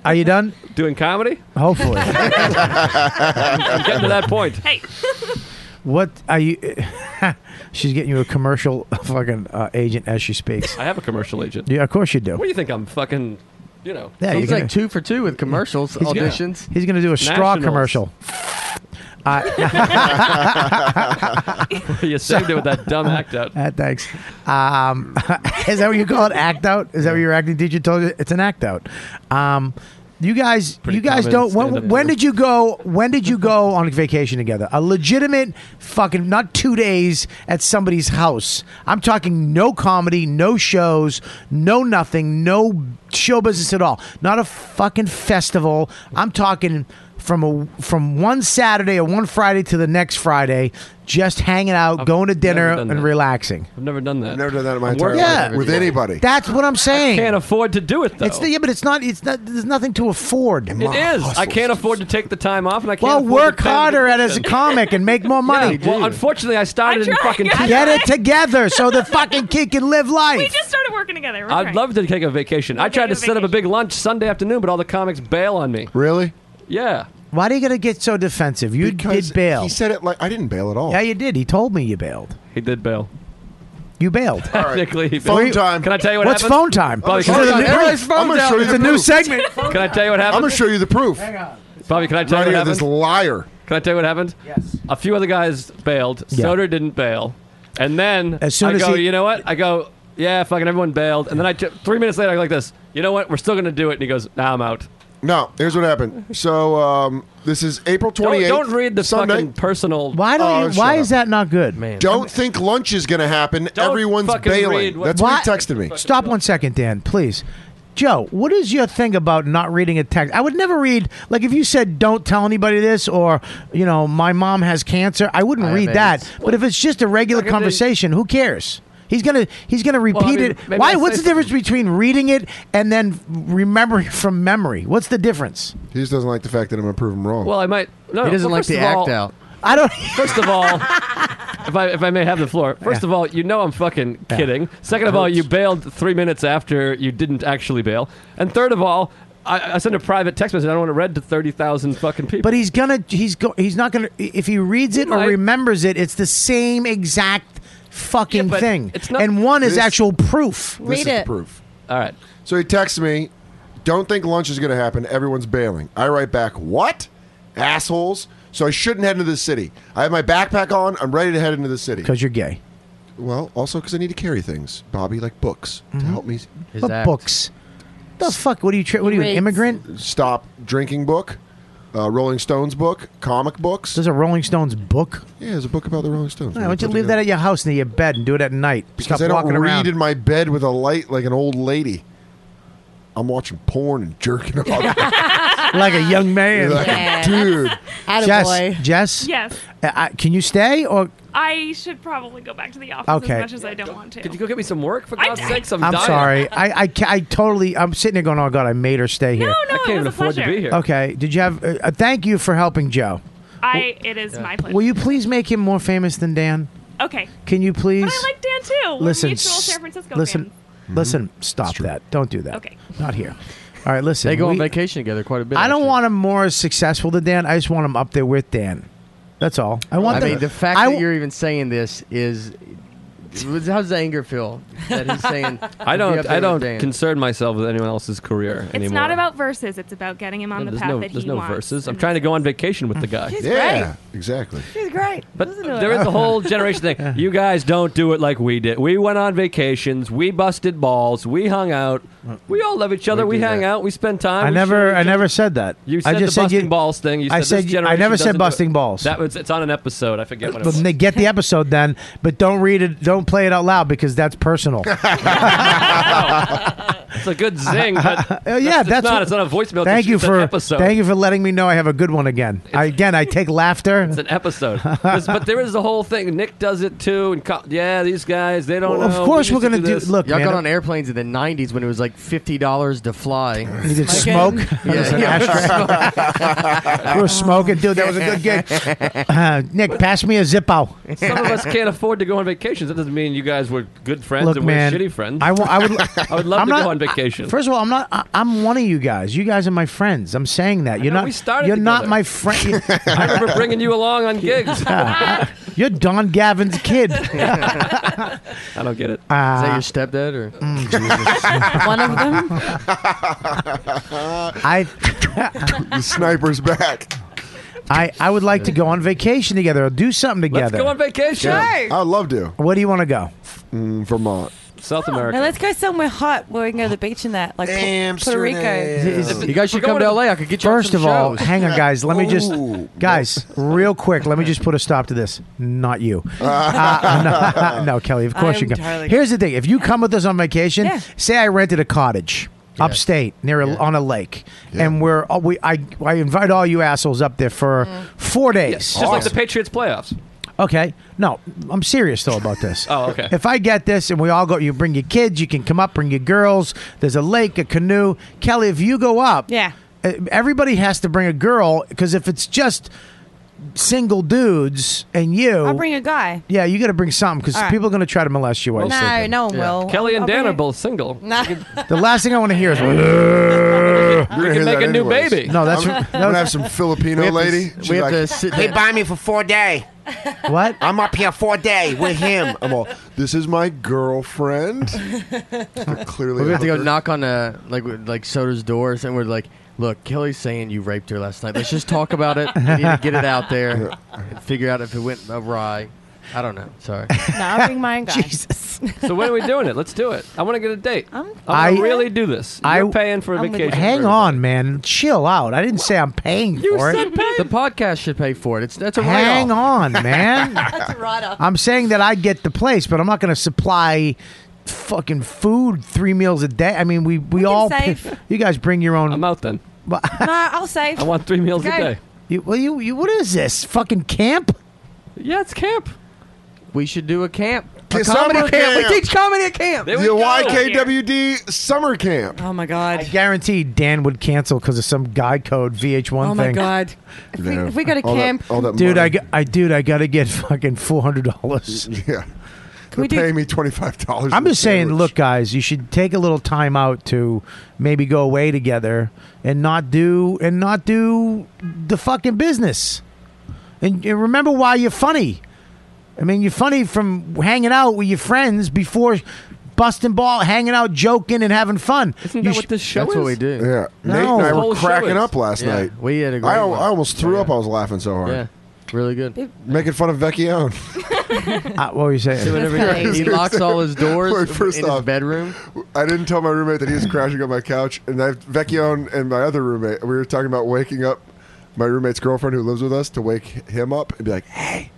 Speaker 3: Are you done?
Speaker 10: Doing comedy?
Speaker 3: Hopefully.
Speaker 10: I'm getting to that point.
Speaker 14: Hey.
Speaker 3: What are you? she's getting you a commercial fucking uh, agent as she speaks.
Speaker 10: I have a commercial agent.
Speaker 3: Yeah, of course you do.
Speaker 10: What do you think? I'm fucking, you know.
Speaker 3: Yeah,
Speaker 12: He's
Speaker 3: you're
Speaker 12: like
Speaker 3: gonna-
Speaker 12: two for two with commercials,
Speaker 3: He's gonna-
Speaker 12: auditions.
Speaker 3: he's going to do a straw
Speaker 12: Nationals.
Speaker 3: commercial. Uh,
Speaker 10: you saved it with that dumb act out.
Speaker 3: Uh, thanks. Um, is that what you call it? Act out? Is that what your acting teacher told you? It's an act out. Um, you guys, you guys
Speaker 10: common
Speaker 3: don't. When,
Speaker 10: stand-up
Speaker 3: when did you go? When did you go on vacation together? A legitimate fucking not two days at somebody's house. I'm talking no comedy, no shows, no nothing, no show business at all. Not a fucking festival. I'm talking from a from one Saturday or one Friday to the next Friday, just hanging out, going to dinner,
Speaker 10: never done
Speaker 3: and
Speaker 10: that.
Speaker 3: relaxing.
Speaker 10: I've never done that. Never
Speaker 13: done that in
Speaker 10: my
Speaker 3: entire life. Yeah. With
Speaker 13: anybody.
Speaker 3: That's what I'm saying.
Speaker 10: Can't afford to do it though.
Speaker 3: It's the, yeah, but it's not. It's not. There's nothing to afford.
Speaker 10: It is. I can't afford to take the time off, and I can't.
Speaker 3: Well,
Speaker 10: afford
Speaker 3: work
Speaker 10: to pay
Speaker 3: harder
Speaker 10: the
Speaker 3: at as a
Speaker 10: tuition.
Speaker 3: comic and make more money.
Speaker 10: Yeah, well, unfortunately, I started in fucking.
Speaker 3: Get it together so the fucking kid can live life.
Speaker 14: We just started working together. We're
Speaker 10: I'd
Speaker 14: fine.
Speaker 10: love to take a vacation. I tried to set up a big lunch Sunday afternoon, but all the comics bail on me.
Speaker 13: Really?
Speaker 10: Yeah.
Speaker 3: Why do you gotta get so defensive? You did bail. He
Speaker 13: said it like I didn't bail at all.
Speaker 3: Yeah, you did. He told me you bailed.
Speaker 10: He did bail.
Speaker 3: You bailed.
Speaker 10: Technically, he
Speaker 3: Phone
Speaker 10: bailed.
Speaker 3: time.
Speaker 10: Can I tell you what
Speaker 3: What's
Speaker 10: happened?
Speaker 3: phone time?
Speaker 10: Bobby,
Speaker 3: Is
Speaker 10: can I
Speaker 3: it a
Speaker 10: tell
Speaker 3: new-
Speaker 10: you-
Speaker 3: Everybody's Oh, phone It's down. a new segment.
Speaker 10: Can I tell you what happened?
Speaker 13: I'm gonna show you the proof. Hang
Speaker 3: on.
Speaker 10: Bobby, can I tell
Speaker 13: Right
Speaker 10: you
Speaker 13: here,
Speaker 10: what happened?
Speaker 13: this liar.
Speaker 10: Can I tell you what happened? Yes. A few other guys bailed.
Speaker 13: Yeah.
Speaker 10: Soder didn't bail. And then
Speaker 13: As soon
Speaker 10: I
Speaker 13: as
Speaker 10: go,
Speaker 13: he-
Speaker 10: you know what? I go, yeah, fucking everyone bailed. And then I t- three minutes later, I go like this. You know what? We're still going to do it. And he goes, nah, I'm out.
Speaker 13: No, here's what happened. So um, this is April 28th.
Speaker 10: don't read the
Speaker 13: Sunday.
Speaker 10: fucking personal.
Speaker 3: Why don't? you, why is that not good, Oh, man?
Speaker 13: Don't think lunch is going to happen. Everyone's
Speaker 10: fucking read
Speaker 13: bailing.
Speaker 10: what-
Speaker 13: That's what he texted me.
Speaker 3: Stop one second, Dan, please. Joe, what is your thing about not reading a text? I would never read like if you said "Don't tell anybody this" or you know "My mom has cancer." I wouldn't
Speaker 10: I have
Speaker 3: read that.
Speaker 10: AIDS.
Speaker 3: But if it's just a regular
Speaker 10: Like if they-
Speaker 3: conversation, who cares? He's gonna he's gonna repeat
Speaker 10: I mean,
Speaker 3: it.
Speaker 10: maybe
Speaker 3: Why?
Speaker 10: I'll
Speaker 3: What's
Speaker 10: say
Speaker 3: the difference between reading it and then remembering from memory? What's the difference?
Speaker 13: He just doesn't like the fact that I'm going to prove him wrong.
Speaker 10: Well, I might. No, well, first of all-
Speaker 3: I don't.
Speaker 10: First of all, if I if I may have the floor. First of all, you know I'm fucking kidding. Second of all, you bailed three minutes after you didn't actually bail. And third of all, I, I sent a private text message. I don't want to read to thirty thousand fucking people.
Speaker 3: But he's gonna he's go he's not gonna if he reads it or remembers it, it's the same exact fucking
Speaker 10: but
Speaker 3: thing.
Speaker 10: it's not-
Speaker 3: and one is
Speaker 13: This-
Speaker 3: actual proof.
Speaker 13: This is proof.
Speaker 10: All right.
Speaker 13: So he texts me, "Don't think lunch is going to happen. Everyone's bailing." I write back, "What, assholes?" So I shouldn't head into the city. I have my backpack on. I'm ready to head into the city.
Speaker 3: Because you're gay.
Speaker 13: Well, also because I need to carry things, Bobby, like books to help me.
Speaker 3: His What act. books? The fuck? What are you? Tri- what are you? An
Speaker 13: Rigs.
Speaker 3: immigrant?
Speaker 13: Stop drinking book, uh, Rolling Stones book, comic books.
Speaker 3: There's a Rolling Stones book.
Speaker 13: Yeah, there's a book about the Rolling Stones.
Speaker 3: Why don't you leave that at your house near your bed and do it at night?
Speaker 13: Because
Speaker 3: Stop
Speaker 13: I don't
Speaker 3: walking
Speaker 13: read
Speaker 3: around.
Speaker 13: in my bed with a light like an old lady. I'm watching porn and jerking off.
Speaker 3: like a young man,
Speaker 13: Like, Yeah. dude.
Speaker 3: Jess,
Speaker 14: Attaboy.
Speaker 3: Jess,
Speaker 14: Yes.
Speaker 3: uh, I- can you stay or?
Speaker 14: I should probably go back to the office
Speaker 3: Okay.
Speaker 14: as much as I don't want to.
Speaker 10: Could you go get me some work for God's sakes? I'm,
Speaker 3: I'm
Speaker 10: dying.
Speaker 3: sorry. I, I ca- I totally. I'm sitting there going, oh god, I made her stay here.
Speaker 10: I can't even afford to be here.
Speaker 3: Okay. Did you have? Uh, uh, thank you for helping Joe.
Speaker 14: I. It is my pleasure.
Speaker 3: Will you please make him more famous than Dan?
Speaker 14: Okay.
Speaker 3: Can you please?
Speaker 14: But I like Dan too. We're
Speaker 3: listen,
Speaker 14: mutual San
Speaker 3: s-
Speaker 14: Francisco
Speaker 3: listen,
Speaker 14: fans.
Speaker 3: listen. Stop that! Don't do that. Okay. Not here. All right, listen.
Speaker 12: They go on
Speaker 3: we-
Speaker 12: vacation together quite a bit.
Speaker 3: I don't want him more successful than Dan. I just want him up there with Dan. That's all. I want.
Speaker 12: I
Speaker 3: them-
Speaker 12: mean, the fact
Speaker 3: I
Speaker 12: that you're even saying this is. How does the anger feel that he's saying?
Speaker 10: I
Speaker 12: be up
Speaker 10: don't.
Speaker 12: there
Speaker 10: I
Speaker 12: with
Speaker 10: don't
Speaker 12: Dan?
Speaker 10: concern myself with anyone else's career
Speaker 14: It's
Speaker 10: anymore.
Speaker 14: not about verses. It's about getting him on the
Speaker 10: there's
Speaker 14: path
Speaker 10: no,
Speaker 14: that
Speaker 10: there's
Speaker 14: he
Speaker 10: no
Speaker 14: wants.
Speaker 10: verses. I'm trying to go on vacation with the guy.
Speaker 14: He's Yeah, great.
Speaker 13: exactly.
Speaker 14: She's great.
Speaker 10: But there is a whole generation thing. You guys don't do it like we did. We went on vacations. We busted balls. We hung out. We all love each other. We, hang out. We spend time.
Speaker 3: I
Speaker 10: we
Speaker 3: never. I never said that.
Speaker 10: You
Speaker 3: I
Speaker 10: said
Speaker 3: just
Speaker 10: the
Speaker 3: said you-
Speaker 10: busting balls thing. You said
Speaker 3: I
Speaker 10: this
Speaker 3: said you- I
Speaker 10: generation
Speaker 3: never
Speaker 10: doesn't
Speaker 3: said
Speaker 10: do
Speaker 3: busting
Speaker 10: it.
Speaker 3: balls.
Speaker 10: That was. It's on an episode. I forget what it
Speaker 3: But
Speaker 10: was.
Speaker 3: they get the episode then, but don't read it. Don't play it out loud because that's personal. Uh,
Speaker 10: It's a good zing, but
Speaker 3: Uh, yeah,
Speaker 10: it's
Speaker 3: that's,
Speaker 10: not.
Speaker 3: what-
Speaker 10: it's not a voicemail.
Speaker 3: Thank
Speaker 10: it's,
Speaker 3: you
Speaker 10: it's
Speaker 3: for
Speaker 10: an episode.
Speaker 3: thank you for letting me know I have a good one again. I, again, I take laughter.
Speaker 10: It's an episode. There's- but there is the whole thing. Nick does it too, and co- yeah, these guys they don't.
Speaker 12: Well,
Speaker 10: know.
Speaker 12: of
Speaker 3: course
Speaker 10: We
Speaker 3: we're
Speaker 10: used to
Speaker 3: gonna do-
Speaker 10: this.
Speaker 3: look,
Speaker 12: Y'all
Speaker 3: man,
Speaker 12: got
Speaker 3: I'm-
Speaker 12: on airplanes in the '90s when it was like fifty dollars to fly. You
Speaker 3: did smoke? That was an ashtray. we were smoking, dude. That was a good gig. Uh, Nick, pass me a Zippo.
Speaker 10: Some of us can't afford to go on vacations. That doesn't mean you guys were good friends
Speaker 3: Look,
Speaker 10: and
Speaker 3: man,
Speaker 10: we're shitty friends.
Speaker 3: I wa- I would-
Speaker 10: I would love
Speaker 3: I'm
Speaker 10: to
Speaker 3: not-
Speaker 10: go on
Speaker 3: I'm
Speaker 10: vacation.
Speaker 3: First of all, I'm not. I, I'm one of you guys. You guys are my friends. I'm saying that. You're
Speaker 10: know,
Speaker 3: not.
Speaker 10: we started
Speaker 3: You're not
Speaker 10: together.
Speaker 3: my friend.
Speaker 10: I remember bringing you along on gigs. I
Speaker 3: you're Don Gavin's kid.
Speaker 10: don't get it. Is
Speaker 3: Uh,
Speaker 12: Is that your stepdad or
Speaker 5: One of them.
Speaker 3: I.
Speaker 13: the sniper's back.
Speaker 3: I, I would like to go on vacation together or do something together.
Speaker 10: go on vacation. Sure.
Speaker 13: I'd love to.
Speaker 3: Where do you want to go?
Speaker 13: Mm, Vermont.
Speaker 10: South
Speaker 5: Now let's go somewhere hot where we can go to the beach and that, like Pu- Puerto Rico.
Speaker 12: You guys should come to LA. I could get you on
Speaker 3: First
Speaker 12: some
Speaker 3: of all,
Speaker 12: shows.
Speaker 3: hang on, guys. Let me just,
Speaker 12: Ooh.
Speaker 3: guys, real quick. Let me just put a stop to this. Not you. Uh, no, no, Kelly. Of course
Speaker 2: I'm
Speaker 3: you can.
Speaker 2: totally-
Speaker 3: Here's the thing: if you come with us on vacation, say I rented a cottage upstate near a, on a lake, and we're all- we I I invite all you assholes up there for four days.
Speaker 10: Mm. Just like the Patriots playoffs.
Speaker 3: Okay. No, I'm serious though about this.
Speaker 10: Oh, okay.
Speaker 3: If I get this and we all go, you bring your kids, you can come up, bring your girls. There's a lake, a canoe. Kelly, if you go up, yeah, Uh, everybody has to bring a girl because if it's just single dudes and you,
Speaker 5: I'll bring a guy.
Speaker 3: yeah, you got to bring something because
Speaker 5: All right.
Speaker 3: people are going to try to molest you while
Speaker 5: No,
Speaker 3: you're sleeping.
Speaker 5: no one Yeah. will. Kelly and I'll- I'll Dan bring are it.
Speaker 10: both single.
Speaker 5: No.
Speaker 3: The last thing I want to hear is. we
Speaker 10: can hear make that a new anyways. baby.
Speaker 3: No, that's
Speaker 10: I'm-
Speaker 3: that
Speaker 10: I'm gonna
Speaker 3: was-
Speaker 10: have some
Speaker 13: Filipino
Speaker 12: Oh, We have to
Speaker 13: lady.
Speaker 12: s-
Speaker 13: She's
Speaker 12: we have
Speaker 13: like,
Speaker 12: to sit
Speaker 2: He buy me for four day.
Speaker 3: What?
Speaker 2: I'm up here four day with him.
Speaker 13: I'm all. This is my girlfriend. Clearly,
Speaker 12: we
Speaker 13: a
Speaker 12: have to go
Speaker 13: hooker.
Speaker 12: knock on the like with- like Soda's door or something. We're like, look, Kelly's saying you raped her last night. Let's just talk about it. We need to get it out there. and Figure out if it went awry. I don't know. Sorry.
Speaker 5: No, I'll bring my own guy. Jesus.
Speaker 10: So when are we doing it? Let's do it. I want to get a date. I'm, I
Speaker 3: I-
Speaker 10: to really do this. You're paying for a vacation.
Speaker 3: Hang on, man. Chill out. I didn't say I'm paying for it.
Speaker 12: the podcast should pay for it. It's that's a
Speaker 3: Hang
Speaker 12: write-off.
Speaker 3: on, man. I'm saying that I get the place, but I'm not going to supply fucking food three meals a day. I mean, we we all
Speaker 5: save.
Speaker 3: you guys bring your own. I'm
Speaker 10: out then.
Speaker 5: no, I'll save.
Speaker 10: I want three meals
Speaker 5: Go.
Speaker 10: a day.
Speaker 3: You, well, you, you what is this fucking camp?
Speaker 10: Yeah, it's camp.
Speaker 12: We should do a camp.
Speaker 13: Get
Speaker 12: a comedy
Speaker 13: summer
Speaker 12: camp. We teach comedy at camp.
Speaker 13: The YKWd summer camp.
Speaker 5: Oh my god!
Speaker 3: I guarantee Dan would cancel because of some guy code VH1
Speaker 5: Oh
Speaker 3: thing.
Speaker 5: my God. If we- if we go to All that- camp- all that
Speaker 3: dude, I,
Speaker 5: money.
Speaker 3: got- I dude, I gotta get fucking four hundred dollars.
Speaker 13: Yeah, they're
Speaker 5: we do-
Speaker 13: paying me twenty five dollars.
Speaker 3: I'm just saying, look, guys, you should take a little time out to maybe go away together and not do and not do the fucking business. And, and remember why you're funny. I mean, you're funny from hanging out with your friends before busting ball, hanging out, joking, and having fun. Isn't
Speaker 10: that what this show
Speaker 12: That's what we do.
Speaker 13: Yeah, Nate
Speaker 3: No.
Speaker 13: and I
Speaker 3: The
Speaker 13: were
Speaker 3: whole show
Speaker 13: cracking
Speaker 3: is-
Speaker 13: up last
Speaker 12: Yeah.
Speaker 13: night.
Speaker 12: We had a great
Speaker 13: I,
Speaker 12: one.
Speaker 13: I almost threw up. I was laughing so hard.
Speaker 12: Yeah, really good.
Speaker 13: Making fun of Vecchione.
Speaker 3: Uh, what were you saying?
Speaker 12: So whenever
Speaker 13: That's
Speaker 12: he, he
Speaker 13: funny.
Speaker 12: locks all his doors
Speaker 13: Wait, first
Speaker 12: in his
Speaker 13: off-
Speaker 12: bedroom.
Speaker 13: I didn't tell my roommate that he was crashing on my couch, and I, Vecchione and my other roommate, we were talking about waking up my roommate's girlfriend who lives with us to wake him up and be like, "Hey,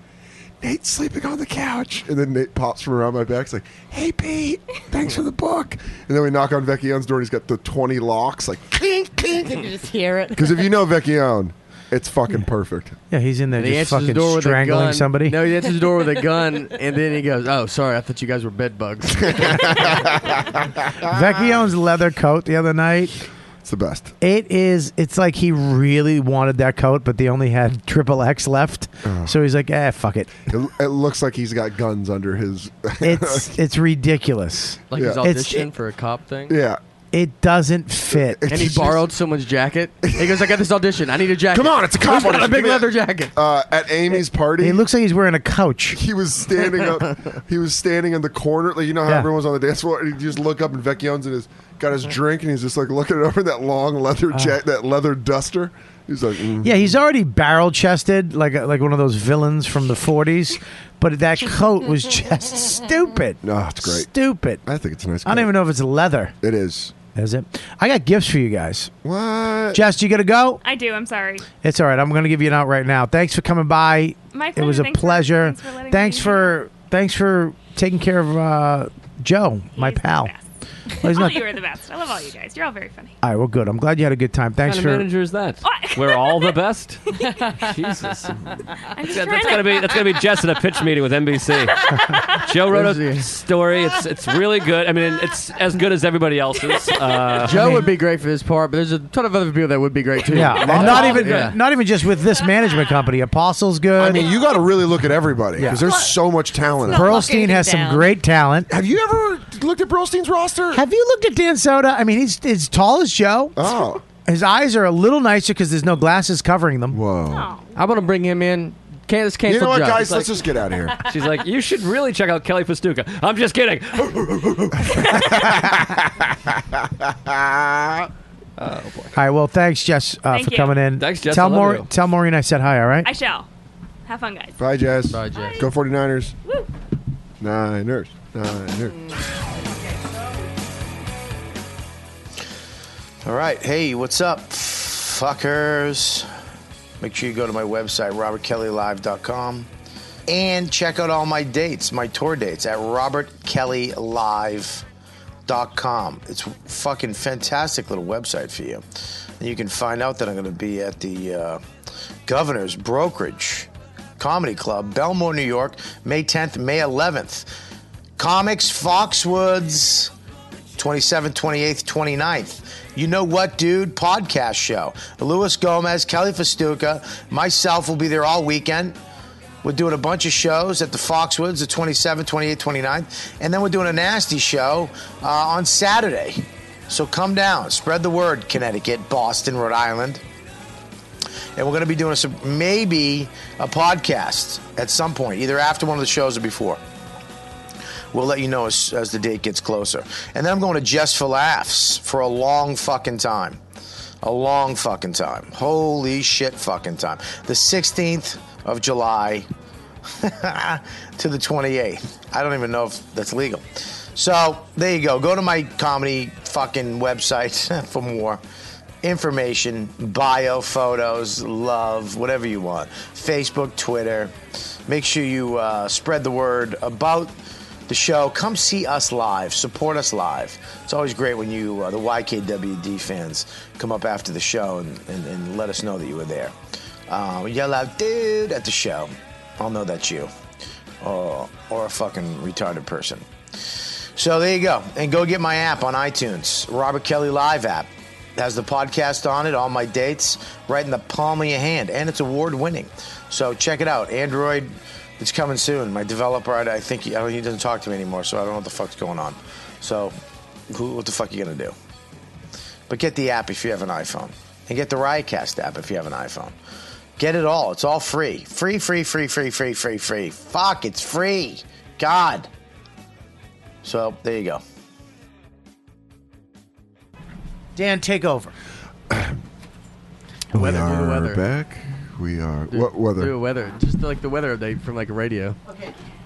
Speaker 13: Nate's sleeping on the couch," and then Nate pops from around my back, he's like, "Hey, Pete, thanks for the book," and then we knock on Vecchione's door, and he's got the twenty locks, like,
Speaker 5: Clink, clink. You just hear it.
Speaker 13: because if you know Vecchione, it's fucking perfect.
Speaker 3: Yeah, he's in there
Speaker 12: And he
Speaker 3: just
Speaker 12: answers the
Speaker 3: fucking
Speaker 12: door with a
Speaker 3: strangling
Speaker 12: gun.
Speaker 3: somebody.
Speaker 12: No, he answers the door with a gun, and then he goes, "Oh, sorry, I thought you guys were bed bugs."
Speaker 13: Ah.
Speaker 3: Vecchione's leather coat the other night.
Speaker 13: It's the best.
Speaker 3: It is. It's like he really wanted that coat, but they only had triple X left.
Speaker 13: Oh.
Speaker 3: So he's like, "Eh, fuck it."
Speaker 13: It, it looks like he's got guns under his.
Speaker 3: It's it's ridiculous.
Speaker 12: like his
Speaker 3: It's-
Speaker 12: audition for a cop thing.
Speaker 13: yeah.
Speaker 3: It doesn't fit.
Speaker 12: And he borrowed someone's jacket. He goes, "I got this audition. I need a jacket." Who's got a big leather jacket.
Speaker 13: Uh, at Amy's party,
Speaker 3: He looks like he's wearing a couch.
Speaker 13: he was standing up. He was standing in the corner, like you know how
Speaker 3: Yeah.
Speaker 13: everyone was on the dance floor, and he just look up and Vecchione's in his got his drink, and he's just like looking over that long leather
Speaker 3: Uh.
Speaker 13: jack, that leather duster. He's like, mm.
Speaker 3: Yeah, he's already barrel chested, like a, like one of those villains from the '40s. But that coat was just stupid.
Speaker 13: No, it's great.
Speaker 3: Stupid.
Speaker 13: I think it's a nice.
Speaker 3: I don't even know if it's leather.
Speaker 13: It is.
Speaker 3: Is it? I got gifts for you guys.
Speaker 13: What?
Speaker 3: Jess, you gotta go.
Speaker 17: I do. I'm sorry.
Speaker 3: It's all right. I'm going to give you an out right now. Thanks for coming by.
Speaker 17: My
Speaker 3: It
Speaker 17: pleasure.
Speaker 3: was a
Speaker 17: Thanks for-
Speaker 3: pleasure.
Speaker 17: thanks for letting
Speaker 3: Thanks
Speaker 17: me
Speaker 3: for thanks for taking care of uh, Joe, my pal. Well, he's
Speaker 17: all
Speaker 3: not-
Speaker 17: you are the best. I love all you guys. You're all very funny.
Speaker 3: all right, well, good. I'm glad you had a good time. Thanks
Speaker 10: kind of
Speaker 3: for.
Speaker 10: manager is that? We're all the best. Jesus.
Speaker 17: I'm just
Speaker 10: Yeah,
Speaker 17: trying
Speaker 10: that's gonna be that's gonna be Jess at a pitch meeting with NBC. Joe wrote a story. It's it's really good. I mean, it's as good as everybody else's. Uh,
Speaker 12: Joe would be great for this part, but there's a ton of other people that would be great too.
Speaker 3: Yeah, and not even
Speaker 12: Yeah.
Speaker 3: not even just with this management company. Apostle's good.
Speaker 13: I mean, you got to really look at everybody because there's so much talent.
Speaker 3: Burlstein has some great talent.
Speaker 13: Have you ever looked at Brostein's roster?
Speaker 3: Have you looked at Dan Soda? I mean, he's as tall as Joe.
Speaker 13: Oh.
Speaker 3: His eyes are a little nicer because there's no glasses covering them.
Speaker 13: Whoa.
Speaker 12: I'm gonna bring him in. Can't, this can't
Speaker 13: You know what, guys? Let's just get out of here.
Speaker 10: She's like, you should really check out Kelly Pastuca. I'm just kidding.
Speaker 13: Oh,
Speaker 3: All right. Well, thanks, Jess, uh,
Speaker 14: Thank
Speaker 3: for
Speaker 14: you.
Speaker 3: coming in.
Speaker 10: Thanks, Jess.
Speaker 3: Tell
Speaker 10: I love
Speaker 3: Maur-
Speaker 10: you.
Speaker 3: tell Maureen I said hi. All right.
Speaker 14: I shall. Have fun, guys.
Speaker 13: Bye, Jazz.
Speaker 12: Bye, Jazz.
Speaker 13: Go 49ers.
Speaker 14: Woo.
Speaker 13: Niners. Niners.
Speaker 2: All right. Hey, what's up, fuckers? Make sure you go to my website, robertkellylive.com, and check out all my dates, my tour dates at robertkellylive.com. It's a fucking fantastic little website for you. And you can find out that I'm going to be at the uh, Governor's Brokerage Comedy Club, Belmore, New York, May 10th, May 11th. Comics, Foxwoods. 27th, 28th, 29th. You know what, dude? Podcast show. Luis Gomez, Kelly Festuca, myself will be there all weekend. We're doing a bunch of shows at the Foxwoods the 27th, 28th, 29th. And then we're doing a nasty show uh, on Saturday. So come down, spread the word, Connecticut, Boston, Rhode Island. And we're going to be doing some, maybe a podcast at some point, either after one of the shows or before. We'll let you know as, as the date gets closer. And then I'm going to Just for Laughs for a long fucking time. A long fucking time. Holy shit fucking time. The 16th of July to the 28th. I don't even know if that's legal. So there you go. Go to my comedy fucking website for more information, bio, photos, love, whatever you want. Facebook, Twitter. Make sure you uh, spread the word about the show. Come see us live. Support us live. It's always great when you, uh, the YKWD fans, come up after the show and, and, and let us know that you were there. Uh, yell out, dude, at the show. I'll know that's you. Or, or a fucking retarded person. So there you go. And go get my app on iTunes, Robert Kelly Live app. It has the podcast on it, all my dates, right in the palm of your hand. And it's award winning. So check it out. Android, it's coming soon. My developer, I I think he, I don't, he doesn't talk to me anymore, so I don't know what the fuck's going on. So who, what the fuck are you going to do? But get the app if you have an iPhone. And get the Riotcast app if you have an iPhone. Get it all. It's all free. Free, free, free, free, free, free, free. Fuck, it's free. God. So there you go.
Speaker 3: Dan, take over. Weather,
Speaker 13: we
Speaker 12: do the
Speaker 13: are
Speaker 12: weather.
Speaker 13: back. We are.
Speaker 12: Do-
Speaker 13: what weather?
Speaker 12: Do a weather. Just like the weather update from like radio.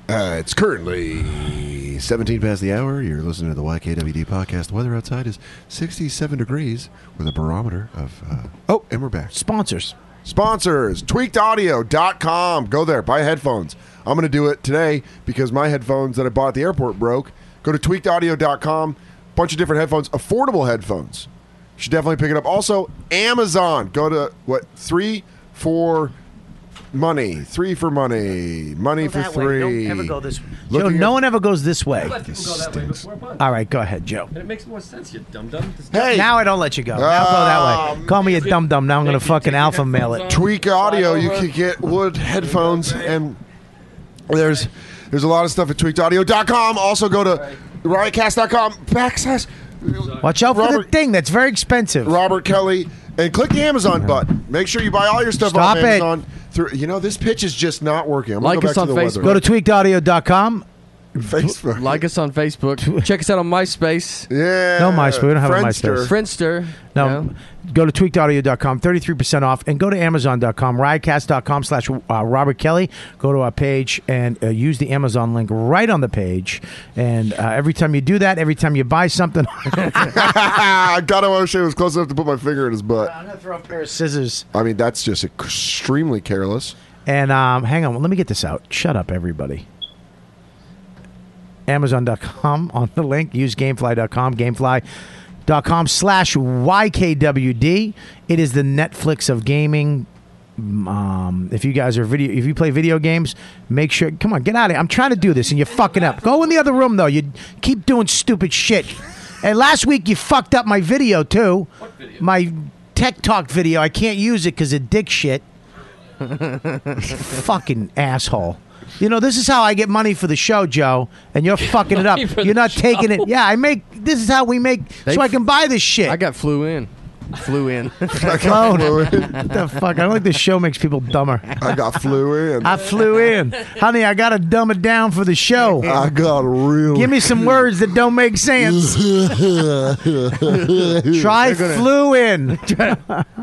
Speaker 13: Uh, it's currently 17 past the hour. You're listening to the YKWD podcast. The weather outside is 67 degrees with a barometer of. Uh, oh, and we're back.
Speaker 3: Sponsors.
Speaker 13: Sponsors. Tweakedaudio.com. Go there. Buy headphones. I'm going to do it today because my headphones that I bought at the airport broke. Go to tweakedaudio.com. Bunch of different headphones, affordable headphones. You should definitely pick it up. Also, Amazon. Go to what? Three, four, money. Three for money. Money for
Speaker 3: that way.
Speaker 13: three.
Speaker 3: Don't ever go this way. Joe,
Speaker 13: Looking
Speaker 3: no
Speaker 13: at-
Speaker 3: one ever goes this way.
Speaker 10: Let people go that way before lunch.
Speaker 3: All right, go ahead, Joe.
Speaker 10: And it makes more sense, you dum dum.
Speaker 3: Now I don't let you go. Now go that
Speaker 13: Ah,
Speaker 3: way. Call me a dum dum. Now I'm going to
Speaker 13: Take your-
Speaker 3: fucking alpha male it.
Speaker 13: Tweak Audio. You can get wood headphones, and there's there's a lot of stuff at tweakedaudio.com. Also, go to riotcast.com backslash
Speaker 3: Watch out for the
Speaker 13: Robert-
Speaker 3: thing that's very expensive.
Speaker 13: Robert Kelly and click the Amazon button. Make sure you buy all your stuff
Speaker 3: Stop
Speaker 13: on
Speaker 3: it.
Speaker 13: Amazon. Through you know this pitch is just not working. I'm gonna go back to the weather.
Speaker 3: Go to tweakedaudio.com.
Speaker 13: Facebook.
Speaker 12: Like us on Facebook. Check us out on MySpace.
Speaker 13: Yeah.
Speaker 3: No MySpace. We don't have a MySpace.
Speaker 12: Friendster.
Speaker 3: No, go to tweakedaudio.com, 33% off, and go to amazon.com, riotcast.com slash uh, Robert Kelly. Go to our page and uh, use the Amazon link right on the page. And uh, every time you do that, every time you buy something,
Speaker 13: God, I wish I was close enough to put my finger in his butt.
Speaker 3: throw a pair of scissors.
Speaker 13: I mean, that's just extremely careless.
Speaker 3: And um, hang on, let me get this out. Shut up, everybody. Amazon.com on the link. Use Gamefly.com, Gamefly.com slash YKWD. It is the Netflix of gaming. Um, if you guys are video, if you play video games, make sure. Come on, get out of here. I'm trying to do this, and you're fucking up. Go in the other room, though. You keep doing stupid shit. And last week you fucked up my video too. My tech talk video. I can't use it because of dick shit fucking asshole. You know, this is how I get money for the show, Joe, and you're fucking it up.
Speaker 12: Money for
Speaker 3: You're
Speaker 12: the
Speaker 3: not taking
Speaker 12: show.
Speaker 3: it. Yeah, I make. This is how we make. so I can buy this shit. I
Speaker 12: got flew in. Flew in.
Speaker 3: I got flew in. What the fuck? I don't think this show makes people dumber.
Speaker 13: I got flew in.
Speaker 3: I flew in. Honey, I got to dumb it down for the show.
Speaker 13: I got real.
Speaker 3: Give me some words that don't make sense. Try
Speaker 13: They're gonna-
Speaker 3: flew in.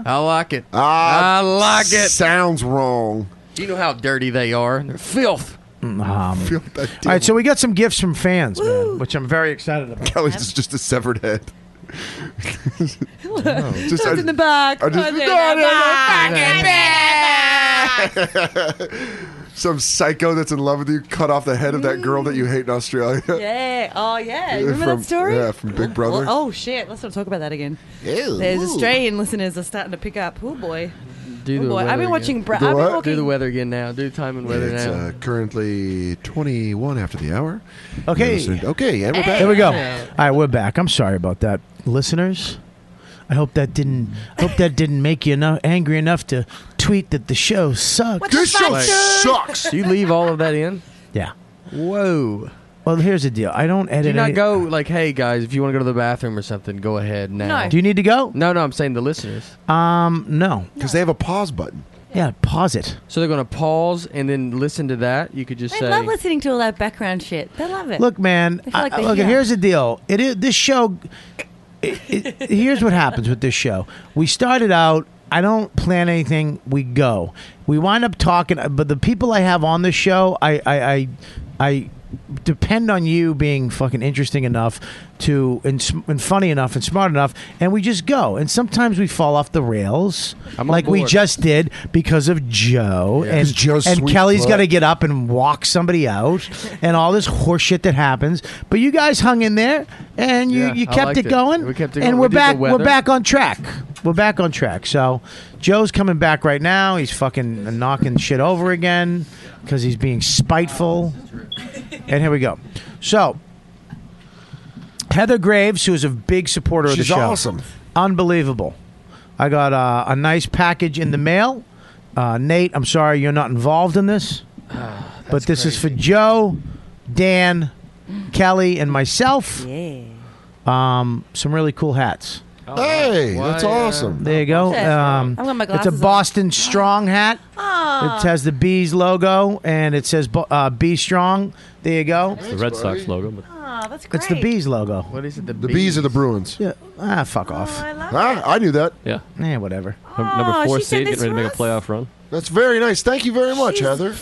Speaker 12: I like it.
Speaker 13: Ah,
Speaker 12: I like it.
Speaker 13: Sounds wrong.
Speaker 12: Do you know how dirty they are? They're filth.
Speaker 3: Um, all right, so we got some gifts from fans, man, which I'm very excited about.
Speaker 13: Kelly's just, just a severed head.
Speaker 5: Just in the back.
Speaker 13: I just-
Speaker 5: What's in the
Speaker 13: No, no, no.
Speaker 5: back?
Speaker 13: Some psycho that's in love with you cut off the head of that girl that you hate in Australia.
Speaker 5: Yeah. Oh, yeah.
Speaker 13: Yeah,
Speaker 5: You Remember
Speaker 13: from-
Speaker 5: that story?
Speaker 13: yeah, from Big Brother.
Speaker 5: Oh, oh, shit. Let's not talk about that again.
Speaker 13: Ew.
Speaker 5: There's
Speaker 13: Ooh.
Speaker 5: Australian listeners are starting to pick up. Oh, boy.
Speaker 12: Do
Speaker 5: Oh,
Speaker 12: the
Speaker 5: boy. I've
Speaker 12: weather
Speaker 5: been
Speaker 12: again.
Speaker 5: watching Bra- I've been
Speaker 12: Do the
Speaker 5: walking-
Speaker 12: weather again now. Do time and weather
Speaker 13: It's
Speaker 12: now.
Speaker 13: uh, currently 21 after the hour.
Speaker 3: Okay.
Speaker 13: You're listening- Okay, and we're back.
Speaker 3: There we go. All right, we're back. I'm sorry about that, listeners. I hope that didn't. I hope that didn't make you eno- angry enough to tweet that the show sucks.
Speaker 13: This show sucks.
Speaker 12: Do you leave all of that in?
Speaker 3: Yeah.
Speaker 12: Whoa.
Speaker 3: Well, here's the deal. I don't edit.
Speaker 12: Do you not
Speaker 3: any-
Speaker 12: go like, hey guys, if you want to go to the bathroom or something, go ahead now.
Speaker 3: No. Do you need to go?
Speaker 12: No, no. I'm saying the listeners.
Speaker 3: Um, no,
Speaker 13: because they have a pause button.
Speaker 3: Yeah, pause it.
Speaker 12: So they're gonna pause and then listen to that. You could just
Speaker 15: They
Speaker 12: say,
Speaker 15: love listening to all that background shit. They love it.
Speaker 3: Look, man.
Speaker 15: They feel like
Speaker 3: I-
Speaker 15: they're
Speaker 3: look,
Speaker 15: here.
Speaker 3: here's the deal. It is this show. it- it- here's what happens with this show. We started out. I don't plan anything. We go. We wind up talking. uh, But the people I have on this show, I, I, I, I depend on you being fucking interesting enough to and, sm- and funny enough and smart enough and we just go and sometimes we fall off the rails
Speaker 12: I'm on
Speaker 3: like we
Speaker 12: board.
Speaker 3: just did because of joe
Speaker 12: Yeah. 'Cause
Speaker 3: and,
Speaker 12: Joe's
Speaker 3: and
Speaker 12: sweet
Speaker 3: kelly's
Speaker 12: butt.
Speaker 3: got to get up and walk somebody out and all this horseshit that happens. But you guys hung in there and you,
Speaker 12: Yeah,
Speaker 3: you
Speaker 12: I
Speaker 3: kept
Speaker 12: liked
Speaker 3: it
Speaker 12: it.
Speaker 3: going.
Speaker 12: We kept it
Speaker 3: And
Speaker 12: going.
Speaker 3: we're
Speaker 12: We did the
Speaker 3: back we're
Speaker 12: weather.
Speaker 3: back on track. We're back on track. So Joe's coming back right now. He's fucking knocking shit over again because he's being spiteful. And here we go. So Heather Graves, who is a big supporter of the
Speaker 13: She's
Speaker 3: show.
Speaker 13: awesome.
Speaker 3: Unbelievable. I got uh, a nice package in the mail. Uh, Nate, I'm sorry you're not involved in this,
Speaker 13: Ah,
Speaker 3: but this is for Joe, Dan, Kelly, and myself. Yeah. Um, some really cool hats.
Speaker 13: Oh, Hey, that's awesome.
Speaker 3: There you go.
Speaker 13: Oh, Okay.
Speaker 3: Um,
Speaker 13: I've got my
Speaker 3: it's a
Speaker 13: glasses on.
Speaker 3: Boston Strong hat.
Speaker 13: Ah.
Speaker 3: It has the bees logo and it says Bo- uh, Be Strong. There you go.
Speaker 10: It's the Red Sox logo. But
Speaker 5: Oh,
Speaker 3: that's It's the bees logo.
Speaker 12: What is it?
Speaker 13: The bees are the Bruins.
Speaker 3: Yeah. Ah, fuck off.
Speaker 5: Oh,
Speaker 3: I
Speaker 13: ah, I knew that.
Speaker 10: Yeah.
Speaker 3: Yeah, whatever.
Speaker 17: Oh,
Speaker 10: number four seed getting ready to make a playoff run.
Speaker 13: That's very nice. Thank you very much, Heather.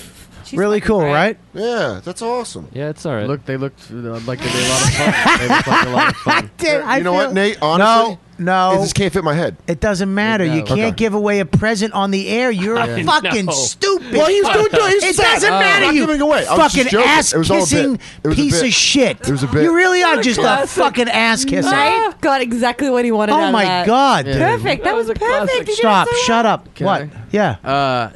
Speaker 3: really cool, right?
Speaker 13: Yeah, that's awesome.
Speaker 10: Yeah, it's all right.
Speaker 12: Look, they looked uh, like they did a lot of fun. they looked like a lot of fun.
Speaker 3: Dude, I
Speaker 13: Uh, you know
Speaker 3: feel-
Speaker 13: what, Nate? Honestly,
Speaker 3: no,
Speaker 13: it just can't fit my head.
Speaker 3: It doesn't matter. You
Speaker 13: Okay.
Speaker 3: can't give away a present on the air. You're a
Speaker 13: Yeah.
Speaker 3: fucking
Speaker 13: No.
Speaker 3: stupid.
Speaker 13: Well, he's doing- doing- he's
Speaker 3: it
Speaker 13: sad.
Speaker 3: doesn't
Speaker 13: I'm
Speaker 3: matter.
Speaker 13: not
Speaker 3: You
Speaker 13: giving away. I was just
Speaker 3: fucking
Speaker 13: joking.
Speaker 3: ass
Speaker 13: It was all a bit.
Speaker 3: kissing
Speaker 13: It was a
Speaker 3: piece of
Speaker 13: bit.
Speaker 3: shit.
Speaker 13: It was a bit.
Speaker 3: You really are
Speaker 13: What a
Speaker 3: just a
Speaker 13: classic.
Speaker 3: fucking ass kisser.
Speaker 5: Oh,
Speaker 15: Right? Got exactly what he wanted.
Speaker 3: Oh
Speaker 15: out of
Speaker 3: my
Speaker 15: that.
Speaker 3: God, dude.
Speaker 15: Perfect. That was perfect. You did
Speaker 3: Stop.
Speaker 15: so well.
Speaker 3: Shut up.
Speaker 12: Can
Speaker 3: What?
Speaker 12: I?
Speaker 3: Yeah.
Speaker 12: Uh,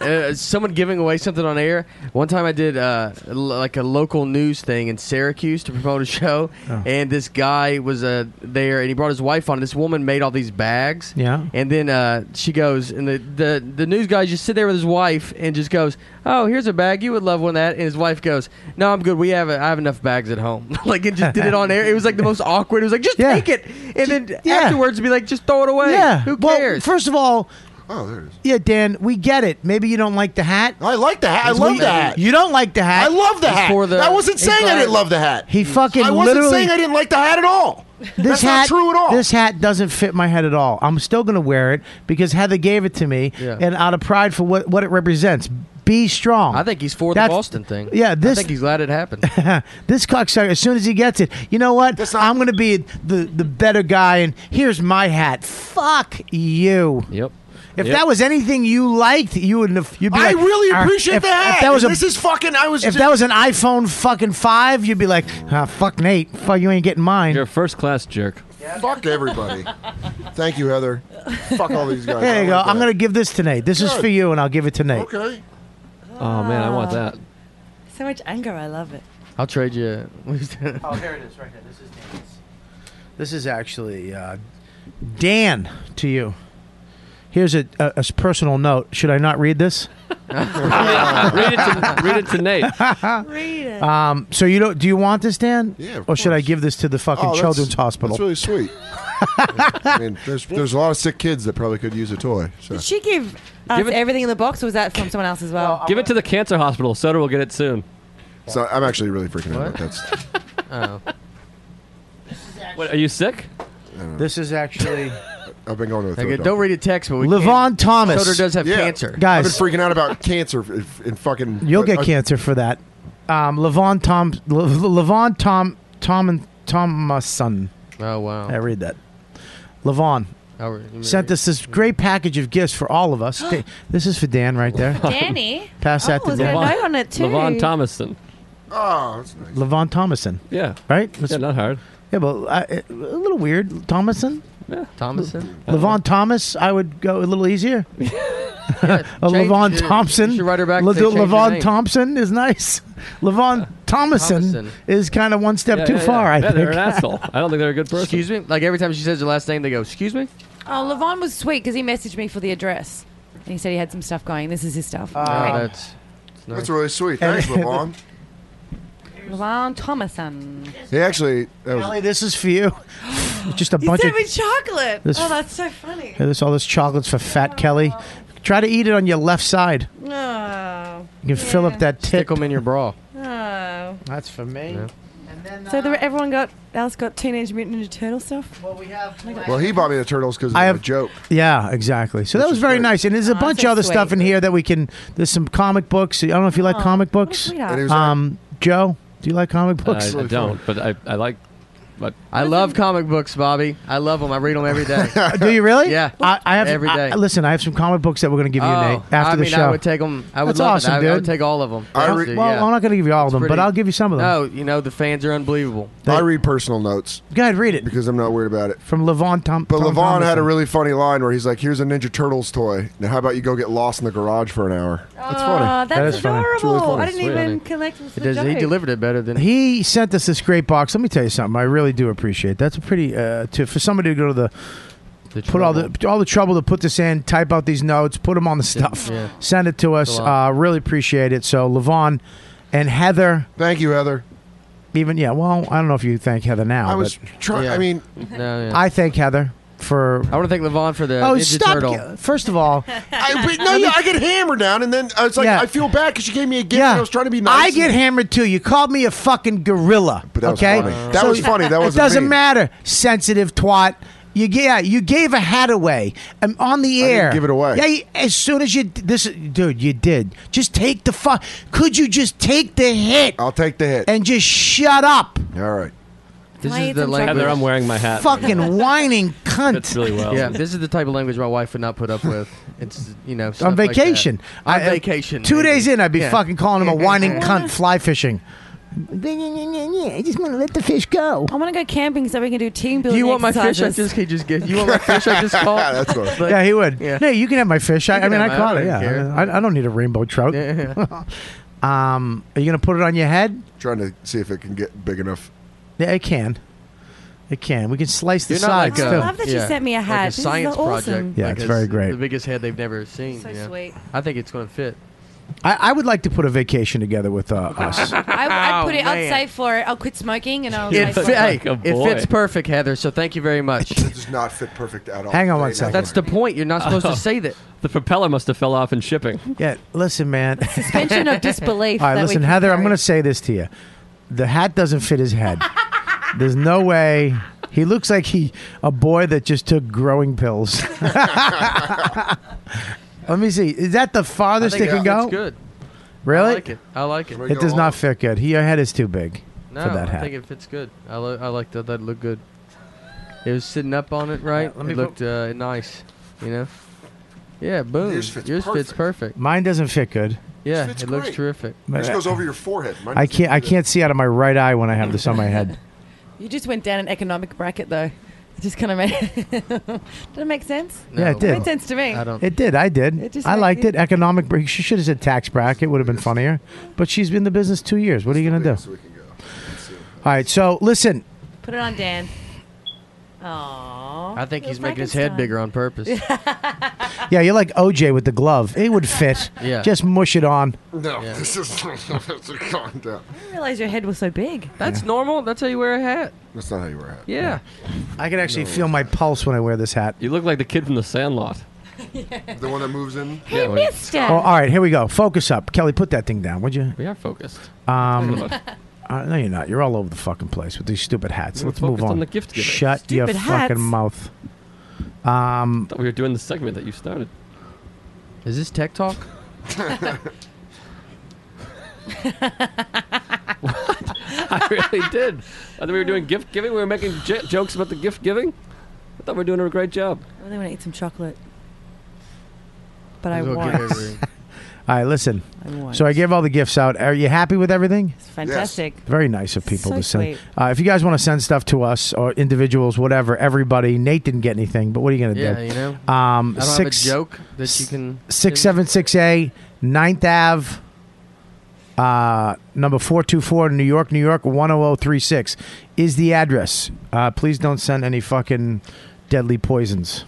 Speaker 12: uh, someone giving away something on air. One time I did uh, l- like a local news thing in Syracuse to promote a show,
Speaker 3: Oh.
Speaker 12: and this guy was uh, there, and he brought his wife on. This woman made all these bags,
Speaker 3: Yeah.
Speaker 12: and then uh, she goes, and the, the the news guy just sit there with his wife and just goes, "Oh, here's a bag. You would love one of that." And his wife goes, "No, I'm good. We have a, I have enough bags at home." like it just did it on air. It was like the most awkward. It was like just take it, and then afterwards be like, just throw it away.
Speaker 3: Yeah.
Speaker 12: Who
Speaker 3: Well,
Speaker 12: cares?
Speaker 3: first of all,
Speaker 13: Oh, there it is.
Speaker 3: yeah, Dan, we get it. Maybe you don't like the hat.
Speaker 13: I like the hat. I
Speaker 3: We-
Speaker 13: love the hat.
Speaker 3: You don't like the hat.
Speaker 13: I love the hat. I wasn't saying I didn't love the hat.
Speaker 3: He fucking
Speaker 13: I wasn't
Speaker 3: literally.
Speaker 13: saying I didn't like the hat at all.
Speaker 3: This
Speaker 13: That's
Speaker 3: hat,
Speaker 13: not true at all.
Speaker 3: This hat doesn't fit my head at all. I'm still going to wear it because Heather gave it to me,
Speaker 12: Yeah.
Speaker 3: and out of pride for what, what it represents. Be strong.
Speaker 12: I think he's for the
Speaker 3: That's-
Speaker 12: Boston thing.
Speaker 3: Yeah, this
Speaker 12: I think he's glad it happened.
Speaker 3: this cocksucker. As soon as he gets it, you know what? I'm going to be the the better guy, and here's my hat. Fuck you.
Speaker 10: Yep.
Speaker 3: If
Speaker 10: Yep.
Speaker 3: that was anything you liked, you would have. You'd be
Speaker 13: I
Speaker 3: like,
Speaker 13: really
Speaker 3: "Arr."
Speaker 13: appreciate
Speaker 3: if,
Speaker 13: the hat.
Speaker 3: If that was a,
Speaker 13: this is fucking. I was.
Speaker 3: if that was an iPhone fucking five, you'd be like, ah, "Fuck Nate, fuck you ain't getting mine."
Speaker 10: You're a first class jerk.
Speaker 13: fuck everybody. Thank you, Heather. fuck all these guys.
Speaker 3: There
Speaker 13: I
Speaker 3: you go.
Speaker 13: like
Speaker 3: I'm gonna give this to Nate. This is
Speaker 13: Good.
Speaker 3: for you, and I'll give it to Nate.
Speaker 13: that. Okay.
Speaker 10: Oh man, I want
Speaker 17: Ah.
Speaker 10: that.
Speaker 15: So much anger. I love it.
Speaker 12: I'll trade you.
Speaker 3: Oh, there it is, right there. This is Dan's. This is actually uh, Dan to you. Here's a, a, a personal note. Should I not read this?
Speaker 10: read, it to, read it to Nate.
Speaker 3: Read it. Um, so you don't? Do you want this, Dan?
Speaker 13: Yeah, of
Speaker 3: or should I give this to the fucking
Speaker 13: Oh, that's-
Speaker 3: children's hospital?
Speaker 13: That's really sweet. I mean, there's there's a lot of sick kids that probably could use a toy. So.
Speaker 5: Did she give us everything in the box, or was that from someone else as well?
Speaker 10: Give it to the cancer hospital. Soda will get it soon.
Speaker 13: So I'm actually really freaking out. That's
Speaker 10: oh. What, are you sick?
Speaker 3: This is actually.
Speaker 13: I've been going to. A
Speaker 12: Like,
Speaker 13: throat
Speaker 12: don't read a text, but we can't- Soder does have cancer.
Speaker 3: Guys.
Speaker 13: I've been freaking out about cancer f- and fucking.
Speaker 3: You'll
Speaker 13: but
Speaker 3: get
Speaker 13: I-
Speaker 3: cancer for that. Um, Levon Tom, Le- Levon Tom, Tom and Thomason.
Speaker 12: Oh wow!
Speaker 3: I read that. Levon
Speaker 12: Oh, you
Speaker 3: sent us this great package of gifts for all of us. Da- this is for Dan right there.
Speaker 5: Danny?
Speaker 3: pass that
Speaker 5: Oh,
Speaker 3: to
Speaker 5: there's a
Speaker 3: Dan.
Speaker 5: note on it too.
Speaker 10: Levon Thomason.
Speaker 13: Oh, that's nice.
Speaker 3: Levon Thomason.
Speaker 10: Yeah.
Speaker 3: Right?
Speaker 10: Yeah, not hard.
Speaker 3: Yeah, but I, it- a little weird. Thomason.
Speaker 10: Yeah.
Speaker 12: Thomason.
Speaker 3: Levon Thomas. I would go a little easier. a
Speaker 12: change
Speaker 3: Levon
Speaker 12: your-
Speaker 3: Thompson.
Speaker 12: you should write her back
Speaker 3: Le-
Speaker 12: and say, "Change your
Speaker 3: Levon
Speaker 12: name." Uh,
Speaker 3: Thompson is nice. Levon Thomason,
Speaker 12: Thomason.
Speaker 3: is kind of one step
Speaker 12: Yeah,
Speaker 3: too
Speaker 12: yeah, yeah.
Speaker 3: far. I
Speaker 12: Yeah,
Speaker 3: think.
Speaker 12: they're an asshole.
Speaker 10: I don't think they're a good person.
Speaker 12: Excuse me. Like every time she says her last name, they go, "Excuse me."
Speaker 5: Oh, Levon was sweet because he messaged me for the address. And he said he had some stuff going. This is his stuff.
Speaker 12: Oh,
Speaker 5: Great.
Speaker 12: that's
Speaker 13: That's really sweet. Thanks, Levon.
Speaker 5: Levon Thomason.
Speaker 13: They actually. That was,
Speaker 3: Ellie, this is for you. Just a bunch of.
Speaker 5: chocolate.
Speaker 3: This-
Speaker 5: oh, that's so funny.
Speaker 3: Yeah, This all this chocolates for Fat Kelly. Try to eat it on your left side.
Speaker 5: No.
Speaker 3: You can fill up that tip.
Speaker 12: them in your bra.
Speaker 5: No.
Speaker 3: That's for me.
Speaker 15: So the, everyone got else got Teenage Mutant Ninja Turtle stuff. Well, we have.
Speaker 13: well, he bought me the turtles because
Speaker 3: I
Speaker 13: I
Speaker 3: have-
Speaker 13: have a joke.
Speaker 3: Yeah, exactly. So that was very nice, and there's a
Speaker 15: Oh,
Speaker 3: bunch
Speaker 15: so
Speaker 3: of other
Speaker 15: sweet.
Speaker 3: stuff in here that we can. There's some comic books. I don't know if you like
Speaker 15: Aw,
Speaker 3: comic
Speaker 15: what a
Speaker 3: books.
Speaker 15: sweetheart. And it was
Speaker 3: Um, Joe, do you like
Speaker 12: Uh,
Speaker 3: comic
Speaker 10: I,
Speaker 3: books?
Speaker 10: I don't, but I, I like. But
Speaker 12: I love comic books, Bobby. I love them. I read them every day.
Speaker 3: Do you really?
Speaker 12: Yeah,
Speaker 3: I, I have
Speaker 12: every
Speaker 3: I-
Speaker 12: day.
Speaker 3: listen, I have some comic books that we're going to give you,
Speaker 12: Oh,
Speaker 3: Nate, after
Speaker 12: I
Speaker 3: the
Speaker 12: mean,
Speaker 3: show.
Speaker 12: I would take them. I would
Speaker 3: That's
Speaker 12: love
Speaker 3: awesome,
Speaker 12: it. I,
Speaker 3: dude.
Speaker 12: I would take all of them.
Speaker 3: I re- well, I'm not going to give you all of them, but I'll give you some of them.
Speaker 12: No, you know the fans are unbelievable.
Speaker 13: I read personal notes.
Speaker 3: Go ahead, read it.
Speaker 13: Because I'm not worried about it.
Speaker 3: From Levon Tom.
Speaker 13: But
Speaker 3: Tom
Speaker 13: Levon had a
Speaker 3: Thomason.
Speaker 13: really funny line where he's like, "Here's a Ninja Turtles toy. Now, how about you go get lost in the garage for an hour?" That's funny.
Speaker 15: Aw, that's That is funny.
Speaker 13: It's really
Speaker 15: adorable.
Speaker 13: funny.
Speaker 15: I didn't even connect with the joke.
Speaker 12: it better than
Speaker 3: he sent us this great box. Let me tell you something. I really do appreciate. That's a pretty uh, to for somebody to go to the. put all the all the trouble to put this in, type out these notes, put them on the stuff,
Speaker 12: Yeah.
Speaker 3: send it to us.
Speaker 12: It's a lot.
Speaker 3: Uh, really appreciate it. So Levon and Heather,
Speaker 13: thank you, Heather.
Speaker 3: Even yeah, well, I don't know if you thank Heather now.
Speaker 13: I was
Speaker 3: but
Speaker 13: trying. I mean,
Speaker 12: No, yeah.
Speaker 3: I thank Heather for.
Speaker 12: I want to thank Levon for the
Speaker 3: oh,
Speaker 12: Ninja
Speaker 3: stop!
Speaker 12: Turtle.
Speaker 3: First of all,
Speaker 13: I, but no, yeah, I get hammered down, and then I was like,
Speaker 3: Yeah.
Speaker 13: I feel bad because she gave me a gift.
Speaker 3: yeah,
Speaker 13: and I was trying to be nice.
Speaker 3: I get hammered too. You called me a fucking gorilla.
Speaker 13: But that was
Speaker 3: okay,
Speaker 13: funny. That was funny. That
Speaker 3: it
Speaker 13: wasn't
Speaker 3: doesn't
Speaker 13: me.
Speaker 3: matter. Sensitive twat. You g- yeah, you gave a hat away um, on the
Speaker 13: I didn't
Speaker 3: air.
Speaker 13: give it away.
Speaker 3: Yeah, you, as soon as you d- this dude, you did. Just take the fuck. Could you just take the hit
Speaker 13: I'll take the hit.
Speaker 3: and just shut up?
Speaker 13: All right.
Speaker 12: This
Speaker 3: I
Speaker 12: is
Speaker 3: eat
Speaker 12: the
Speaker 3: some
Speaker 12: language.
Speaker 10: Heather, I'm wearing my hat.
Speaker 3: Fucking whining cunt.
Speaker 10: That's really well.
Speaker 12: Yeah, Um, this is the type of language my wife would not put up with. It's you know stuff
Speaker 3: on
Speaker 12: like that.
Speaker 3: vacation.
Speaker 12: On
Speaker 3: I- uh,
Speaker 12: vacation.
Speaker 3: Two
Speaker 12: maybe.
Speaker 3: days in, I'd be
Speaker 12: Yeah.
Speaker 3: fucking calling him a whining cunt fly fishing. I just want to let the fish go.
Speaker 15: I want to go camping so we can do team
Speaker 12: Do
Speaker 15: building.
Speaker 12: you want my fish? I
Speaker 15: exercises.
Speaker 12: just could just get. You want my fish? I just caught.
Speaker 13: That's what.
Speaker 12: Like,
Speaker 3: yeah, he would.
Speaker 12: yeah.
Speaker 3: Hey, you can have my fish.
Speaker 12: You
Speaker 3: I, I
Speaker 12: can
Speaker 3: mean, I
Speaker 12: have it. I
Speaker 3: caught it.
Speaker 12: don't
Speaker 3: Yeah,
Speaker 12: care.
Speaker 3: I, I don't need a rainbow trout. um, are you gonna put it on your head?
Speaker 13: Trying to see if it can get big enough.
Speaker 3: Yeah, it can. It can. We can slice the
Speaker 12: You're not like uh,
Speaker 3: sides
Speaker 12: a-
Speaker 3: too.
Speaker 15: I love that you sent me a
Speaker 12: like
Speaker 15: hat. This is
Speaker 12: science
Speaker 15: awesome.
Speaker 12: project.
Speaker 3: Yeah,
Speaker 12: Like
Speaker 3: it's very great.
Speaker 12: The biggest head they've never seen. So sweet. I think it's going to fit.
Speaker 3: I, I would like to put a vacation together with uh, us.
Speaker 5: I, I'd
Speaker 12: Oh,
Speaker 5: put it. I'd
Speaker 12: man.
Speaker 5: save for it. I'll quit smoking and I'll.
Speaker 12: It,
Speaker 5: save for
Speaker 12: fit, hey,
Speaker 5: it.
Speaker 12: it fits perfect, Heather. So thank you very much.
Speaker 13: It does not fit perfect at all.
Speaker 3: Hang on one second.
Speaker 12: That's the point. You're not
Speaker 3: Oh.
Speaker 12: supposed to say that.
Speaker 10: The propeller must have fell off in shipping.
Speaker 3: Yeah, listen, man.
Speaker 5: Suspension of disbelief.
Speaker 3: All right,
Speaker 5: that we can
Speaker 3: listen, Heather. I'm
Speaker 5: carry.
Speaker 3: going to say this to you: the hat doesn't fit his head. There's no way. He looks like he a boy that just took growing pills. Let me see. Is that the
Speaker 12: I
Speaker 3: farthest
Speaker 12: think
Speaker 3: it can
Speaker 12: it's
Speaker 3: go?
Speaker 12: good.
Speaker 3: Really?
Speaker 12: I like it. I like it.
Speaker 3: It does not fit good. He, your head is too big
Speaker 12: No,
Speaker 3: for that
Speaker 12: I
Speaker 3: hat.
Speaker 12: think it fits good. I, lo- I like that. That looked good. It was sitting up on it, right?
Speaker 3: let me
Speaker 12: it looked uh, nice. You know. Yeah. Boom.
Speaker 13: Yours fits perfect.
Speaker 12: perfect.
Speaker 3: Mine doesn't fit good.
Speaker 12: Yeah.
Speaker 13: fits
Speaker 12: It looks
Speaker 13: great.
Speaker 12: terrific.
Speaker 3: But
Speaker 13: Yours goes over your forehead. Mine
Speaker 3: I
Speaker 13: doesn't
Speaker 3: can't. I
Speaker 13: do that.
Speaker 3: can't see out of my right eye when I have this on my head.
Speaker 5: You just went down an economic bracket though. It just kind of made. Did it make sense?
Speaker 3: Yeah, it did.
Speaker 5: Made sense to me.
Speaker 3: It did. I did.
Speaker 5: It just
Speaker 3: I
Speaker 5: made
Speaker 3: liked
Speaker 5: you-
Speaker 3: it. Economic. bra- She should have said tax bracket. Would have been funnier. But she's been in the business two years. What are you going to do? All right. So listen.
Speaker 5: Put it on, Dan. Aww.
Speaker 12: I think he's making his head bigger on purpose.
Speaker 3: Yeah, you're like OJ with the glove. It would fit.
Speaker 12: Yeah.
Speaker 3: Just mush it on.
Speaker 4: No, this is that's a calm down.
Speaker 5: I didn't realize your head was so big.
Speaker 12: That's normal. That's how you wear a hat.
Speaker 4: That's not how you wear a hat.
Speaker 12: Yeah.
Speaker 3: I can actually feel my pulse when I wear this hat.
Speaker 10: You look like the kid from The Sandlot.
Speaker 4: The one that moves in.
Speaker 10: Hey, Yeah, wait. mister.
Speaker 3: Oh, all right, here we go. Focus up, Kelly. Put that thing down, would you?
Speaker 10: We are focused.
Speaker 3: Um,
Speaker 10: Lord.
Speaker 3: uh, no, you're not. You're all over the fucking place with these stupid hats.
Speaker 10: We were
Speaker 3: Let's move
Speaker 10: focused
Speaker 3: on.
Speaker 10: on the gift giving.
Speaker 3: Shut your
Speaker 10: Stupid hats?
Speaker 3: fucking mouth. Um,
Speaker 10: thought we were doing the segment that you started.
Speaker 12: Is this tech talk?
Speaker 10: I really did. I thought we were doing gift giving. We were making j- jokes about the gift giving. I thought we were doing a great job.
Speaker 5: I really want to eat some chocolate. But I
Speaker 12: It's okay,
Speaker 5: won't.
Speaker 12: everyone.
Speaker 3: all right, listen.
Speaker 5: I won't.
Speaker 3: So I gave all the gifts out. Are you happy with everything?
Speaker 5: It's fantastic.
Speaker 3: Very nice of people
Speaker 5: So
Speaker 3: to send.
Speaker 5: sweet.
Speaker 3: Uh, if you guys want to send stuff to us or individuals, whatever, everybody. Nate didn't get anything, but what are you going to
Speaker 12: Yeah,
Speaker 3: do?
Speaker 12: you know.
Speaker 3: Um,
Speaker 12: I don't have a
Speaker 3: six,
Speaker 12: joke that you can
Speaker 3: Six seven six A Ninth Ave. Uh, number 424 New York, New York 10036 is the address. Uh, please don't send any fucking deadly poisons.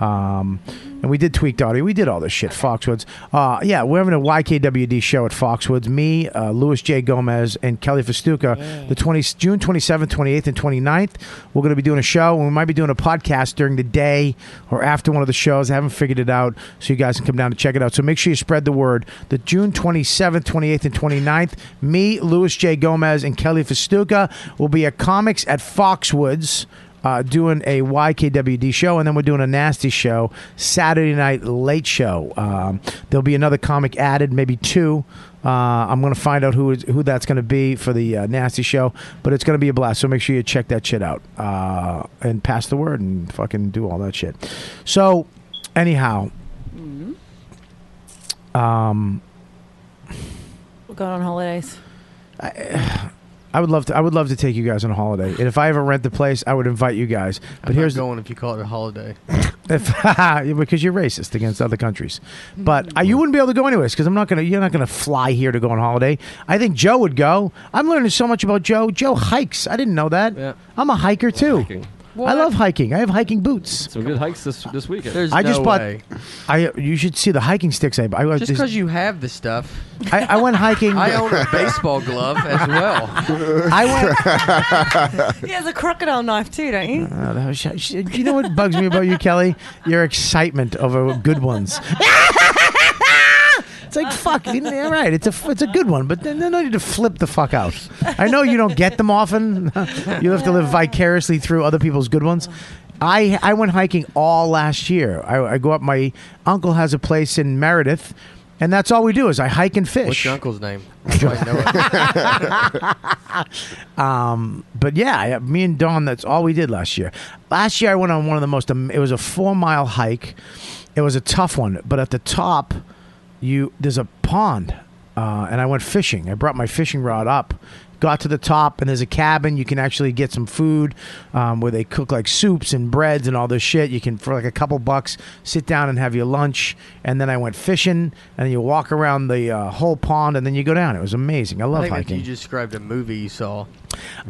Speaker 3: Um, and we did tweaked audio. We did all this shit. Foxwoods. Uh, yeah, we're having a YKWd show at Foxwoods. Me, uh, Louis J. Gomez, and Kelly Festuca. The twenty June twenty seventh, twenty eighth, and 29th. We're going to be doing a show, and we might be doing a podcast during the day or after one of the shows. I haven't figured it out, so you guys can come down and check it out. So make sure you spread the word. The June twenty seventh, twenty eighth, and 29th. Me, Louis J. Gomez, and Kelly Festuca will be at Comics at Foxwoods uh, doing a YKWd show, and then we're doing a nasty show Saturday night late show. Um, there'll be another comic added, maybe two. Uh, I'm gonna find out who is, who that's gonna be for the uh, nasty show, but it's gonna be a blast. So make sure you check that shit out uh, and pass the word and fucking do all that shit. So anyhow, um,
Speaker 5: We're going on holidays.
Speaker 3: I would love to. I would love to take you guys on a holiday, and if I ever rent the place, I would invite you guys. But
Speaker 12: I'm
Speaker 3: here's
Speaker 12: not going if you call it a holiday.
Speaker 3: if, because you're racist against other countries. But
Speaker 12: Mm-hmm.
Speaker 3: uh, you wouldn't be able to go anyways because I'm not gonna. You're not gonna fly here to go on holiday. I think Joe would go. I'm learning so much about Joe. Joe hikes. I didn't know that. I'm a hiker too. I love hiking. I have hiking boots.
Speaker 10: Some good hikes this this weekend.
Speaker 3: I just bought. I you should see the hiking sticks I. I
Speaker 12: Just because you have the stuff.
Speaker 3: I, I went hiking.
Speaker 12: I own a baseball glove as well.
Speaker 3: I went.
Speaker 5: He has a crocodile knife too, don't you?
Speaker 3: Oh, that was, sh- sh- you know what bugs me about you, Kelly? Your excitement over good ones. It's like fuck. you know, right. It's a f- it's a good one, but then no need to flip the fuck out. I know you don't get them often. you have to live vicariously through other people's good ones. I I went hiking all last year. I, I go up. My uncle has a place in Meredith, and that's all we do is I hike and fish.
Speaker 12: What's your uncle's name? I don't know it.
Speaker 3: Um, but yeah, I, me and Dawn, that's all we did last year. Last year, I went on one of the most. am- It was a four mile hike. It was a tough one, but at the top, you there's a pond, uh, and I went fishing. I brought my fishing rod up, got to the top, and there's a cabin. You can actually get some food um, where they cook like soups and breads and all this shit. You can for like a couple bucks sit down and have your lunch, and then I went fishing, and you walk around the uh, whole pond, and then you go down. It was amazing. I
Speaker 12: I
Speaker 3: love
Speaker 12: think that
Speaker 3: hiking.
Speaker 12: You just described a movie you saw.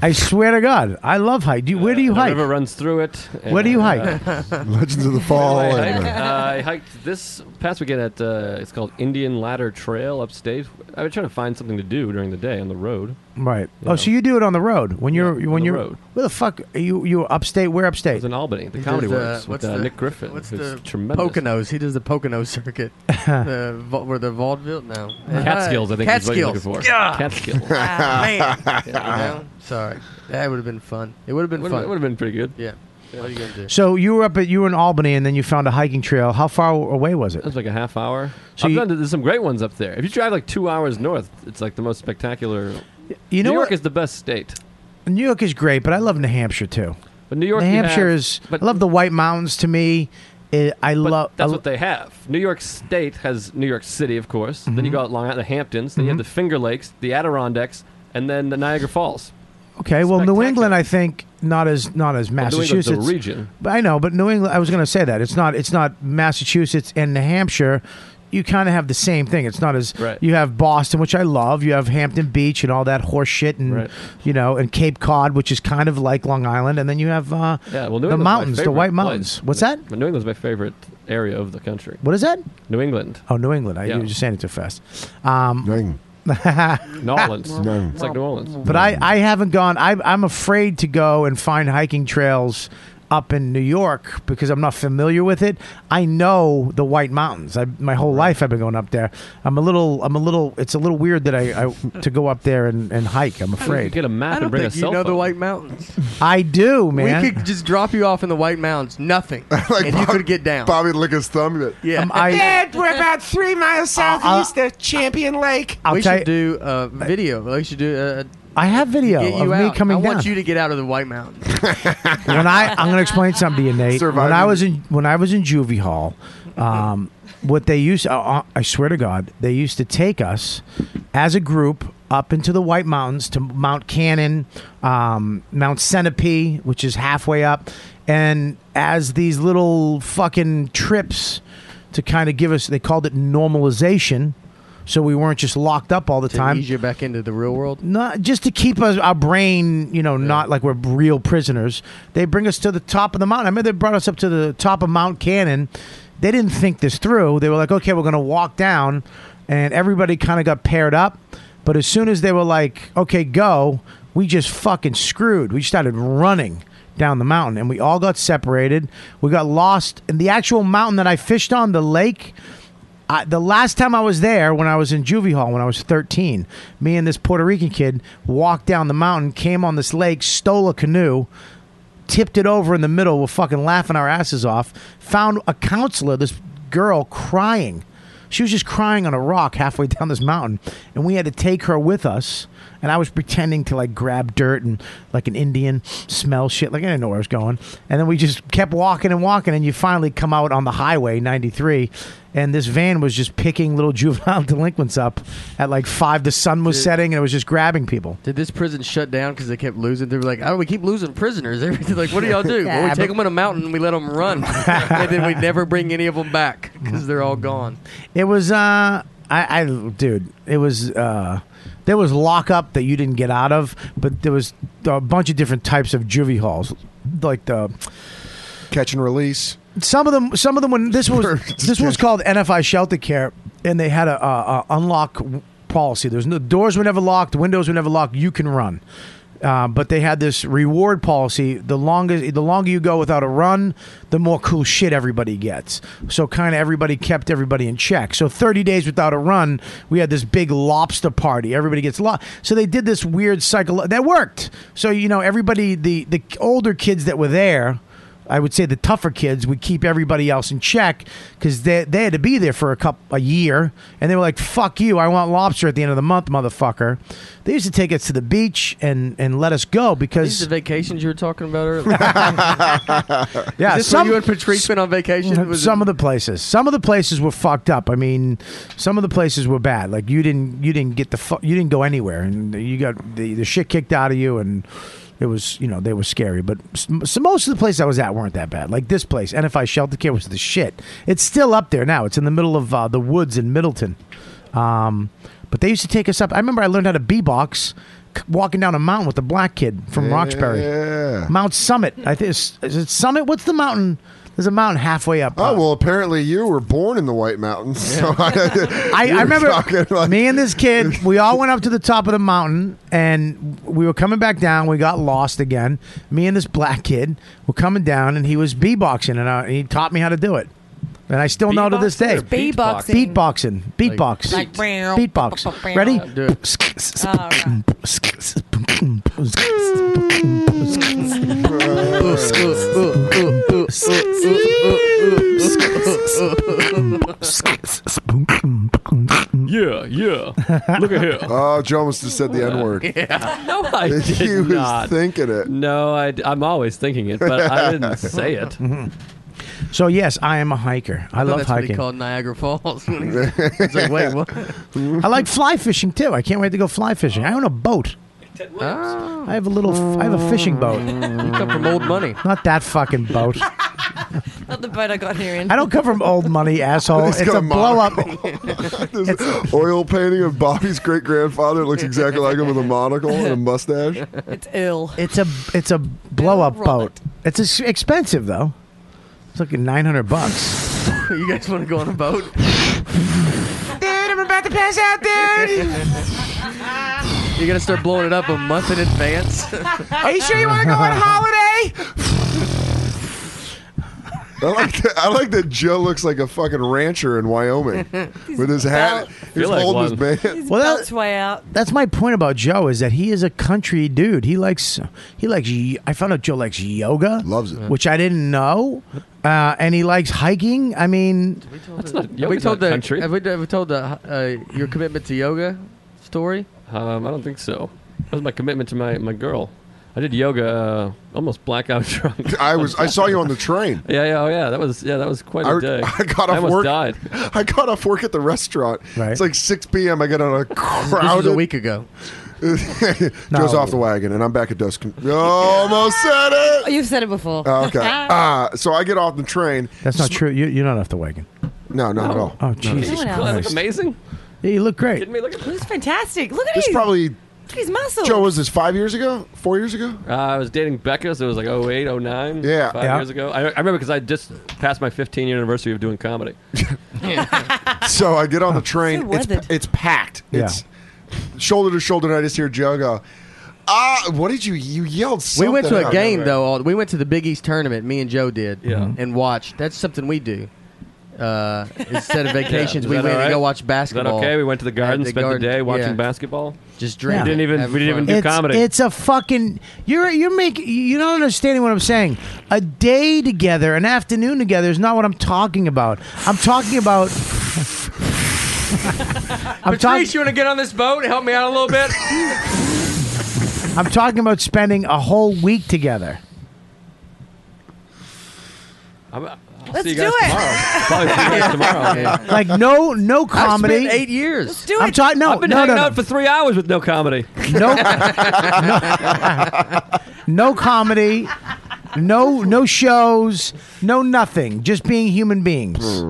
Speaker 3: I swear to God, I love hike. Do you, where do you
Speaker 10: the
Speaker 3: hike?
Speaker 10: river runs through it.
Speaker 3: Where do you
Speaker 10: and,
Speaker 3: hike?
Speaker 10: uh,
Speaker 3: Legends of the
Speaker 13: Oh,
Speaker 3: Fall
Speaker 10: Where do I,
Speaker 3: and-
Speaker 10: hike? Uh, I hiked this past weekend at uh, it's called Indian Ladder Trail upstate. I was trying to find something to do during the day on the road.
Speaker 3: Right. Oh, so you do it on the road when you're when
Speaker 10: the
Speaker 3: you're
Speaker 10: road.
Speaker 3: where the fuck are you you upstate? Where
Speaker 10: I
Speaker 3: upstate?
Speaker 10: was in Albany, the
Speaker 12: He
Speaker 10: Comedy
Speaker 12: does the-
Speaker 10: Works with
Speaker 12: what's
Speaker 10: uh,
Speaker 12: the-
Speaker 10: Nick Griffin.
Speaker 12: what's
Speaker 10: who's
Speaker 12: the
Speaker 10: tremendous?
Speaker 12: Poconos. He does the Pocono circuit. the, va- where the vaudeville? No.
Speaker 10: Catskills, I think is what you're
Speaker 12: Catskills.
Speaker 10: looking for.
Speaker 12: Yeah.
Speaker 10: Catskills.
Speaker 12: Ah, man.
Speaker 10: Yeah.
Speaker 12: You know? Sorry. That would have been fun. It would have been
Speaker 10: Would've-
Speaker 12: fun.
Speaker 10: it would've been pretty good.
Speaker 12: Yeah. What are you going to do?
Speaker 3: So you were up at you were in Albany and then you found a hiking trail. How far away was it?
Speaker 10: That's like a half hour.
Speaker 3: So
Speaker 10: I've
Speaker 3: you-
Speaker 10: done- there's some great ones up there. If you drive like two hours north, it's like the most spectacular.
Speaker 3: You know
Speaker 10: New York
Speaker 3: what-
Speaker 10: is the best state.
Speaker 3: New York is great, but I love New Hampshire too.
Speaker 10: But New York,
Speaker 3: New
Speaker 10: you
Speaker 3: Hampshire
Speaker 10: have-
Speaker 3: is. I love the White Mountains. To me, Eh, I love.
Speaker 10: That's what they have. New York State has New York City, of course.
Speaker 3: Mm-hmm.
Speaker 10: Then you go out Long Island, the Hamptons. Then you have the Finger Lakes, the Adirondacks, and then the Niagara Falls.
Speaker 3: Okay, well, New England, I think not as not as
Speaker 10: New England's a
Speaker 3: Massachusetts
Speaker 10: region.
Speaker 3: But I know, but New England, I was going to say that it's not it's not Massachusetts and New Hampshire. you kind of have the same thing. It's not as you have Boston, which I love. You have Hampton Beach and all that horse shit, and you know, and Cape Cod, which is kind of like Long Island, and then you have uh,
Speaker 10: Yeah, well, New
Speaker 3: the
Speaker 10: England's my
Speaker 3: mountains, the
Speaker 10: favorite
Speaker 3: White
Speaker 10: place.
Speaker 3: Mountains. What's that?
Speaker 10: But New England's my favorite area of the country.
Speaker 3: What is that?
Speaker 10: New England.
Speaker 3: Oh, New England. I,
Speaker 10: Yeah.
Speaker 3: You were just saying it too fast. Um,
Speaker 10: New Orleans. It's like New Orleans.
Speaker 3: But I, I haven't gone. I, I'm afraid to go and find hiking trails up in New York because I'm not familiar with it. I know the White Mountains. I, my whole life I've been going up there. I'm a little. I'm a little. It's a little weird that I, I to go up there and, and hike. I'm
Speaker 10: You
Speaker 3: afraid.
Speaker 10: get a map
Speaker 12: I
Speaker 10: and
Speaker 12: don't
Speaker 10: bring
Speaker 12: think
Speaker 10: a
Speaker 12: you
Speaker 10: cell
Speaker 12: know the
Speaker 10: phone.
Speaker 12: White Mountains.
Speaker 3: I do, man.
Speaker 12: We could just drop you off in the White Mountains, nothing, and you could get down.
Speaker 13: Bobby lick his thumb.
Speaker 12: Yeah,
Speaker 3: Um,
Speaker 10: Um,
Speaker 11: Dad, we're about three miles
Speaker 12: I'll-
Speaker 11: southeast of Champion Lake.
Speaker 12: we should do a video. We should do. A,
Speaker 3: I have video
Speaker 12: get
Speaker 3: of
Speaker 12: you
Speaker 3: me
Speaker 12: out.
Speaker 3: coming
Speaker 12: I
Speaker 3: down.
Speaker 12: want you to get out of the White Mountains.
Speaker 3: when I I'm going to explain something to you, Nate. When I was in when I was in juvie hall, um, what they used uh, uh, I swear to God, they used to take us as a group up into the White Mountains to Mount Cannon, um, Mount Centipede, which is halfway up, and as these little fucking trips to kind of give us, they called it normalization. So we weren't just locked up all the time.
Speaker 12: ease you back into the real world.
Speaker 3: Not just to keep us, our brain, you know, not like we're real prisoners. They bring us to the top of the mountain. I mean, they brought us up to the top of Mount Cannon. They didn't think this through. They were like, okay, we're going to walk down. And everybody kind of got paired up. But as soon as they were like, okay, go, we just fucking screwed. We started running down the mountain and we all got separated. We got lost. And the actual mountain that I fished on, the lake, I, the last time I was there, when I was in juvie hall, when I was 13, me and this Puerto Rican kid walked down the mountain, came on this lake, stole a canoe, tipped it over in the middle, we're fucking laughing our asses off, found a counselor, this girl crying. She was just crying on a rock halfway down this mountain, and we had to take her with us. And I was pretending to like grab dirt and like an Indian smell shit. Like I didn't know where I was going. And then we just kept walking and walking, and you finally come out on the highway 93. And this van was just picking little juvenile delinquents up at like five. The sun was setting, and it was just grabbing people.
Speaker 12: Did this prison shut down because they kept losing? They were like, "Oh, we keep losing prisoners." They were like, "What do y'all do?" well,
Speaker 3: Yeah,
Speaker 12: we take
Speaker 3: but-
Speaker 12: them on a mountain, and we let them run, and then we never bring any of them back because they're all gone.
Speaker 3: It was uh I, I dude, it was uh there was lockup that you didn't get out of, but there was a bunch of different types of juvie halls. Like the
Speaker 13: catch and release.
Speaker 3: Some of them some of them when this was this was called NFI shelter care and they had a, a, a unlock w- policy. There's no doors were never locked, windows were never locked, you can run. Uh, but they had this reward policy. The longer the longer you go without a run, the more cool shit everybody gets. So kind of everybody kept everybody in check. So 30 days without a run, we had this big lobster party. Everybody gets lost. So they did this weird cycle that worked. So you know everybody the the older kids that were there. I would say the tougher kids would keep everybody else in check because they, they had to be there for a couple a year, and they were like, "Fuck you! I want lobster at the end of the month, motherfucker." They used to take us to the beach and and let us
Speaker 12: These
Speaker 3: go
Speaker 12: are
Speaker 3: because
Speaker 12: the vacations you were talking about earlier.
Speaker 3: yeah,
Speaker 12: Is this where you and Patrice been on vacation? Was it-
Speaker 3: some of the places, some of the places were fucked up. I mean, some of the places were bad. Like you didn't you didn't get the fu- you didn't go anywhere, and you got the the shit kicked out of you and. It was, you know, they were scary, but s- so most of the places I was at weren't that bad. Like this place, NFI Shelter Care was the shit. It's still up there now. It's in the middle of uh, the woods in Middleton. Um, but they used to take us up. I remember I learned how to b-box c- walking down a mountain with a black kid from Roxbury.
Speaker 13: Yeah.
Speaker 3: Mount Summit. I think it's, is it Summit. What's the mountain? There's a mountain halfway up.
Speaker 13: Oh well, apparently you were born in the White Mountains. So I,
Speaker 3: I,
Speaker 13: you
Speaker 3: I
Speaker 13: were
Speaker 3: remember
Speaker 13: talking like-
Speaker 3: me and this kid. We all went up to the top of the mountain, and we were coming back down. We got lost again. Me and this black kid were coming down, and he was beatboxing, and uh, he taught me how to do it. And I still know to this day.
Speaker 15: Beatboxing or beatboxing?
Speaker 3: beatboxing, beatbox,
Speaker 15: Like- like-
Speaker 3: beatbox. Ready?
Speaker 12: Do it.
Speaker 10: Yeah, yeah. Look at here.
Speaker 13: Oh, Joe almost just said the N word.
Speaker 10: Yeah. No, I
Speaker 13: He
Speaker 10: did
Speaker 13: was
Speaker 10: not.
Speaker 13: thinking it.
Speaker 10: No, I, am always thinking it, but I didn't say it.
Speaker 3: So yes, I am a hiker. I,
Speaker 12: thought
Speaker 13: Oh,
Speaker 3: love
Speaker 12: that's What he
Speaker 3: hiking.
Speaker 12: called Niagara Falls. when he- it's like, wait, what?
Speaker 3: I like fly fishing too. I can't wait to go fly fishing. I own a boat.
Speaker 12: Ah.
Speaker 3: I have a little. I have a fishing boat.
Speaker 12: You come from old money.
Speaker 3: Not that fucking boat.
Speaker 5: Not the boat I got here in.
Speaker 3: I don't come from old money, asshole.
Speaker 13: He's
Speaker 3: it's
Speaker 13: got
Speaker 3: a
Speaker 13: a
Speaker 3: blow up.
Speaker 13: There's an oil painting of Bobby's great grandfather. Looks exactly like him with a monocle and a mustache.
Speaker 5: It's ill.
Speaker 3: It's a it's a blow up boat. It's ex- expensive though. It's like nine hundred bucks.
Speaker 12: you guys want to go on a boat?
Speaker 18: Dude, I'm about to pass out, dude.
Speaker 12: You're gonna start blowing it up a month in advance.
Speaker 18: Are you sure you want to go on a holiday?
Speaker 13: I like that. I like that Joe looks like a fucking rancher in Wyoming with his hat. He's
Speaker 10: Feel like
Speaker 13: holding
Speaker 10: one.
Speaker 13: his man.
Speaker 3: Well,
Speaker 5: That's way out.
Speaker 3: That's my point about Joe is that he is a country dude. He likes he likes y- I found out Joe likes yoga, loves it, which I didn't know, uh, and he likes hiking. I mean,
Speaker 12: That's
Speaker 10: not-
Speaker 12: Have we
Speaker 10: yoga's
Speaker 12: told
Speaker 10: not
Speaker 12: the
Speaker 10: country.
Speaker 12: have we, have we told the uh, your commitment to yoga story?
Speaker 10: Um, I don't think so. That was my commitment to my, my girl. I did yoga uh, almost blackout drunk.
Speaker 13: I was. I saw you on the train.
Speaker 10: Yeah, yeah, oh yeah. That was yeah. That was quite a
Speaker 13: I-
Speaker 10: day.
Speaker 13: I got
Speaker 10: I
Speaker 13: off
Speaker 10: almost
Speaker 13: work.
Speaker 10: Died.
Speaker 13: I got off work at the restaurant. It's like 6 p.m. I get on a crowded.
Speaker 12: week ago.
Speaker 13: Joe's
Speaker 12: No.
Speaker 13: off the wagon, and I'm back at Dos. Con- Almost said it.
Speaker 5: You've said it before.
Speaker 13: Oh, okay. Ah, so I get off the train.
Speaker 3: that's not true. You, you're not off the wagon.
Speaker 13: No, not at all.
Speaker 3: Oh,
Speaker 13: No.
Speaker 3: Jesus
Speaker 5: Someone else.
Speaker 10: Well, I look
Speaker 3: Christ.
Speaker 10: amazing.
Speaker 3: Yeah, you look great.
Speaker 10: Kidding me? Look at
Speaker 5: He's fantastic. Look at
Speaker 13: This
Speaker 5: him.
Speaker 13: probably
Speaker 5: Look at his muscles.
Speaker 13: Joe was this five years ago, four years ago.
Speaker 10: Uh, I was dating Becca, so it was like 08, 09.
Speaker 13: Yeah.
Speaker 10: Five
Speaker 13: Yeah.
Speaker 10: years ago. I, I remember because I just passed my 15 year anniversary of doing comedy.
Speaker 13: so I get on the
Speaker 12: Oh.
Speaker 13: train.
Speaker 10: So
Speaker 13: it's, it's packed.
Speaker 10: Yeah.
Speaker 13: It's shoulder to shoulder, and I just hear Joe go, "Ah, what did you? You yelled
Speaker 12: We
Speaker 13: something."
Speaker 12: went to a
Speaker 13: out."
Speaker 12: game though. all- We went to the Big East tournament. Me and Joe did. Yeah.
Speaker 10: Mm-hmm.
Speaker 12: And watched. That's something we do. Uh, instead of vacations,
Speaker 10: Is
Speaker 12: we
Speaker 10: that
Speaker 12: went
Speaker 10: all
Speaker 12: and go
Speaker 10: right?
Speaker 12: watch basketball.
Speaker 10: Is that okay? We went to the
Speaker 12: at
Speaker 10: garden, spent
Speaker 12: garden.
Speaker 10: the day
Speaker 12: Yeah.
Speaker 10: watching basketball.
Speaker 12: Just
Speaker 10: drinking.
Speaker 3: Yeah.
Speaker 10: We didn't even we didn't even do
Speaker 3: it's,
Speaker 10: comedy.
Speaker 3: It's a fucking you're you're making you don't understand what I'm saying. A day together, an afternoon together is not what I'm talking about. I'm talking about. I'm talking.
Speaker 12: Patrice, you want to get on this boat and help me out a little bit?
Speaker 3: I'm talking about spending a whole week together.
Speaker 10: I'm, I'll
Speaker 5: Let's
Speaker 10: see you
Speaker 5: do
Speaker 10: guys
Speaker 5: it.
Speaker 10: tomorrow. Probably see you guys tomorrow.
Speaker 3: Like no no
Speaker 10: I've spent
Speaker 3: comedy.
Speaker 10: eight years. Let's
Speaker 5: do
Speaker 3: I'm
Speaker 5: it.
Speaker 3: talking. No,
Speaker 10: I've been
Speaker 3: no,
Speaker 10: hanging
Speaker 3: no,
Speaker 10: out for three hours with no comedy.
Speaker 3: no, no, no comedy. No, no shows. No nothing. Just being human beings,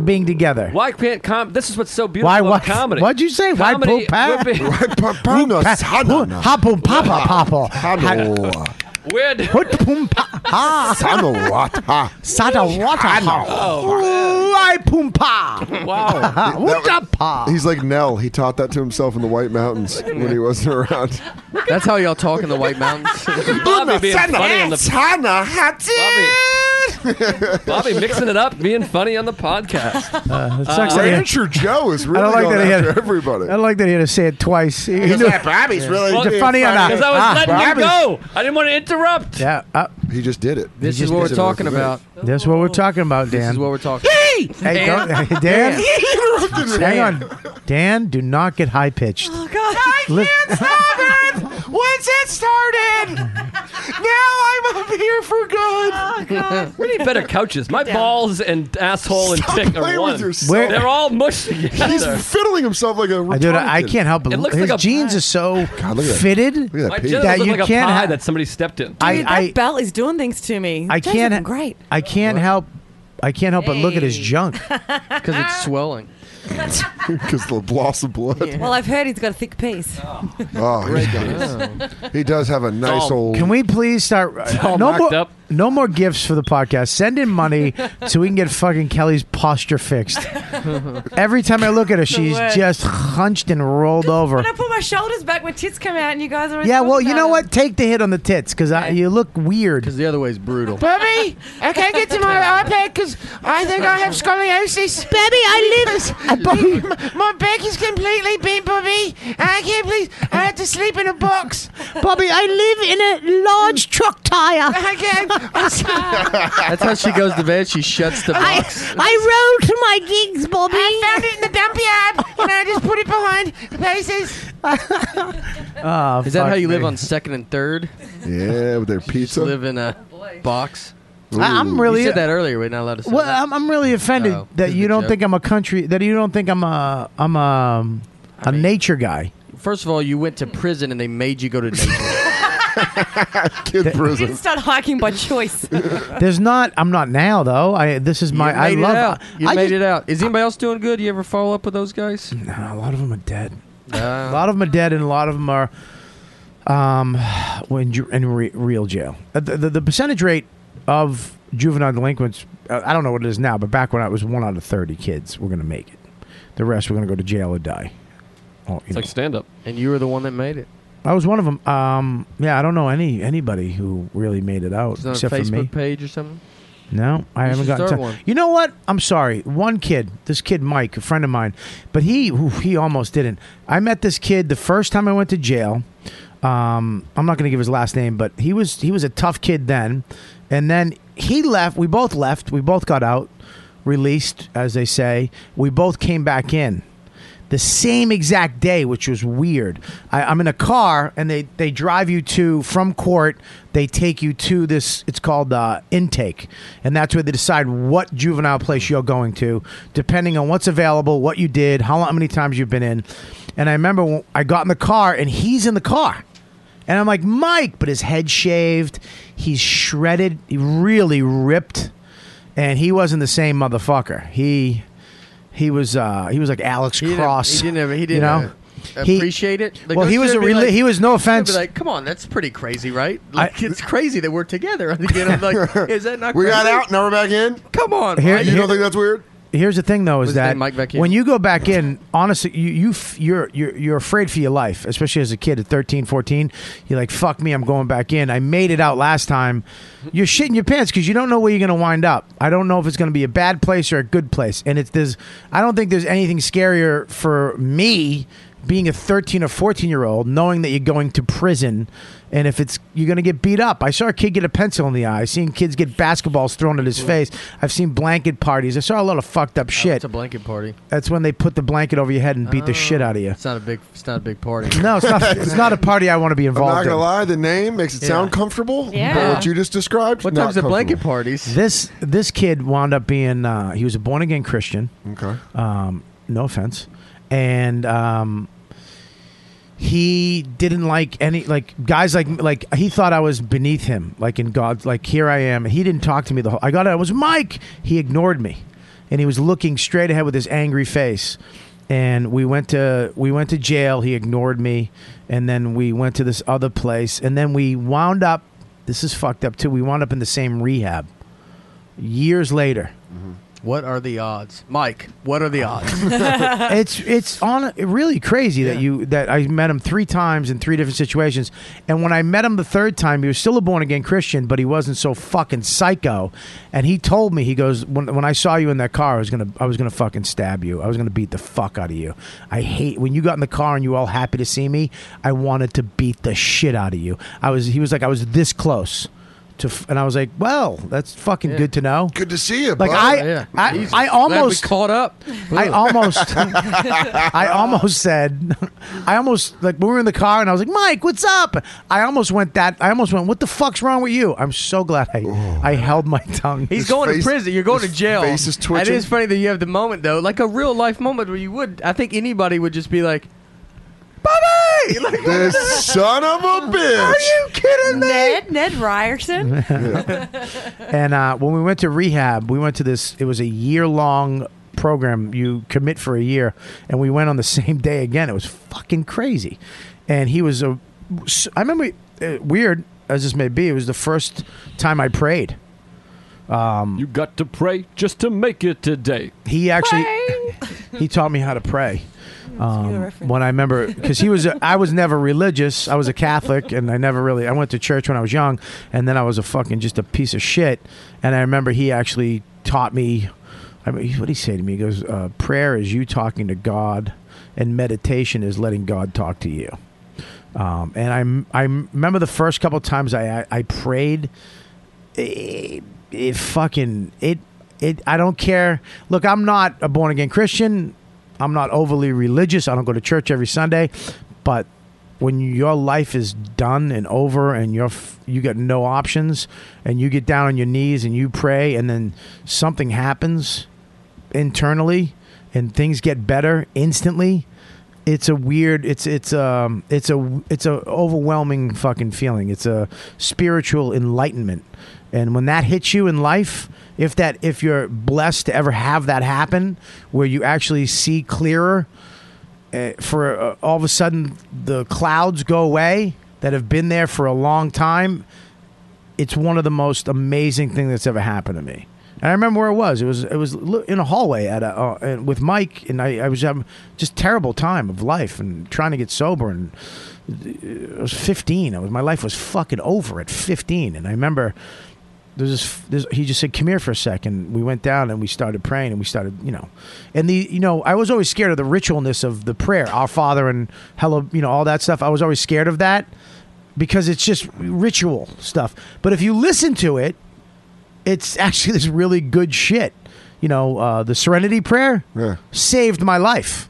Speaker 3: being together.
Speaker 10: Why can't com? This is what's so beautiful
Speaker 3: Why?
Speaker 10: about
Speaker 3: Why?
Speaker 10: comedy.
Speaker 3: What'd you say? Why
Speaker 10: Comedy
Speaker 3: poop? pa-
Speaker 10: would be-
Speaker 3: Poop pa- poop- ha, poop, papa, papa. Ha-
Speaker 10: Weird.
Speaker 3: Hoot, poom, pa- ha. Sada wata, ha.
Speaker 10: Oh,
Speaker 3: Why, poom, pa?
Speaker 13: That-
Speaker 3: Wooda, pa.
Speaker 13: He's like Nell. He taught that to himself in the White Mountains when he wasn't around.
Speaker 12: That's how y'all talk in the White Mountains.
Speaker 10: Bobby being funny on the Bobby, Bobby mixing it up, being funny on the podcast.
Speaker 3: It sucks
Speaker 10: Uh,
Speaker 3: that he had-
Speaker 13: Rancher Joe is really
Speaker 3: I don't like
Speaker 13: going
Speaker 3: that he had-
Speaker 13: after everybody.
Speaker 3: I don't like that he had to say it twice. He
Speaker 13: He's
Speaker 3: knew-
Speaker 13: like, Bobby's really
Speaker 3: Is it
Speaker 13: being
Speaker 3: funny or
Speaker 13: funny.
Speaker 3: not?
Speaker 10: Because I was
Speaker 3: Ah,
Speaker 10: letting you
Speaker 3: Bobby.
Speaker 10: go. I didn't want to interrupt.
Speaker 3: Yeah. uh,
Speaker 13: He just did it.
Speaker 12: This
Speaker 3: He
Speaker 12: is
Speaker 3: just
Speaker 12: what we're
Speaker 3: did it with
Speaker 12: talking
Speaker 3: the
Speaker 12: about.
Speaker 3: That's what we're talking about, Dan.
Speaker 12: This is what we're talking.
Speaker 18: Hey,
Speaker 3: Hey,
Speaker 12: Dan.
Speaker 3: don't- hey, Dan.
Speaker 18: interrupted me.
Speaker 3: Hang on. Dan, do not get high pitched.
Speaker 18: Oh God, I
Speaker 3: Li-
Speaker 18: can't stop it. Once it started, now I'm up here for good.
Speaker 3: Uh,
Speaker 18: Oh God.
Speaker 10: We need better couches. My balls and asshole
Speaker 13: Stop
Speaker 10: and dick
Speaker 13: playing
Speaker 10: are
Speaker 13: with
Speaker 10: one.
Speaker 13: yourself. Where-
Speaker 10: They're all mushed
Speaker 13: He's
Speaker 10: together.
Speaker 13: fiddling himself like a retarded.
Speaker 3: I, dude, I I can't help it.
Speaker 10: It looks
Speaker 3: His
Speaker 10: like a-
Speaker 3: jeans are so
Speaker 13: look at that-
Speaker 3: fitted
Speaker 13: look at
Speaker 10: My
Speaker 13: that
Speaker 10: genitals
Speaker 3: that
Speaker 10: look
Speaker 3: you
Speaker 10: like a
Speaker 3: can't
Speaker 10: pie
Speaker 3: ha-
Speaker 10: that somebody stepped in.
Speaker 3: I-
Speaker 5: Dude,
Speaker 3: I-
Speaker 5: that belt is doing things to me.
Speaker 3: I
Speaker 5: Joe's looking
Speaker 3: can't.
Speaker 5: great.
Speaker 3: I can't help. I can't help but look at his junk.
Speaker 12: Because it's swelling.
Speaker 13: because the loss of blood.
Speaker 5: Well, I've heard he's got a thick piece.
Speaker 13: Oh, he's got he does have a nice old.
Speaker 3: Can we please start?
Speaker 13: all
Speaker 3: no
Speaker 13: knocked
Speaker 3: more.
Speaker 13: up.
Speaker 3: No more gifts for the podcast. Send in money so we can get fucking Kelly's posture fixed. Every time I look at her, she's
Speaker 5: worst.
Speaker 3: just hunched and rolled over.
Speaker 5: When I put my shoulders back, my tits come out, and you guys are. always
Speaker 3: Yeah,
Speaker 5: talking
Speaker 3: well, you
Speaker 5: about
Speaker 3: know
Speaker 5: it.
Speaker 3: what? Take the hit on the tits because you look weird.
Speaker 12: Because the other way is brutal.
Speaker 18: Bubby, I can't get to my iPad because I think I have scoliosis. Bubby, I live. my back is completely bent, Bubby. I can't believe I had to sleep in a box.
Speaker 3: Bobby, I live in a large truck tire.
Speaker 18: I can't. I'm sorry.
Speaker 12: That's how she goes to bed. She shuts the box.
Speaker 3: I roll to my gigs, Bobby.
Speaker 18: I found it in the dump yard, and I just put it behind places.
Speaker 3: Oh,
Speaker 12: Is that
Speaker 3: fuck
Speaker 12: how you
Speaker 3: me.
Speaker 12: live on second and third?
Speaker 13: Yeah, with their
Speaker 12: Just
Speaker 13: pizza.
Speaker 12: live in a box.
Speaker 3: I- I'm really.
Speaker 12: You said that earlier. We're not allowed to say
Speaker 3: Well,
Speaker 12: that.
Speaker 3: I'm, I'm really offended
Speaker 12: Oh,
Speaker 3: that
Speaker 12: this
Speaker 3: you
Speaker 12: is a
Speaker 3: don't
Speaker 12: joke.
Speaker 3: think I'm a country. That you don't think I'm a I'm a a nature guy.
Speaker 12: First of all, you went to prison and they made you go to nature.
Speaker 13: Kid
Speaker 5: You didn't start hiking by choice.
Speaker 3: There's not. I'm not now though. I this is my.
Speaker 12: You made
Speaker 3: I love.
Speaker 12: it out. You
Speaker 3: I
Speaker 12: made
Speaker 3: just-
Speaker 12: it out. Is anybody else doing good? You ever follow up with those guys? No,
Speaker 3: a lot of them are dead. a lot of them are dead, and a lot of them are um, well, in, ju- in re- real jail. Uh, The, the, the percentage rate of juvenile delinquents, uh, I don't know what it is now, but back when I was one out of 30 kids were going to make it. The rest were going to go to jail or die. Oh, you
Speaker 10: It's like
Speaker 3: know.
Speaker 10: stand up.
Speaker 12: And you were the one that made it.
Speaker 3: I was one of them. Um, yeah, I don't know any anybody who really made it out
Speaker 12: Is it on a
Speaker 3: except for me.
Speaker 12: Facebook page or something?
Speaker 3: No, I
Speaker 12: You
Speaker 3: haven't
Speaker 12: should
Speaker 3: gotten
Speaker 12: start
Speaker 3: time.
Speaker 12: one.
Speaker 3: You know what? I'm sorry. One kid, this kid Mike, a friend of mine, but he oof, he almost didn't. I met this kid the first time I went to jail. Um, I'm not going to give his last name, but he was he was a tough kid then, and then he left. We both left. We both got out, released, as they say. We both came back in the same exact day, which was weird. I, I'm in a car, and they they drive you to from court. They take you to this. It's called uh, intake, and that's where they decide what juvenile place you're going to, depending on what's available, what you did, how long, how many times you've been in. And I remember when I got in the car, and he's in the car. And I'm like, Mike, but his head shaved. He's shredded. He really ripped. And he wasn't the same motherfucker. He he was uh he was like Alex
Speaker 12: He didn't-
Speaker 3: Cross.
Speaker 12: he didn't have- he
Speaker 3: you
Speaker 12: didn't,
Speaker 3: know?
Speaker 12: uh,
Speaker 3: He-
Speaker 12: appreciate it. Like,
Speaker 3: well,
Speaker 12: those
Speaker 3: he was a
Speaker 12: should be
Speaker 3: reli-
Speaker 12: like-
Speaker 3: he was no
Speaker 12: should be
Speaker 3: offense.
Speaker 12: Like, come on, that's pretty crazy, right? Like, it's crazy that we're together. Again, I'm like, is that not?
Speaker 13: We got
Speaker 12: crazy?
Speaker 13: out, now we're back in.
Speaker 12: Come on,
Speaker 3: Here-
Speaker 12: Mike.
Speaker 3: You don't think
Speaker 13: that's weird?
Speaker 3: Here's the thing, though, is
Speaker 12: his
Speaker 3: that
Speaker 12: name, Mike Vecchio?
Speaker 3: when you go back in, honestly, you, you f- you're you're you're afraid for your life, especially as a kid at 13, 14. You're like, "Fuck me, I'm going back in. I made it out last time." You're shitting your pants because you don't know where you're going to wind up. I don't know if it's going to be a bad place or a good place. And it's there's, I don't think there's anything scarier for me being a 13 or 14 year old knowing that you're going to prison and if it's you're going to get beat up i saw a kid get a pencil in the eye seeing kids get basketballs thrown at his face i've seen blanket parties i saw a lot of fucked up shit
Speaker 12: It's a blanket party.
Speaker 3: that's when they put the blanket over your head and beat the
Speaker 12: Oh.
Speaker 3: shit out of you
Speaker 12: It's not a big. It's not a big party.
Speaker 3: no it's not it's not a party i want to be
Speaker 13: I'm not
Speaker 3: involved
Speaker 13: gonna
Speaker 3: in
Speaker 13: lie, the name makes it
Speaker 3: Yeah.
Speaker 13: sound comfortable.
Speaker 12: Yeah.
Speaker 13: But what you just described. not comfortable.
Speaker 12: parties?
Speaker 3: This this kid wound up being uh, he was a born again Christian.
Speaker 13: Okay.
Speaker 3: Um, no offense, and um, he didn't like any like guys like like he thought I was beneath him. Like in God, like here I am. He didn't talk to me the whole. I got it. I was Mike. He ignored me, and he was looking straight ahead with his angry face. And we went to we went to jail. He ignored me, and then we went to this other place, and then we wound up. This is fucked up too. We wound up in the same rehab years later.
Speaker 12: What are the odds, Mike? What are the odds?
Speaker 3: it's it's on really crazy that you that I met him three times in three different situations, and when I met him the third time, he was still a born again Christian, but he wasn't so fucking psycho. And he told me he goes when when I saw you in that car, I was gonna I was gonna fucking stab you. I was gonna beat the fuck out of you. I hate when you got in the car and you were all happy to see me. I wanted to beat the shit out of you. I was he was like I was this close. To f- and I was like, well, that's fucking
Speaker 12: Yeah.
Speaker 3: good to know.
Speaker 13: Good to see you.
Speaker 3: Like
Speaker 13: bud.
Speaker 3: I, I, I almost
Speaker 12: caught up.
Speaker 3: I almost, I almost said, I almost like we were in the car and I was like, Mike, what's up? I almost went that. I almost went, what the fuck's wrong with you? I'm so glad I, I held my tongue.
Speaker 12: He's going to prison. You're going to jail.
Speaker 3: face is twitching.
Speaker 12: It is funny that you have the moment though, like a real life moment where you would. I think anybody would just be like, "Bobby, like, what
Speaker 13: This
Speaker 12: the-
Speaker 13: son of a bitch.
Speaker 12: Are you
Speaker 3: kidding
Speaker 15: me? Ned, Ned Ryerson.
Speaker 3: and uh, when we went to rehab, we went to this. It was a year long program. You commit for a year, and we went on the same day again. It was fucking crazy. And he was a. I remember uh, weird as this may be. It was the first time I prayed. Um,
Speaker 10: you got to pray just to make it today.
Speaker 3: He actually he taught me how to pray. Um, when I remember, because he was, a, I was never religious. I was a Catholic, and I never really. I went to church when I was young, and then I was a fucking just a piece of shit. And I remember he actually taught me. I mean, what did he say to me? He goes, uh, "Prayer is you talking to God, and meditation is letting God talk to you." Um, and I'm, I remember the first couple times I, I, I prayed it, it fucking it it I don't care. Look, I'm not a born again Christian. I'm not overly religious. I don't go to church every Sunday, but when your life is done and over and you're f- you got no options and you get down on your knees and you pray and then something happens internally and things get better instantly it's a weird it's it's um it's a it's a overwhelming fucking feeling it's a spiritual enlightenment and when that hits you in life if that if you're blessed to ever have that happen where you actually see clearer uh, for uh, all of a sudden the clouds go away that have been there for a long time it's one of the most amazing thing that's ever happened to me. And I remember where it was. It was it was li- in a hallway at a, uh, and with Mike, and I, I was having just terrible time of life and trying to get sober. And uh, I was 15. I was my life was fucking over at 15. And I remember there's this, this he just said come here for a second we went down and we started praying and we started you know and the you know i was always scared of the ritualness of the prayer our father and hello you know all that stuff i was always scared of that because it's just ritual stuff but if you listen to it it's actually this really good shit you know uh, the serenity prayer saved my life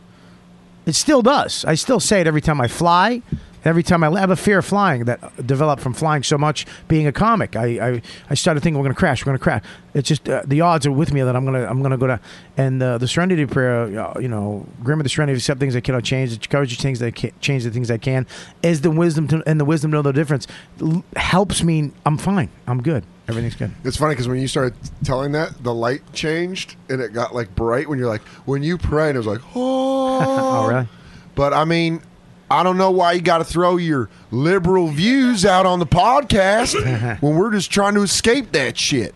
Speaker 3: it still does. I still say it every time I fly. Every time I I have a fear of flying that developed from flying so much, being a comic, I I, I started thinking we're gonna crash, we're gonna crash. It's just uh, the odds are with me that I'm gonna I'm gonna go to and uh, the Serenity Prayer, uh, you know, grim of the Serenity, accept things I cannot change, the courage to change that I can't change the things I can, is the wisdom to, and the wisdom to know the difference l- helps me. I'm fine. I'm good. Everything's good.
Speaker 4: It's funny because when you started telling that, the light changed and it got like bright when you're like, when you pray, and it was like, oh.
Speaker 3: oh, really?
Speaker 4: But I mean, I don't know why you got to throw your liberal views out on the podcast when we're just trying to escape that shit.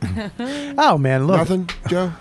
Speaker 3: oh man, look.
Speaker 4: Nothing, Joe?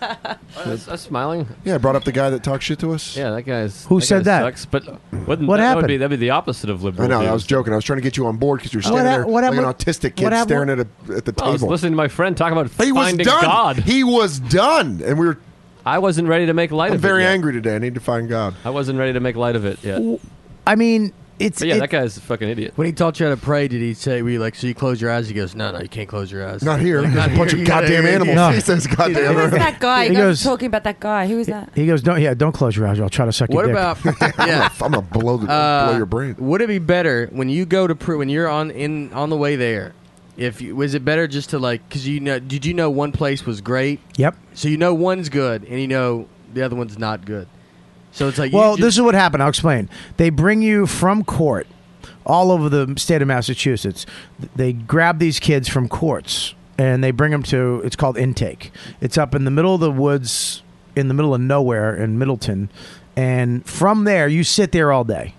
Speaker 10: That's, that's smiling.
Speaker 4: Yeah, I brought up the guy that talked shit to us.
Speaker 10: Yeah, that guy's.
Speaker 4: Who said that?
Speaker 10: Sucks, but wouldn't,
Speaker 4: What
Speaker 10: that
Speaker 4: happened?
Speaker 10: Would be, that'd be the opposite of liberal.
Speaker 4: I know, I
Speaker 10: views.
Speaker 4: was joking. I was trying to get you on board because you were
Speaker 10: What
Speaker 4: standing
Speaker 10: hap-
Speaker 4: there
Speaker 10: what
Speaker 4: like an
Speaker 10: happened-
Speaker 4: autistic
Speaker 10: what
Speaker 4: kid
Speaker 10: happened-
Speaker 4: staring at, a, at the
Speaker 10: I was
Speaker 4: table.
Speaker 10: listening to my friend talk about
Speaker 4: He was
Speaker 10: finding
Speaker 4: done.
Speaker 10: God.
Speaker 4: He was done, and we were.
Speaker 10: I wasn't ready to make light
Speaker 4: I'm
Speaker 10: of it
Speaker 4: very
Speaker 10: yet.
Speaker 4: angry today. I need to find God.
Speaker 10: I wasn't ready to make light of it yet.
Speaker 3: I mean, it's
Speaker 10: But yeah,
Speaker 12: it-
Speaker 10: that guy's a fucking idiot.
Speaker 12: When he taught you how to pray, did he say, "We like so you close your eyes"? He goes, "No, no, you can't close your eyes."
Speaker 4: Not here.
Speaker 12: Like,
Speaker 4: There's a bunch of
Speaker 12: You gotta-
Speaker 4: goddamn animals. He says goddamn
Speaker 12: You
Speaker 15: Who
Speaker 12: gotta-
Speaker 15: was that guy?
Speaker 3: He
Speaker 15: You guys were
Speaker 3: goes-
Speaker 15: talking about that guy. Who was that?
Speaker 3: He goes, don't yeah, don't close your eyes. I'll try to suck
Speaker 12: What
Speaker 3: your
Speaker 12: about?
Speaker 3: dick.
Speaker 12: Yeah,
Speaker 4: I'm gonna blow, the, blow your brain.
Speaker 12: Would it be better when you go to pr- when you're on in on the way there? If you, was it better just to like because you know did you know one place was great?
Speaker 3: Yep.
Speaker 12: So you know one's good and you know the other one's not good. So it's like you
Speaker 3: well,
Speaker 12: ju-
Speaker 3: this is what happened. I'll explain. They bring you from court, all over the state of Massachusetts. They grab these kids from courts and they bring them to. It's called intake. It's up in the middle of the woods, in the middle of nowhere in Middleton, and from there you sit there all day,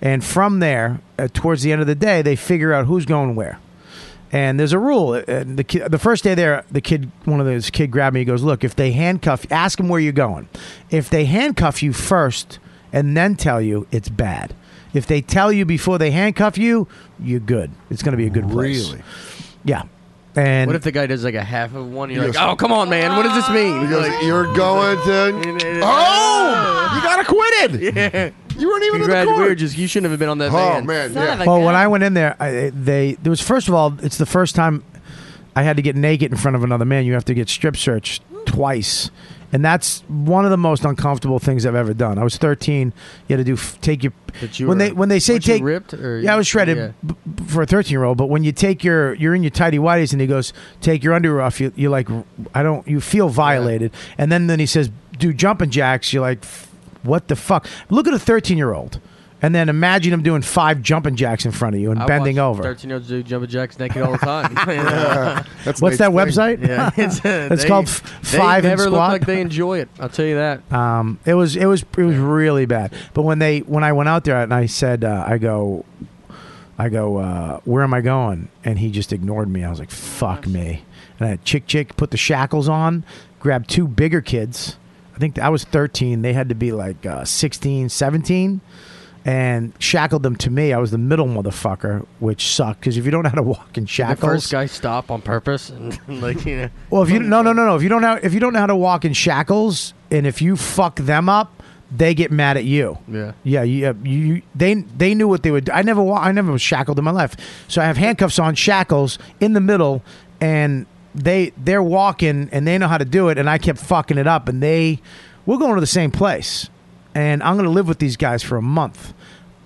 Speaker 3: and from there, uh, towards the end of the day, they figure out who's going where. And there's a rule. And the kid, the first day there, the kid, one of those kid grabbed me. He goes, "Look, if they handcuff, ask them where you're going. If they handcuff you first and then tell you, it's bad. If they tell you before they handcuff you, you're good. It's going to be a good place.
Speaker 12: Really?
Speaker 3: Yeah. And
Speaker 12: what if the guy does like a half of one? You're
Speaker 3: He
Speaker 12: like,
Speaker 3: goes-
Speaker 12: oh come on, man, what does this mean? You're, like,
Speaker 4: you're going to
Speaker 12: oh,
Speaker 4: you got acquitted.
Speaker 12: Yeah,
Speaker 4: you weren't even
Speaker 12: in the court. We were just you shouldn't have been on
Speaker 3: Oh,
Speaker 12: that.
Speaker 13: Oh,
Speaker 12: van.
Speaker 3: Well, when I went in there, I, they there was first of all, it's the first time I had to get naked in front of another man. You have to get strip searched twice, and that's one of the most uncomfortable things I've ever done. I was 13. You had to do f- take your
Speaker 12: But you
Speaker 3: when
Speaker 12: were-
Speaker 3: they when they say
Speaker 12: weren't you
Speaker 3: take
Speaker 12: ripped, or-
Speaker 3: yeah, I was shredded
Speaker 12: yeah.
Speaker 3: b- b- for a 13 year old. But when you take your you're in your tidy whities and he goes take your underwear off, you you like I don't you feel violated, and then then he says do jumping jacks. You're like what the fuck? Look at a 13 year old. And then imagine him doing five jumping jacks in front of you and
Speaker 12: I
Speaker 3: bending
Speaker 12: watch
Speaker 3: over.
Speaker 12: Thirteen-year-olds do jumping jacks naked all the time. Yeah.
Speaker 3: What's that website?
Speaker 12: Yeah, uh,
Speaker 3: it's
Speaker 12: they-
Speaker 3: called f-
Speaker 12: they
Speaker 3: Five and
Speaker 12: never look
Speaker 3: Squat.
Speaker 12: like they enjoy it. I'll tell you that.
Speaker 3: Um, it was it was it was really bad. But when they when I went out there and I said uh, I go, I go, uh, where am I going? And he just ignored me. I was like, fuck me. And I chick chick put the shackles on, grabbed two bigger kids. I think I was 13. They had to be like uh, 16, 17. And shackled them to me. I was the middle motherfucker, which sucked because if you don't know how to walk in
Speaker 12: Did the
Speaker 3: shackles,
Speaker 12: first guy stop on purpose and like you know.
Speaker 3: Well, if you no no no no if you don't know if you don't know how to walk in shackles and if you fuck them up, they get mad at you.
Speaker 12: Yeah.
Speaker 3: Yeah, you, uh, you they they knew what they would. I never wa- I never was shackled in my life, so I have handcuffs on, shackles in the middle, and they they're walking and they know how to do it, and I kept fucking it up, and they we're going to the same place, and I'm gonna live with these guys for a month,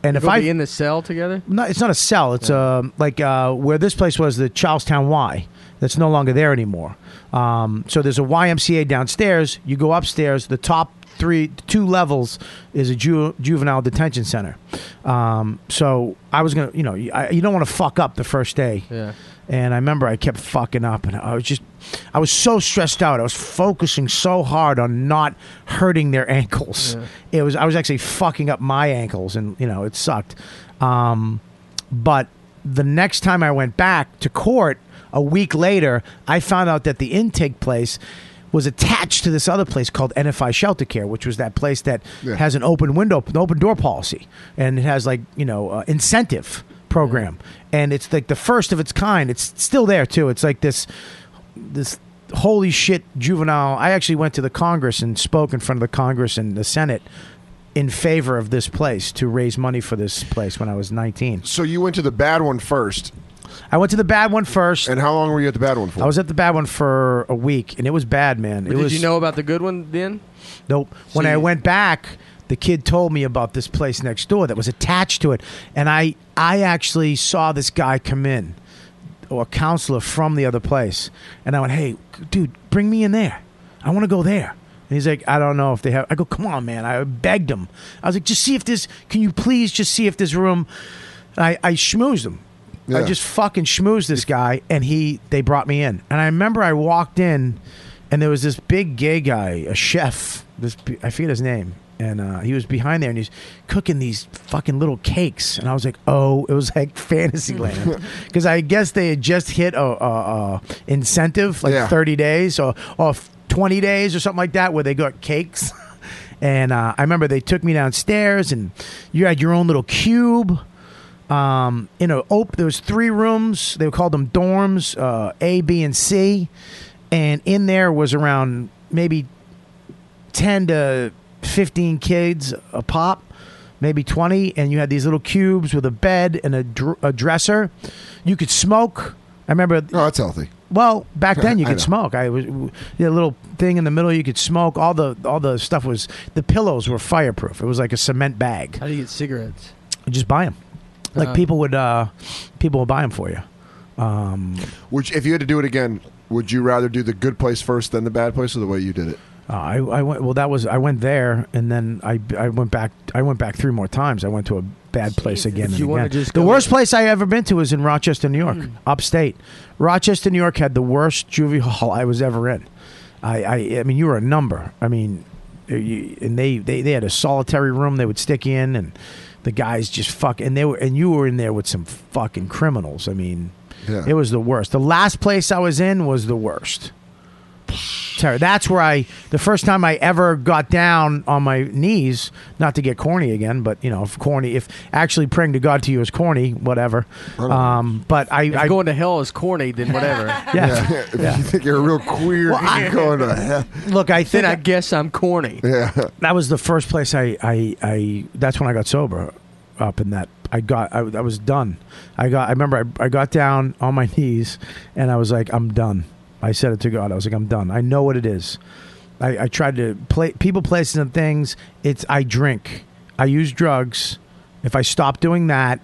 Speaker 3: and if
Speaker 12: You'll
Speaker 3: I
Speaker 12: be in the cell together,
Speaker 3: no, it's not a cell. It's um like uh, where this place was, the Charlestown Y. That's no longer there anymore. Um, so there's a YMCA downstairs. You go upstairs. The top three two levels is a ju- juvenile detention center. Um, so I was gonna, you know, you, I, you don't want to fuck up the first day.
Speaker 12: Yeah.
Speaker 3: And I remember I kept fucking up, and I was just, I was so stressed out. I was focusing so hard on not hurting their ankles. It was, I was actually fucking up my ankles, and you know, it sucked. Um, but the next time I went back to court a week later, I found out that the intake place was attached to this other place called NFI Shelter Care, which was that place that
Speaker 16: Yeah.
Speaker 3: has an open window, an open door policy, and it has like you know uh, incentive program, and it's like the first of its kind. It's still there too. It's like this this holy shit juvenile. I actually went to the Congress and spoke in front of the Congress and the Senate in favor of this place to raise money for this place when I was 19.
Speaker 13: So you went to the bad one first.
Speaker 3: I went to the bad one first.
Speaker 13: And how long were you at the bad one for?
Speaker 3: I was at the bad one for a week and it was bad, man. It
Speaker 12: Did
Speaker 3: was
Speaker 12: you know about the good one then?
Speaker 3: Nope. When
Speaker 12: So
Speaker 3: I
Speaker 12: you-
Speaker 3: went back, the kid told me about this place next door that was attached to it, and I I actually saw this guy come in, or a counselor from the other place, and I went, "Hey, dude, bring me in there. I want to go there." And he's like, "I don't know if they have." I go, "Come on, man!" I begged him. I was like, "Just see if this. Can you please just see if this room?" I I schmoozed him. I
Speaker 16: Yeah.
Speaker 3: just fucking schmoozed this guy, and he they brought me in, and I remember I walked in, and there was this big gay guy, a chef. This b- I forget his name, and uh, he was behind there, and he's cooking these fucking little cakes, and I was like, oh, it was like Fantasyland, because I guess they had just hit a, a, a incentive like
Speaker 16: Yeah.
Speaker 3: thirty days or or f- twenty days or something like that, where they got cakes. And uh, I remember they took me downstairs, and you had your own little cube. Um, you know, op- there was three rooms. They called them dorms, uh, A, B, and C. And in there was around maybe 10 to 15 kids a pop, maybe 20. And you had these little cubes with a bed and a, dr- a dresser. You could smoke. I remember.
Speaker 13: Oh, that's healthy.
Speaker 3: Well, back then you
Speaker 13: I
Speaker 3: could
Speaker 13: know.
Speaker 3: smoke. I was you had a little thing in the middle you could smoke. All the all the stuff was the pillows were fireproof. It was like a cement bag.
Speaker 12: How do you get cigarettes?
Speaker 3: You just buy them. Like
Speaker 12: Uh.
Speaker 3: people would uh people would buy them for you. Um,
Speaker 13: Which, if you had to do it again, would you rather do the good place first than the bad place, or the way you did it?
Speaker 3: Uh, I, I went well. That was I went there, and then I, I went back. I went back three more times. I went to a bad place again.
Speaker 12: If
Speaker 3: And
Speaker 12: you wanna
Speaker 3: again.
Speaker 12: just
Speaker 3: the
Speaker 12: go- Hmm.
Speaker 3: worst place I ever been to was in Rochester, New York, upstate. Rochester, New York had the worst juvie hall I was ever in. I, I, I mean, you were a number. I mean, uh, you, and they, they, they had a solitary room they would stick you in, and the guys just fuck. And they were, and you were in there with some fucking criminals. I mean,
Speaker 13: Yeah.
Speaker 3: it was the worst. The last place I was in was the worst terror. That's where I the first time I ever got down on my knees, not to get corny again, but you know, if corny if actually praying to God to you is corny, whatever. Um, but I,
Speaker 12: If
Speaker 3: I
Speaker 12: going to hell is corny, then whatever.
Speaker 3: Yeah. Yeah.
Speaker 13: If you think you're a real queer,
Speaker 12: Well, I-
Speaker 13: you're going to hell.
Speaker 3: look, I think
Speaker 12: then I guess I'm corny.
Speaker 13: Yeah.
Speaker 3: that was the first place I, I, I that's when I got sober up in that I got I, I was done. I got I remember I, I got down on my knees and I was like, I'm done. I said it to God. I was like, I'm done. I know what it is. I, I tried to play people, places and things. It's I drink. I use drugs. If I stop doing that,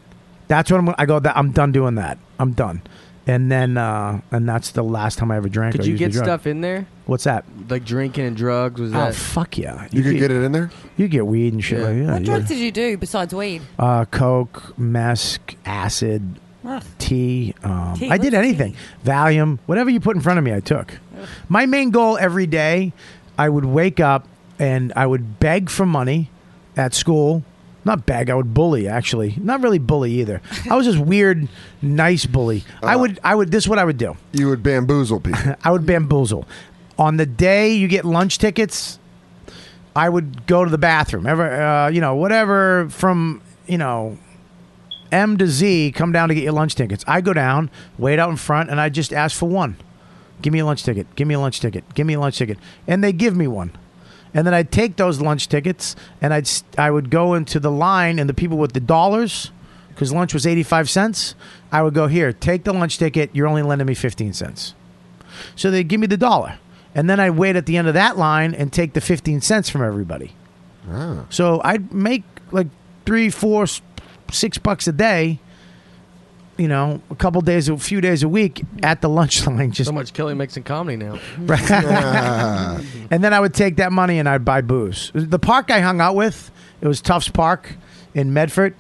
Speaker 3: that's when I'm, I go that I'm done doing that. I'm done. And then uh and that's the last time I ever drank.
Speaker 12: Could
Speaker 3: or
Speaker 12: you
Speaker 3: used a
Speaker 12: get
Speaker 3: drug.
Speaker 12: stuff in there?
Speaker 3: What's that?
Speaker 12: Like drinking and drugs? Was that?
Speaker 3: Oh fuck yeah!
Speaker 12: You could get
Speaker 13: it in there.
Speaker 3: You get weed and shit like that.
Speaker 15: What
Speaker 3: yeah.
Speaker 15: drugs did you do besides weed?
Speaker 3: Uh, coke, mesk, acid,
Speaker 15: Ugh.
Speaker 3: tea. Um,
Speaker 15: Tea,
Speaker 3: I did
Speaker 15: what's
Speaker 3: anything. Valium, whatever you put in front of me, I took. My main goal every day, I would wake up and I would beg for money at school. Not beg, I would bully actually. Not really bully either. I was just weird, nice bully.
Speaker 15: Uh.
Speaker 3: I would, I would. This is what I would do.
Speaker 13: You would bamboozle people.
Speaker 3: I would bamboozle. On the day you get lunch tickets, I would go to the bathroom. Ever, uh, you know, whatever from you know M to Z, come down to get your lunch tickets. I go down, wait out in front, and I just ask for one. Give me a lunch ticket. Give me a lunch ticket. Give me a lunch ticket, and they give me one. And then I'd take those lunch tickets, and I'd s- I would go into the line, and the people with the dollars, because lunch was eighty five cents. I would go here, take the lunch ticket. You're only lending me fifteen cents. So they give me the dollar. And then I wait at the end of that line and take the 15 cents from everybody. So I'd make like three, four, s- six bucks a day you know, a couple days, a few days a week at the lunch line. Just
Speaker 12: so much Kelly makes in comedy now.
Speaker 3: Right. and then I would take that money and I'd buy booze. The park I hung out with, it was Tufts Park in Medford.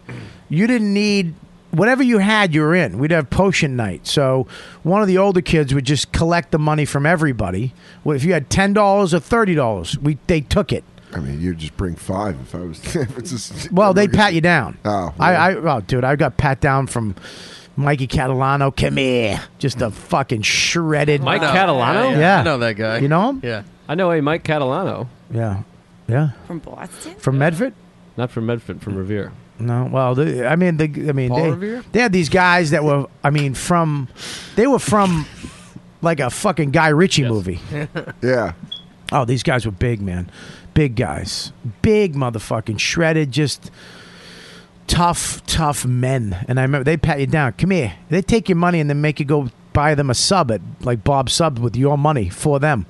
Speaker 3: You didn't need whatever you had, you were in. We'd have potion night. So one of the older kids would just collect the money from everybody. Well, if you had ten dollars or thirty dollars, we they took it.
Speaker 13: I mean, you'd just bring five if I was. If it's just,
Speaker 3: Well, they'd pat you down.
Speaker 13: Oh,
Speaker 3: I, I, oh, dude, I got pat down from Mikey Catalano. Come here, just a fucking shredded
Speaker 10: Mike Catalano?
Speaker 3: Yeah,
Speaker 10: I know that guy.
Speaker 3: You know him?
Speaker 10: Yeah. I know a Mike Catalano.
Speaker 3: Yeah, yeah.
Speaker 5: From Boston?
Speaker 3: From Medford?
Speaker 10: Not from Medford, from Revere.
Speaker 3: No, well, the, I mean, the, I mean,
Speaker 10: Paul
Speaker 3: they,
Speaker 10: Revere?
Speaker 3: they had these guys that were, I mean, from, they were from, like a fucking Guy Ritchie movie.
Speaker 13: yeah.
Speaker 3: Oh, these guys were big, man, big guys, big motherfucking shredded, just tough, tough men. And I remember they pat you down. Come here. They take your money and then make you go buy them a sub at like Bob Sub with your money for them.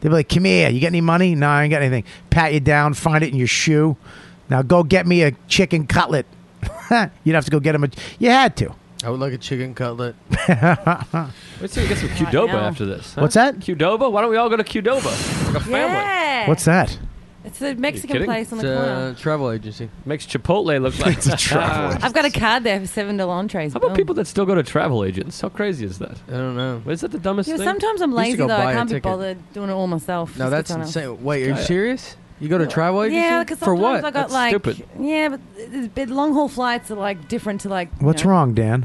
Speaker 3: They'd be like, "Come here. You got any money? No, I ain't got anything." Pat you down, find it in your shoe. Now go get me a chicken cutlet. You'd have to go get him a. You had to.
Speaker 12: I would like a chicken cutlet.
Speaker 10: Let's see, we get some Qdoba after this. huh?
Speaker 3: What's that?
Speaker 10: Qdoba? Why don't we all go to Qdoba? Like a family.
Speaker 5: Yeah.
Speaker 3: What's that?
Speaker 5: It's the
Speaker 10: You
Speaker 5: Mexican
Speaker 10: kidding?
Speaker 5: place on the
Speaker 12: uh,
Speaker 5: corner.
Speaker 10: travel agency. Makes Chipotle look like
Speaker 13: it's a travel.
Speaker 5: I've got a card there for seven Oh. dollar entrees.
Speaker 10: How about people that still go to travel agents? How crazy is that? I
Speaker 12: don't know.
Speaker 10: Is that the dumbest
Speaker 5: Yeah,
Speaker 10: thing?
Speaker 5: sometimes I'm
Speaker 12: We used to
Speaker 5: lazy
Speaker 12: go
Speaker 5: though. I
Speaker 12: buy a
Speaker 5: can't be
Speaker 12: ticket.
Speaker 5: bothered doing it all myself.
Speaker 12: No,
Speaker 5: Just
Speaker 12: that's
Speaker 5: get someone else.
Speaker 12: insane. Wait, are you
Speaker 10: Yeah.
Speaker 12: serious? You go to travel agency?
Speaker 5: Yeah, because
Speaker 12: For
Speaker 5: sometimes
Speaker 12: what?
Speaker 5: I got
Speaker 12: That's
Speaker 5: like
Speaker 12: stupid.
Speaker 5: yeah, but it's- but long haul flights are like different to like.
Speaker 3: What's wrong, Dan?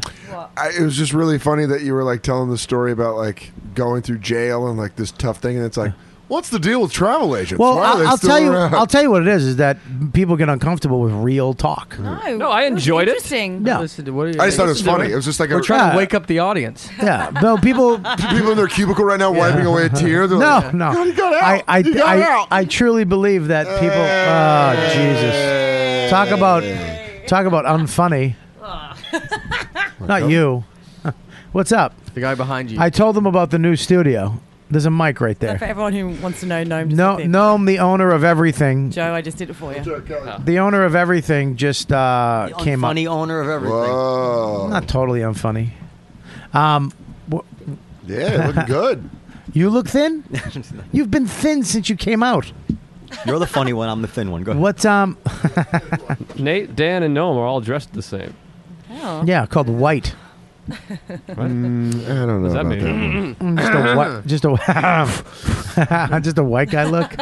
Speaker 13: I, it was just really funny that you were like telling the story about like going through jail and like this tough thing, and it's like, what's the deal with travel agents?
Speaker 3: Well,
Speaker 13: Why are they
Speaker 3: I'll, I'll
Speaker 13: still
Speaker 3: tell you.
Speaker 13: around?
Speaker 3: I'll tell you what it is: is that people get uncomfortable with real talk.
Speaker 5: No,
Speaker 10: no, I enjoyed it.
Speaker 5: Oh, Interesting.
Speaker 3: Yeah.
Speaker 12: Listen to- what are you-
Speaker 13: I just thought it was
Speaker 12: listen to
Speaker 13: funny. It was just like a-
Speaker 12: we're trying
Speaker 3: Yeah.
Speaker 12: to wake up the audience.
Speaker 3: Yeah, no, people.
Speaker 13: People in their cubicle right now wiping away a tear. They're
Speaker 3: no,
Speaker 13: like,
Speaker 3: no.
Speaker 13: "God, you got out.
Speaker 3: I, I,
Speaker 13: You got
Speaker 3: I,
Speaker 13: out."
Speaker 3: I truly believe that people. oh, Jesus! Talk about, talk about unfunny. Not you. What's up?
Speaker 12: The guy behind you.
Speaker 3: I told them about the new studio. There's a mic right
Speaker 5: For
Speaker 3: there.
Speaker 5: everyone who wants to know, no,
Speaker 3: No, Gnome, the owner of everything,
Speaker 5: Joe, I just did it for you.
Speaker 3: the owner of everything, just uh, came up.
Speaker 2: Funny owner of everything.
Speaker 3: Not totally unfunny. Um, wh-
Speaker 13: Yeah, looking good.
Speaker 3: you look thin. You've been thin since you came out.
Speaker 2: You're the funny one. I'm the thin one. Go ahead.
Speaker 3: What um?
Speaker 10: Nate, Dan, and Noam are all dressed the same.
Speaker 5: Oh.
Speaker 3: yeah, called white.
Speaker 13: Mm, I don't know
Speaker 10: Does that
Speaker 13: about
Speaker 10: mean-
Speaker 13: that. one.
Speaker 3: Mm, Just a white, just a just a white guy look.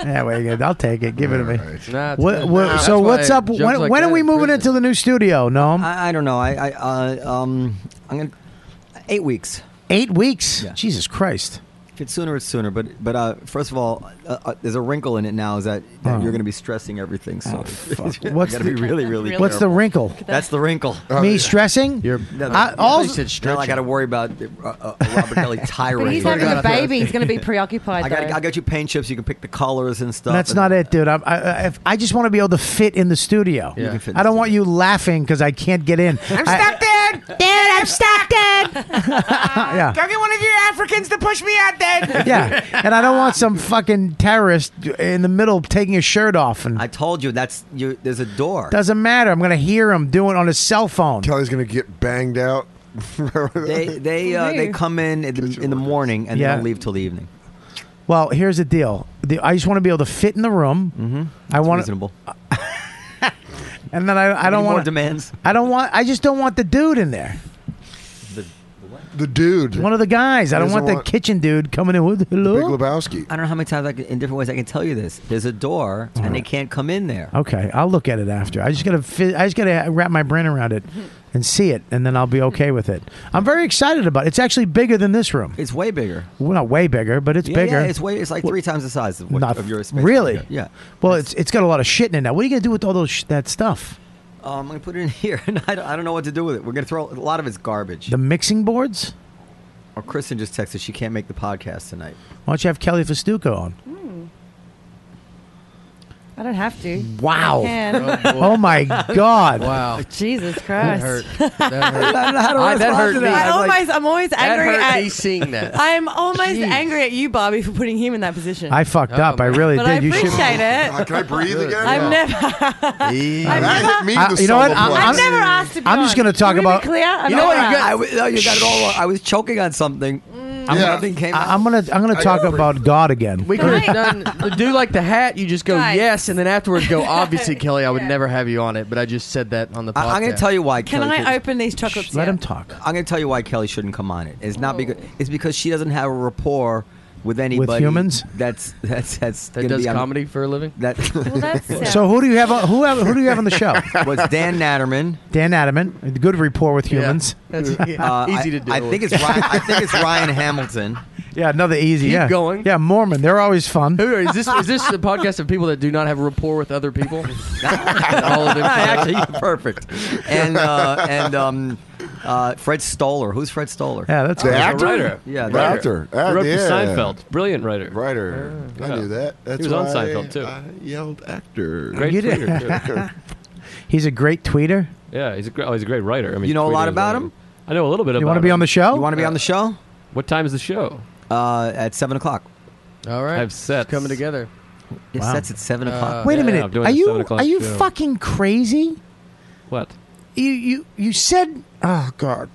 Speaker 3: yeah, well, yeah, I'll take it. Give it to me.
Speaker 12: Nah, it's
Speaker 3: What,
Speaker 12: good.
Speaker 3: what,
Speaker 12: Nah, that's
Speaker 3: so
Speaker 12: why
Speaker 3: what's
Speaker 12: it
Speaker 3: up?
Speaker 12: jumps
Speaker 3: When,
Speaker 12: like
Speaker 3: when are
Speaker 12: that
Speaker 3: we
Speaker 12: in
Speaker 3: moving
Speaker 12: prison.
Speaker 3: into the new studio? No,
Speaker 2: I, I don't know. I, I uh, um, I'm gonna eight weeks.
Speaker 3: eight weeks. Jesus Christ!
Speaker 2: If it's sooner, it's sooner. But but uh, first of all, uh, uh, there's a wrinkle in it now. Is that, that
Speaker 3: Oh.
Speaker 2: you're going to be stressing everything? So fuck.
Speaker 3: What's
Speaker 2: gotta
Speaker 3: the-
Speaker 2: be really really.
Speaker 3: What's the
Speaker 2: careful.
Speaker 3: wrinkle?
Speaker 2: That's the wrinkle.
Speaker 3: me stressing?
Speaker 12: You're,
Speaker 3: I, all
Speaker 2: now I got to worry about uh, uh, Robert Kelly tirade.
Speaker 5: But he's having a baby. He's going to be preoccupied.
Speaker 2: I
Speaker 5: though.
Speaker 2: got I got you paint chips. You can pick the colors and stuff.
Speaker 3: that's
Speaker 2: and-
Speaker 3: not it, dude. I'm, I, I, if, I just want to be able to fit in the studio.
Speaker 2: You can fit in
Speaker 3: I
Speaker 2: the
Speaker 3: don't want you laughing because I can't get in.
Speaker 19: I'm
Speaker 3: I-
Speaker 19: stuck, dude. Dude, I'm stuck, dude.
Speaker 3: yeah.
Speaker 19: Go get one of your Africans to push me out, dude.
Speaker 3: yeah, and I don't want some fucking terrorist in the middle taking his shirt off and
Speaker 2: I told you that's you. There's a door.
Speaker 3: doesn't matter. I'm gonna hear him doing it on his cell phone.
Speaker 13: Kelly's gonna get banged out.
Speaker 2: they they uh, they come in in the, in the morning and
Speaker 3: Yeah.
Speaker 2: they don't leave till the evening.
Speaker 3: Well, here's the deal. The, I just want to be able to fit in the room. Mm-hmm. I want,
Speaker 2: Reasonable.
Speaker 3: and then I, I
Speaker 2: Any
Speaker 3: don't
Speaker 2: more
Speaker 3: want.
Speaker 2: demands.
Speaker 3: I don't want. I just don't want the dude in there.
Speaker 13: The dude,
Speaker 3: One of the guys. I don't
Speaker 2: Doesn't
Speaker 3: want the
Speaker 2: want-
Speaker 3: kitchen dude coming in with
Speaker 13: Big
Speaker 3: hello.
Speaker 13: Lebowski.
Speaker 2: I don't know how many times I can, in different ways I can tell you this. There's a door and they can't come in there.
Speaker 3: Okay, I'll look at it after. I just gotta. Fi- I just gotta wrap my brain around it and see it, and then I'll be okay with it. I'm very excited about it. It's actually bigger than this room.
Speaker 2: It's way bigger.
Speaker 3: Well, not way bigger, but it's
Speaker 2: yeah,
Speaker 3: bigger.
Speaker 2: Yeah, it's way. It's like three times the size of, what,
Speaker 3: Not-
Speaker 2: of your space.
Speaker 3: Really?
Speaker 2: Yeah.
Speaker 3: Well, it's it's got a lot of shit in it now. What are you gonna do with all those sh- that stuff?
Speaker 2: Um, I'm gonna put it in here, and I don't, I don't know what to do with it. We're gonna throw a lot of it's garbage.
Speaker 3: The mixing boards?
Speaker 2: Or Kristen just texted she can't make the podcast tonight.
Speaker 3: Why don't you have Kelly Festuca on?
Speaker 5: I don't have to.
Speaker 3: Wow.
Speaker 5: I can.
Speaker 3: Oh, my God.
Speaker 12: Wow.
Speaker 5: Jesus Christ.
Speaker 12: That hurt. That hurt.
Speaker 5: I don't know how to
Speaker 12: I- that
Speaker 5: respond
Speaker 12: hurt
Speaker 5: to
Speaker 12: me.
Speaker 5: that.
Speaker 12: I was
Speaker 5: I almost- I'm always
Speaker 12: that
Speaker 5: angry
Speaker 12: hurt
Speaker 5: at-
Speaker 12: me seeing that.
Speaker 5: I'm almost angry at you, Barbie, for putting him in that position.
Speaker 3: I fucked up. I really
Speaker 5: but
Speaker 3: did.
Speaker 5: I
Speaker 3: you should.
Speaker 5: appreciate it.
Speaker 13: Uh, can I breathe again?
Speaker 5: I've never.
Speaker 13: That hit me in
Speaker 3: I-
Speaker 13: the
Speaker 3: you know what?
Speaker 13: solar
Speaker 3: I'm,
Speaker 13: plexus.
Speaker 3: I'm-
Speaker 5: never asked to be
Speaker 3: I'm just
Speaker 5: on.
Speaker 3: going to talk
Speaker 5: Can we be
Speaker 3: about.
Speaker 5: clear? I'm
Speaker 2: You know what? You
Speaker 5: not
Speaker 2: got, I,
Speaker 5: asked.
Speaker 2: w- no, you got it all wrong. I was choking on something.
Speaker 3: I'm,
Speaker 2: Yeah. Nothing came out.
Speaker 3: I- I'm gonna. I'm gonna talk about God again.
Speaker 12: We could have done do like the hat. You just go yes, and then afterwards go. Obviously, Kelly, I would never have you on it, but I just said that on the. podcast.
Speaker 2: I- I'm going to tell you why.
Speaker 5: Can
Speaker 2: Kelly
Speaker 5: I
Speaker 2: couldn't-
Speaker 5: open these chocolates?
Speaker 2: Let
Speaker 5: yet?
Speaker 2: him
Speaker 3: talk.
Speaker 2: I'm going to tell you why Kelly shouldn't come on it. It's not
Speaker 5: Oh.
Speaker 2: because it's because she doesn't have a rapport with anybody.
Speaker 3: humans?
Speaker 2: That's that's that's that
Speaker 12: does comedy for a living.
Speaker 2: That
Speaker 3: So who do you have? On, who have? Who do you have on the show?
Speaker 2: was Dan Natterman.
Speaker 3: Dan Adamant. Good rapport with humans.
Speaker 2: Uh, I, I think it's Ryan, I think it's Ryan Hamilton.
Speaker 3: Yeah, another easy.
Speaker 12: Keep
Speaker 3: yeah,
Speaker 12: going.
Speaker 3: Yeah, Mormon. They're always fun.
Speaker 12: Who is this? Is this a podcast of people that do not have rapport with other people? All of them.
Speaker 2: Actually, you're perfect. And uh, and um, uh, Fred Stoller. Who's Fred Stoller?
Speaker 3: Yeah, that's
Speaker 13: The
Speaker 2: a
Speaker 13: actor?
Speaker 2: writer. Yeah,
Speaker 13: The actor. Ah,
Speaker 10: Wrote for
Speaker 13: yeah.
Speaker 10: Seinfeld. Brilliant writer.
Speaker 13: Writer. I knew that. That's
Speaker 10: Ah, he was on
Speaker 13: why
Speaker 10: Seinfeld too.
Speaker 13: I yelled actor.
Speaker 10: Great
Speaker 3: You did-
Speaker 10: tweeter. too.
Speaker 3: He's a great tweeter.
Speaker 10: Yeah, he's a great. Oh, he's a great writer. I mean,
Speaker 2: You know a lot
Speaker 10: tweeter is
Speaker 2: about
Speaker 10: one-
Speaker 2: him?
Speaker 10: I know a little bit about.
Speaker 3: You want to be
Speaker 10: him.
Speaker 3: on the show?
Speaker 2: You want to be on the show?
Speaker 10: What time is the show?
Speaker 2: Uh, at seven o'clock.
Speaker 12: All right,
Speaker 10: I've set
Speaker 12: coming together.
Speaker 2: It
Speaker 3: Wow.
Speaker 2: sets at seven
Speaker 12: Uh,
Speaker 2: o'clock.
Speaker 3: Wait
Speaker 10: Yeah,
Speaker 3: a
Speaker 10: I'm
Speaker 3: minute.
Speaker 10: doing
Speaker 3: Are
Speaker 10: the
Speaker 3: you
Speaker 10: 7 o'clock
Speaker 3: are you
Speaker 10: show.
Speaker 3: fucking crazy?
Speaker 10: What?
Speaker 3: You you you said oh god.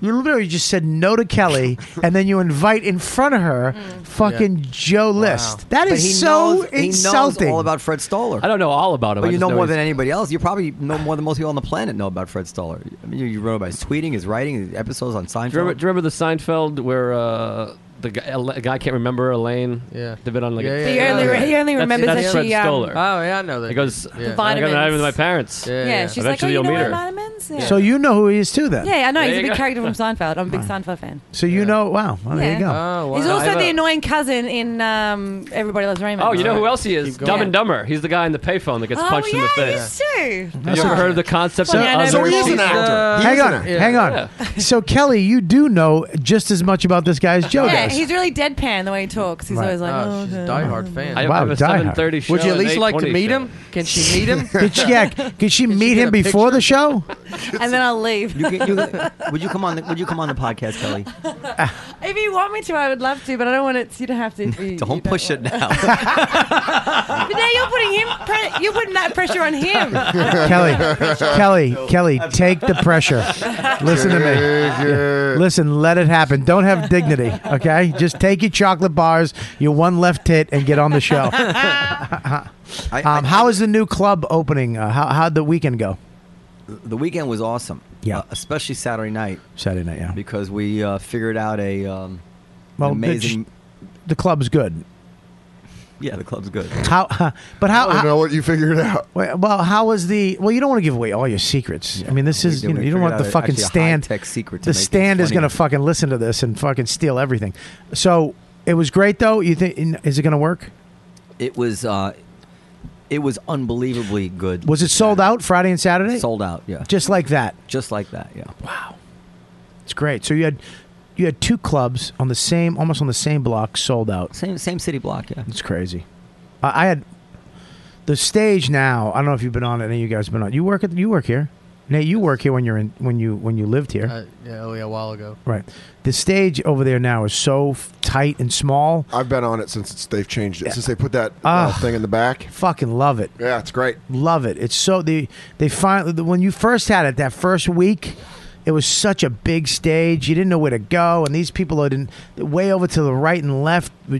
Speaker 3: You literally just said no to Kelly, and then you invite in front of her
Speaker 5: Mm.
Speaker 3: fucking Joe List. That
Speaker 2: But he
Speaker 3: is so
Speaker 2: knows,
Speaker 3: insulting.
Speaker 2: He knows all about Fred Stoller.
Speaker 10: I don't know all about him.
Speaker 2: But
Speaker 10: I
Speaker 2: you know
Speaker 10: just
Speaker 2: more
Speaker 10: he's-
Speaker 2: than anybody else. You probably know more than most people on the planet know about Fred Stoller. I mean, you, you wrote about his tweeting, his writing, his episodes on Seinfeld.
Speaker 10: Do you, remember, do you remember the Seinfeld where uh, the guy, a guy can't remember Elaine?
Speaker 12: Yeah.
Speaker 10: They've been on like.
Speaker 12: Yeah,
Speaker 10: a-
Speaker 12: yeah, He yeah. only-
Speaker 5: he only
Speaker 10: That's-
Speaker 5: remembers
Speaker 10: that's
Speaker 5: that
Speaker 10: Fred
Speaker 5: she, um,
Speaker 10: Stoller.
Speaker 12: Oh yeah, I know that.
Speaker 10: He goes.
Speaker 12: Yeah.
Speaker 10: I got an item with my parents.
Speaker 12: Yeah,
Speaker 5: Yeah, she's
Speaker 10: Eventually
Speaker 5: like, oh,
Speaker 10: you'll
Speaker 5: you know
Speaker 10: meet
Speaker 5: what
Speaker 10: her.
Speaker 5: vitamins? Yeah.
Speaker 3: So you know who he is too, then.
Speaker 5: yeah, I know. He's
Speaker 10: There
Speaker 5: a
Speaker 10: you
Speaker 5: big
Speaker 10: go.
Speaker 5: character from Seinfeld. I'm a big Seinfeld fan.
Speaker 3: So you know. Wow. Well, There you go.
Speaker 2: Uh,
Speaker 12: Oh, wow.
Speaker 5: He's
Speaker 10: I
Speaker 5: also
Speaker 10: have
Speaker 5: the
Speaker 10: a-
Speaker 5: annoying cousin in um, Everybody Loves Raymond.
Speaker 10: Oh, you know who else he is?
Speaker 12: Keep going.
Speaker 10: Dumb and Dumber. He's the guy in the payphone that gets
Speaker 5: Oh,
Speaker 10: punched in the
Speaker 5: yeah,
Speaker 10: face.
Speaker 5: he's too.
Speaker 10: Have you ever heard of the concept
Speaker 5: Funny,
Speaker 10: of
Speaker 5: I know
Speaker 10: other
Speaker 5: he is an
Speaker 10: people?
Speaker 5: actor.
Speaker 12: Uh,
Speaker 3: hang
Speaker 12: he's
Speaker 3: on.
Speaker 12: a- yeah.
Speaker 3: Hang on.
Speaker 10: Yeah.
Speaker 3: So Kelly, you do know just as much about this guy as Joe
Speaker 5: Yeah,
Speaker 3: does.
Speaker 5: he's really deadpan the way he talks. He's
Speaker 3: Right.
Speaker 5: always like,
Speaker 12: Oh,
Speaker 5: oh,
Speaker 12: she's a
Speaker 5: okay."
Speaker 12: diehard fan.
Speaker 10: I have
Speaker 3: Wow,
Speaker 10: a
Speaker 3: Die Hard.
Speaker 10: 7:30 show.
Speaker 12: Would you at
Speaker 10: and
Speaker 12: least like to
Speaker 10: 8:20
Speaker 12: meet
Speaker 10: show.
Speaker 12: him? Can she meet him?
Speaker 3: Did she, yeah, could she meet
Speaker 12: get
Speaker 3: him
Speaker 12: a
Speaker 3: before the show?
Speaker 5: and then I'll leave.
Speaker 2: You can, you, would you come on? The, would you come on the podcast, Kelly?
Speaker 5: if you want me to, I would love to, but I don't want it. You don't have to. Be,
Speaker 2: Don't push it now.
Speaker 5: But now you're putting him. Pre- you're putting that pressure on him.
Speaker 3: Kelly, Kelly, Kelly, take the pressure. Listen to
Speaker 13: Uh,
Speaker 3: me. Listen, let it happen. Don't have dignity, okay? Just take your chocolate bars, your one left tit, and get on the show.
Speaker 2: I, I-
Speaker 3: Um, how is the new club opening? Uh, how how'd the weekend go?
Speaker 2: the weekend was awesome.
Speaker 3: Yeah.
Speaker 2: uh, especially Saturday night
Speaker 3: Saturday night, yeah.
Speaker 2: because we uh, figured out a um,
Speaker 3: Well,
Speaker 2: an amazing.
Speaker 3: The club's good.
Speaker 2: yeah, the club's good.
Speaker 3: How? but how?
Speaker 13: I don't
Speaker 3: how
Speaker 13: know what you figured out.
Speaker 3: well, well, how was the? Well, you don't want to give away all your secrets. I mean, this
Speaker 2: we
Speaker 3: is
Speaker 2: did.
Speaker 3: you, know,
Speaker 2: We
Speaker 3: you don't
Speaker 2: figured
Speaker 3: want the
Speaker 2: out a-
Speaker 3: fucking
Speaker 2: actually a
Speaker 3: stand.
Speaker 2: high-tech secret to
Speaker 3: the
Speaker 2: make things
Speaker 3: stand is
Speaker 2: funny.
Speaker 3: going to fucking listen to this and fucking steal everything. So it was great, though. You think is it going to work?
Speaker 2: It was. Uh, it was unbelievably good.
Speaker 3: Was it sold out Friday and Saturday?
Speaker 2: Sold out. Yeah, just,
Speaker 3: Just like that.
Speaker 2: like that. Yeah. Wow.
Speaker 3: It's great. So you had you had two clubs on the same, almost on the same block, sold out.
Speaker 2: Same same city block. Yeah.
Speaker 3: It's crazy. I, I had the stage now. I don't know if you've been on it. Any of you guys been on? You work at you work here. Nate, you work here when you're in when you when you lived here.
Speaker 12: Uh, yeah, oh yeah, a while ago.
Speaker 3: Right. The stage over there now is so f- tight and small.
Speaker 13: I've been on it since it's, they've changed it.
Speaker 3: Yeah.
Speaker 13: Since they put that uh,
Speaker 3: Ah.
Speaker 13: thing in the back.
Speaker 3: Fucking love it.
Speaker 13: Yeah, it's great.
Speaker 3: Love it. It's so they they finally the- when you first had it that first week, it was such a big stage. You didn't know where to go, and these people are in, way over to the right and left, were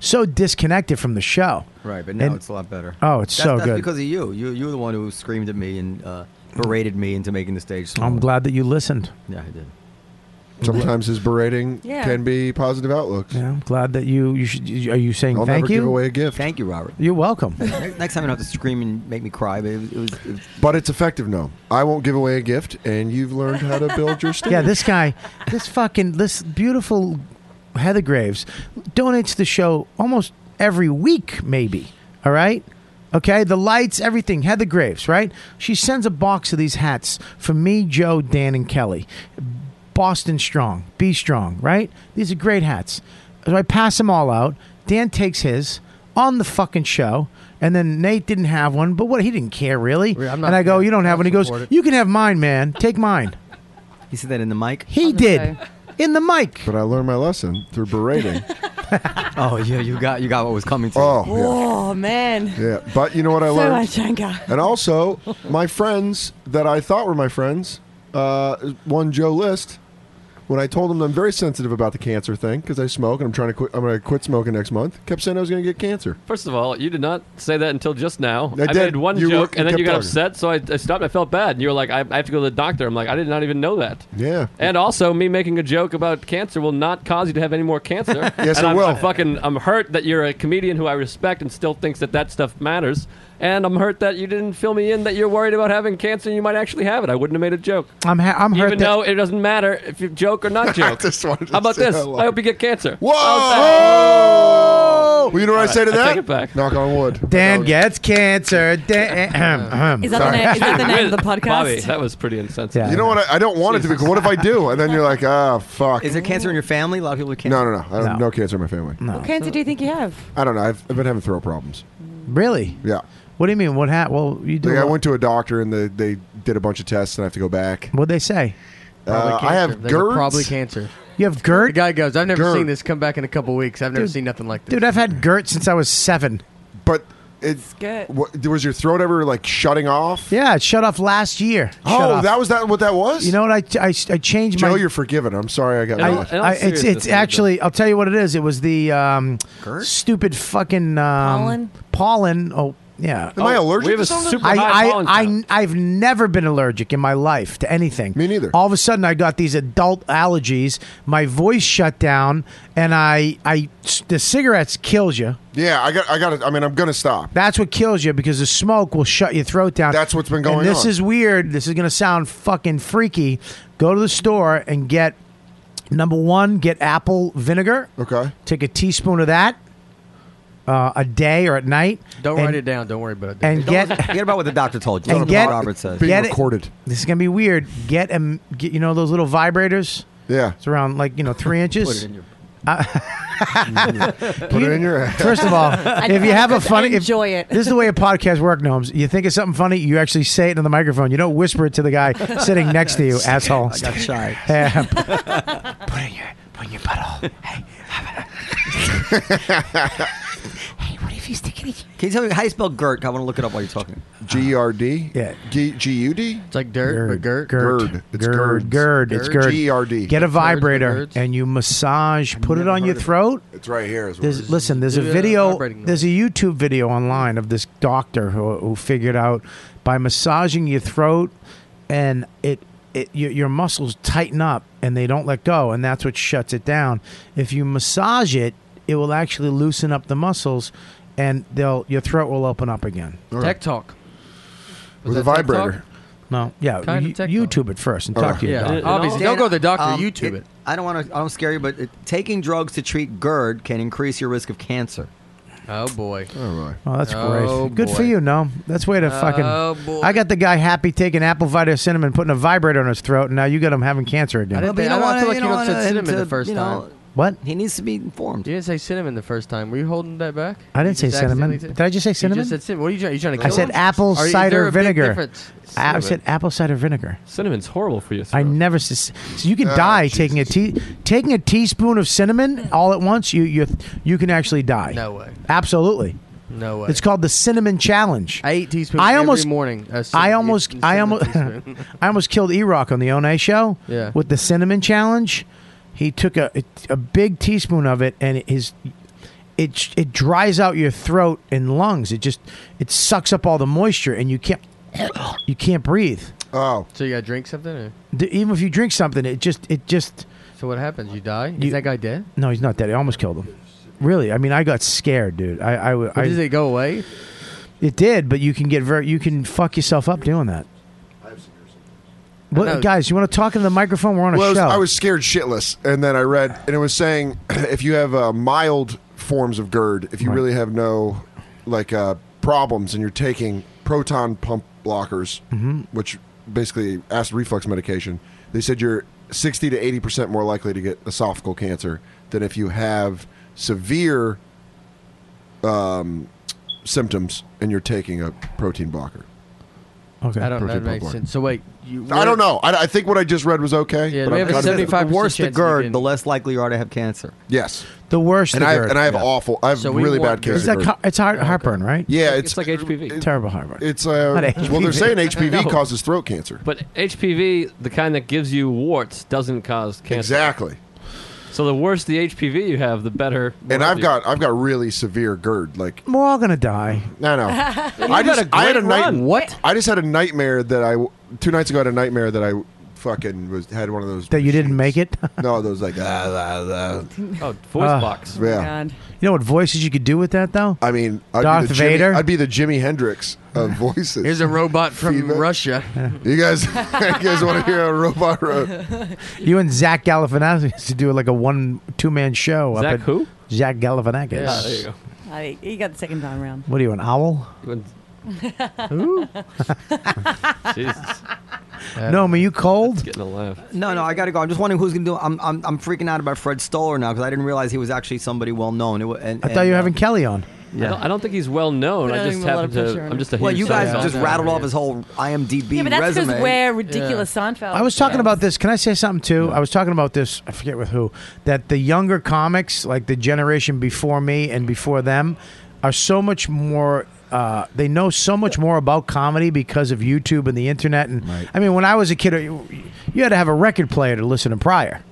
Speaker 3: so disconnected from the show.
Speaker 2: Right, but now
Speaker 3: And-
Speaker 2: it's a lot better.
Speaker 3: Oh, it's
Speaker 2: that's,
Speaker 3: so
Speaker 2: that's
Speaker 3: good.
Speaker 2: because of you. You you're the one who screamed at me and uh, berated me into making the stage. Small.
Speaker 3: I'm glad that you listened.
Speaker 2: Yeah, I did.
Speaker 13: Sometimes his berating
Speaker 5: Yeah.
Speaker 13: can be positive outlooks.
Speaker 3: Yeah, I'm glad that you you should. you- Are you saying
Speaker 13: I'll
Speaker 3: thank
Speaker 13: never give
Speaker 3: you?
Speaker 13: away a gift.
Speaker 2: Thank you, Robert.
Speaker 3: You're welcome.
Speaker 2: Ne- Next time you don't have to scream and make me cry. But it was, it was, it was
Speaker 13: But it's effective now. I won't give away a gift, and you've learned how to build your stage.
Speaker 3: yeah, this guy, this fucking this beautiful Heather Graves donates the show almost every week, maybe. All right. Okay, the lights, everything. Heather Graves, right? She sends a box of these hats for me, Joe, Dan, and Kelly. Boston Strong, Be Strong, right? These are great hats. So I pass them all out. Dan takes his. on the fucking show. And then Nate didn't have one, but what he didn't care really. and I go, "You don't have one." He goes,
Speaker 16: support it.
Speaker 3: "You can have mine, man. Take mine."
Speaker 16: He said that in the mic.
Speaker 3: He did, in the mic.
Speaker 13: But I learned my lesson through berating.
Speaker 16: oh yeah, you got you got what was coming to
Speaker 13: oh,
Speaker 16: you.
Speaker 13: yeah.
Speaker 15: Oh man.
Speaker 13: Yeah, but you know what I
Speaker 15: So
Speaker 13: learned?
Speaker 15: much anger.
Speaker 13: And also, my friends that I thought were my friends, uh, one Joe List, when I told him I'm very sensitive about the cancer thing because I smoke and I'm trying to quit, I'm going to quit smoking next month, kept saying I was going to get cancer.
Speaker 10: First of all, you did not say that until just now.
Speaker 13: I
Speaker 10: I,
Speaker 13: did.
Speaker 10: made one
Speaker 13: You
Speaker 10: joke,
Speaker 13: were-
Speaker 10: and then
Speaker 13: kept
Speaker 10: you got
Speaker 13: talking.
Speaker 10: upset, so I, I stopped. I felt bad, and you were like, I, "I have to go to the doctor." I'm like, "I did not even know that."
Speaker 13: Yeah.
Speaker 10: And also, me making a joke about cancer will not cause you to have any more cancer.
Speaker 13: Yes,
Speaker 10: and
Speaker 13: it
Speaker 10: I'm,
Speaker 13: will.
Speaker 10: I'm fucking, I'm hurt that you're a comedian who I respect and still thinks that that stuff matters. And I'm hurt that you didn't fill me in that you're worried about having cancer and you might actually have it. I wouldn't have made a joke.
Speaker 3: I'm ha- I'm hurt
Speaker 10: Even
Speaker 3: that-
Speaker 10: though it doesn't matter if you joke or not joke. How about
Speaker 13: say
Speaker 10: this?
Speaker 13: hello.
Speaker 10: I hope you get cancer.
Speaker 13: Whoa! Well, you know what I say to that? Knock on wood.
Speaker 3: Dan gets cancer. Dan-
Speaker 13: Is that the
Speaker 3: Sorry.
Speaker 13: name- is that the name
Speaker 10: of the podcast? Bobby, that was pretty insensitive.
Speaker 13: you know what? I, I don't want it to be. What if I do? And then you're like, ah, fuck.
Speaker 16: Is there cancer in your family? A lot of people are cancer.
Speaker 13: No, no, no. I don't, no. cancer in my family.
Speaker 3: No. Mm.
Speaker 15: What cancer do you think you have?
Speaker 13: I don't know. I've, I've been having throat problems.
Speaker 3: Really?
Speaker 13: Yeah.
Speaker 3: What do you mean? What happened? Well, you do.
Speaker 13: Like, I
Speaker 3: what-
Speaker 13: went to a doctor and they, they did a bunch of tests and I have to go back.
Speaker 3: What'd they say?
Speaker 12: Probably
Speaker 13: Uh, I
Speaker 12: cancer.
Speaker 13: have
Speaker 12: They go,
Speaker 13: GERD.
Speaker 12: Probably cancer.
Speaker 3: You have GERD?
Speaker 12: The guy goes, I've never
Speaker 13: GERD.
Speaker 12: seen this. Come back in a couple weeks. I've never
Speaker 3: Dude.
Speaker 12: seen nothing like this.
Speaker 3: Dude, I've had GERD since I was seven.
Speaker 13: But it's
Speaker 15: good.
Speaker 13: What, was your throat ever like shutting off?
Speaker 3: Yeah, it shut off last year.
Speaker 13: Oh,
Speaker 3: Shut off.
Speaker 13: that was that. What that was?
Speaker 3: You know what? I, I, I changed
Speaker 13: Joe,
Speaker 3: my.
Speaker 13: you're forgiven. I'm sorry I got.
Speaker 3: I,
Speaker 13: lost.
Speaker 3: I- it's it's actually. I'll tell you what it is. It was the um, stupid fucking um, pollen. Pollen. Oh yeah.
Speaker 13: Am I
Speaker 3: Oh,
Speaker 13: allergic
Speaker 10: we have to a something? super high
Speaker 3: I,
Speaker 10: pollen
Speaker 3: I, I have never been allergic in my life to anything. Me
Speaker 13: neither.
Speaker 3: All of a sudden, I got these adult allergies. My voice shut down, and I I the cigarettes kills you.
Speaker 13: Yeah, I got. I got. it. I mean, I'm gonna stop.
Speaker 3: That's what kills you because the smoke will shut your throat down.
Speaker 13: That's what's been going
Speaker 3: And this
Speaker 13: on.
Speaker 3: is weird. This is going to sound fucking freaky. Go to the store and get number one, get apple vinegar.
Speaker 13: Okay.
Speaker 3: Take a teaspoon of that uh, a day or at night.
Speaker 12: Don't
Speaker 3: and,
Speaker 12: write it down. Don't worry about it.
Speaker 3: And get
Speaker 16: Forget about what the doctor told you.
Speaker 3: and
Speaker 16: Don't
Speaker 3: get
Speaker 16: about what Robert says.
Speaker 3: get it- This is gonna be weird. Get um, get you know those little vibrators.
Speaker 13: Yeah,
Speaker 3: it's around like you know three inches.
Speaker 16: Put it in your-
Speaker 3: Put
Speaker 13: it in your ass.
Speaker 3: First of all,
Speaker 13: I-
Speaker 3: if you have
Speaker 13: I
Speaker 3: a funny,
Speaker 13: enjoy
Speaker 3: if, it. This is the way a podcast work, gnomes. You think of something funny, you actually say it in the microphone. You don't whisper it to the guy sitting next to you, asshole.
Speaker 16: I got shy.
Speaker 3: Yeah.
Speaker 16: Put in your put in your butthole. Hey, hey, what if you stick it? Can you tell me how you spell Gert? I want to look it up while you're talking.
Speaker 13: G E R D.
Speaker 3: uh, Yeah.
Speaker 13: G G U D.
Speaker 12: It's like dirt, but GERD.
Speaker 3: Gerd.
Speaker 13: It's
Speaker 3: Gerd.
Speaker 13: GERD. E
Speaker 3: Gerd. It's GERD.
Speaker 13: G-E-R-D.
Speaker 3: Get a
Speaker 13: Gerds,
Speaker 3: vibrator
Speaker 13: gerds.
Speaker 3: and you massage. Put it on your throat.
Speaker 13: It's right here. Is what it
Speaker 3: There's,
Speaker 13: is.
Speaker 3: listen, there's a
Speaker 13: Yeah,
Speaker 3: video.
Speaker 13: vibrating
Speaker 3: There's a YouTube video online of this doctor who, who figured out by massaging your throat and it, it your, your muscles tighten up and they don't let go and that's what shuts it down. If you massage it, it will actually loosen up the muscles and they'll your throat will open up again.
Speaker 12: Tech talk.
Speaker 13: With a
Speaker 12: that tech talk?
Speaker 13: vibrator.
Speaker 3: No, yeah,
Speaker 12: Kind of
Speaker 3: you- YouTube it first and talk to your
Speaker 12: Yeah.
Speaker 3: doctor.
Speaker 12: Obviously, Oh, don't go to the doctor,
Speaker 2: Um,
Speaker 12: YouTube
Speaker 16: it, I don't want to. I don't scare you, but it, taking drugs to treat GERD can increase your risk of cancer.
Speaker 12: Oh boy.
Speaker 13: Oh boy.
Speaker 3: Oh, that's
Speaker 12: Oh,
Speaker 3: great. Good for
Speaker 12: boy.
Speaker 3: you, no. That's way to fucking.
Speaker 12: Oh, boy.
Speaker 3: I got the guy happy taking apple vitamin cinnamon, putting a vibrator on his throat, and now you got him having cancer again.
Speaker 12: I didn't think, I don't feel like you don't
Speaker 16: wanna
Speaker 12: said
Speaker 2: uh,
Speaker 16: him
Speaker 12: cinnamon
Speaker 16: to,
Speaker 12: the first
Speaker 16: you know-
Speaker 12: time.
Speaker 3: What?
Speaker 16: He needs to be informed.
Speaker 12: You didn't say cinnamon the first time. Were you holding that back?
Speaker 3: I didn't
Speaker 12: You
Speaker 3: say
Speaker 12: just
Speaker 3: cinnamon.
Speaker 12: accidentally said-
Speaker 3: Did I just say
Speaker 12: You
Speaker 3: cinnamon?
Speaker 12: said cinnamon. What are you trying? You trying to
Speaker 3: I
Speaker 12: kill
Speaker 3: said
Speaker 12: him?
Speaker 3: apple
Speaker 12: Are you- is there
Speaker 3: cider
Speaker 12: a big
Speaker 3: vinegar.
Speaker 12: difference?
Speaker 3: I said apple cider vinegar.
Speaker 10: Cinnamon's horrible for you.
Speaker 3: I never. s- So you can
Speaker 12: Ah,
Speaker 3: die taking a tea, taking a teaspoon of cinnamon all at once. You you you can actually die.
Speaker 12: No way.
Speaker 3: Absolutely.
Speaker 12: No way.
Speaker 3: It's called the cinnamon challenge.
Speaker 12: I eat teaspoons
Speaker 3: I
Speaker 12: every
Speaker 3: almost
Speaker 12: morning, a cin-
Speaker 3: I almost
Speaker 12: a
Speaker 3: I
Speaker 12: cinnamon
Speaker 3: almost
Speaker 12: teaspoon.
Speaker 3: I almost killed E Rock on the One show.
Speaker 12: Yeah.
Speaker 3: With the cinnamon challenge, he took a a big teaspoon of it, and it- his it it dries out your throat and lungs. It just it sucks up all the moisture, and you can't you can't breathe.
Speaker 13: Oh.
Speaker 12: So you got to drink something? Or?
Speaker 3: D- Even if you drink something, it just it just
Speaker 12: So what happens? You die?
Speaker 3: You-
Speaker 12: Is that guy dead?
Speaker 3: no, he's not dead. I almost killed him. Really, I mean, I got scared, dude. I I, w-
Speaker 12: Or
Speaker 3: I-
Speaker 12: does it go away?
Speaker 3: It did, but you can get very you can fuck yourself up doing that.
Speaker 12: know.
Speaker 3: What, guys, you want to talk into the microphone? We're on a
Speaker 13: Well, I was,
Speaker 3: show.
Speaker 13: I was scared shitless, and then I read, and it was saying if you have uh, mild forms of GERD, if you really have no like uh, problems, and you're taking proton pump blockers,
Speaker 12: Mm-hmm.
Speaker 3: Mhm.
Speaker 13: which basically acid reflux medication, they said you're 60 to 80 percent more likely to get esophageal cancer than if you have severe um, symptoms and you're taking a protein blocker.
Speaker 3: Okay.
Speaker 12: I don't. That
Speaker 13: Protein
Speaker 12: makes
Speaker 13: blocker.
Speaker 12: sense. So wait, you,
Speaker 13: I don't know. I, I think what I just read was okay.
Speaker 12: Yeah,
Speaker 13: but
Speaker 12: we
Speaker 13: I'm
Speaker 12: have a
Speaker 13: kind of-
Speaker 12: 75%
Speaker 16: The worse the
Speaker 12: chance you
Speaker 16: GERD,
Speaker 12: can-
Speaker 16: the less likely you are to have cancer.
Speaker 13: Yes.
Speaker 3: The worst.
Speaker 13: And
Speaker 3: the
Speaker 13: I have-
Speaker 3: GERD.
Speaker 13: and I have awful- I have So we really want bad GERD.
Speaker 3: It's, like,
Speaker 13: GERD.
Speaker 3: ha- it's heart, heartburn, right?
Speaker 13: Yeah, it's like
Speaker 10: HPV.
Speaker 3: Terrible heartburn.
Speaker 13: It's uh,
Speaker 3: Not
Speaker 13: well, they're
Speaker 3: HPV.
Speaker 13: saying HPV
Speaker 10: No.
Speaker 13: causes throat cancer.
Speaker 10: But HPV, the kind that gives you warts, doesn't cause cancer.
Speaker 13: Exactly.
Speaker 10: So the worse the HPV you have, the better.
Speaker 13: And I've got I've got really severe GERD. Like
Speaker 3: We're all gonna die.
Speaker 13: no, no. I just I had a night. What? I just had a nightmare that I two nights ago I had a nightmare that I fucking was had one of those.
Speaker 3: That you didn't make it.
Speaker 13: No, those like ah, ah, ah.
Speaker 10: Oh,
Speaker 3: Uh,
Speaker 13: Yeah.
Speaker 3: You know what voices you could do with that though?
Speaker 13: I mean, I'd
Speaker 3: Darth
Speaker 13: be the Jimi-
Speaker 3: Vader.
Speaker 13: I'd be the Jimi Hendrix of voices.
Speaker 12: Here's a robot from Russia.
Speaker 13: You guys, you guys want to hear a robot? Ro-
Speaker 3: You and Zach Galifianakis used to do like a one two man show.
Speaker 10: Zach
Speaker 3: up at
Speaker 10: who?
Speaker 3: Zach Galifianakis.
Speaker 10: Yeah, Ah, there you go.
Speaker 15: I, you got the second time round.
Speaker 3: What are you, an owl?
Speaker 15: Ooh.
Speaker 10: Jesus.
Speaker 3: no, I mean you cold?
Speaker 10: Getting a laugh.
Speaker 16: No, no, I gotta go. I'm just wondering who's gonna do. it. I'm, I'm, I'm freaking out about Fred Stoller now because I didn't realize he was actually somebody well known. It, wa- and, uh,
Speaker 3: I thought you were having Kelly on.
Speaker 10: I, don't, I don't think he's well known.
Speaker 15: Put
Speaker 10: I
Speaker 15: on
Speaker 10: just
Speaker 15: a lot of
Speaker 10: happen to.
Speaker 15: pressure on
Speaker 10: I'm
Speaker 15: him.
Speaker 10: just a.
Speaker 16: Well,
Speaker 10: huge
Speaker 16: you guys
Speaker 10: Seinfeld
Speaker 16: just
Speaker 10: fan.
Speaker 16: rattled off his whole IMDb
Speaker 15: yeah, but that's because
Speaker 16: resume.
Speaker 15: we're ridiculous Seinfeld.
Speaker 3: I was talking about this. Can I say something too? I was talking about this. I forget with who. That the younger comics, like the generation before me and before them, are so much more. Uh, they know so much more about comedy because of YouTube and the internet. And I mean, when I was a kid, you you had to have a record player to listen to Pryor.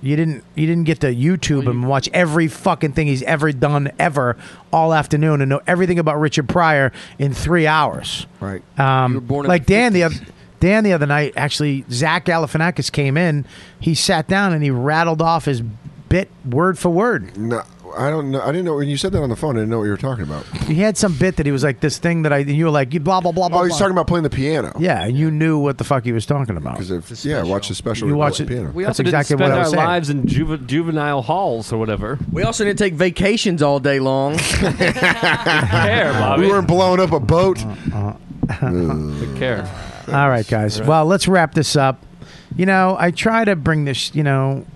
Speaker 3: You didn't. You didn't get to YouTube and watch every fucking thing he's ever done ever all afternoon and know everything about Richard Pryor in three hours.
Speaker 16: Right.
Speaker 3: Um,
Speaker 16: born in
Speaker 3: like Dan the other Dan the other night. Actually, Zach Galifianakis came in. He sat down and he rattled off his bit word for word.
Speaker 13: no, I don't know. I didn't know when you said that on the phone. I didn't know what you were talking about.
Speaker 3: He had some bit that he was like this thing that I. And you were like you blah blah blah blah.
Speaker 13: Oh, he's
Speaker 3: blah.
Speaker 13: talking about playing the piano.
Speaker 3: Yeah, and you knew what the fuck he was talking about.
Speaker 13: yeah, watch the special.
Speaker 3: You
Speaker 13: where he
Speaker 3: watch
Speaker 13: plays
Speaker 3: it-
Speaker 13: Piano.
Speaker 10: We
Speaker 3: That's
Speaker 10: also
Speaker 3: exactly
Speaker 10: didn't spend
Speaker 3: what I was
Speaker 10: our
Speaker 3: saying.
Speaker 10: lives in juve- juvenile halls or whatever.
Speaker 12: We also didn't take vacations all day long.
Speaker 10: Care, Bobby.
Speaker 13: We weren't blowing up a boat.
Speaker 10: Didn't care.
Speaker 3: All right, guys. Well, let's wrap this up. You know, I try to bring this. You know,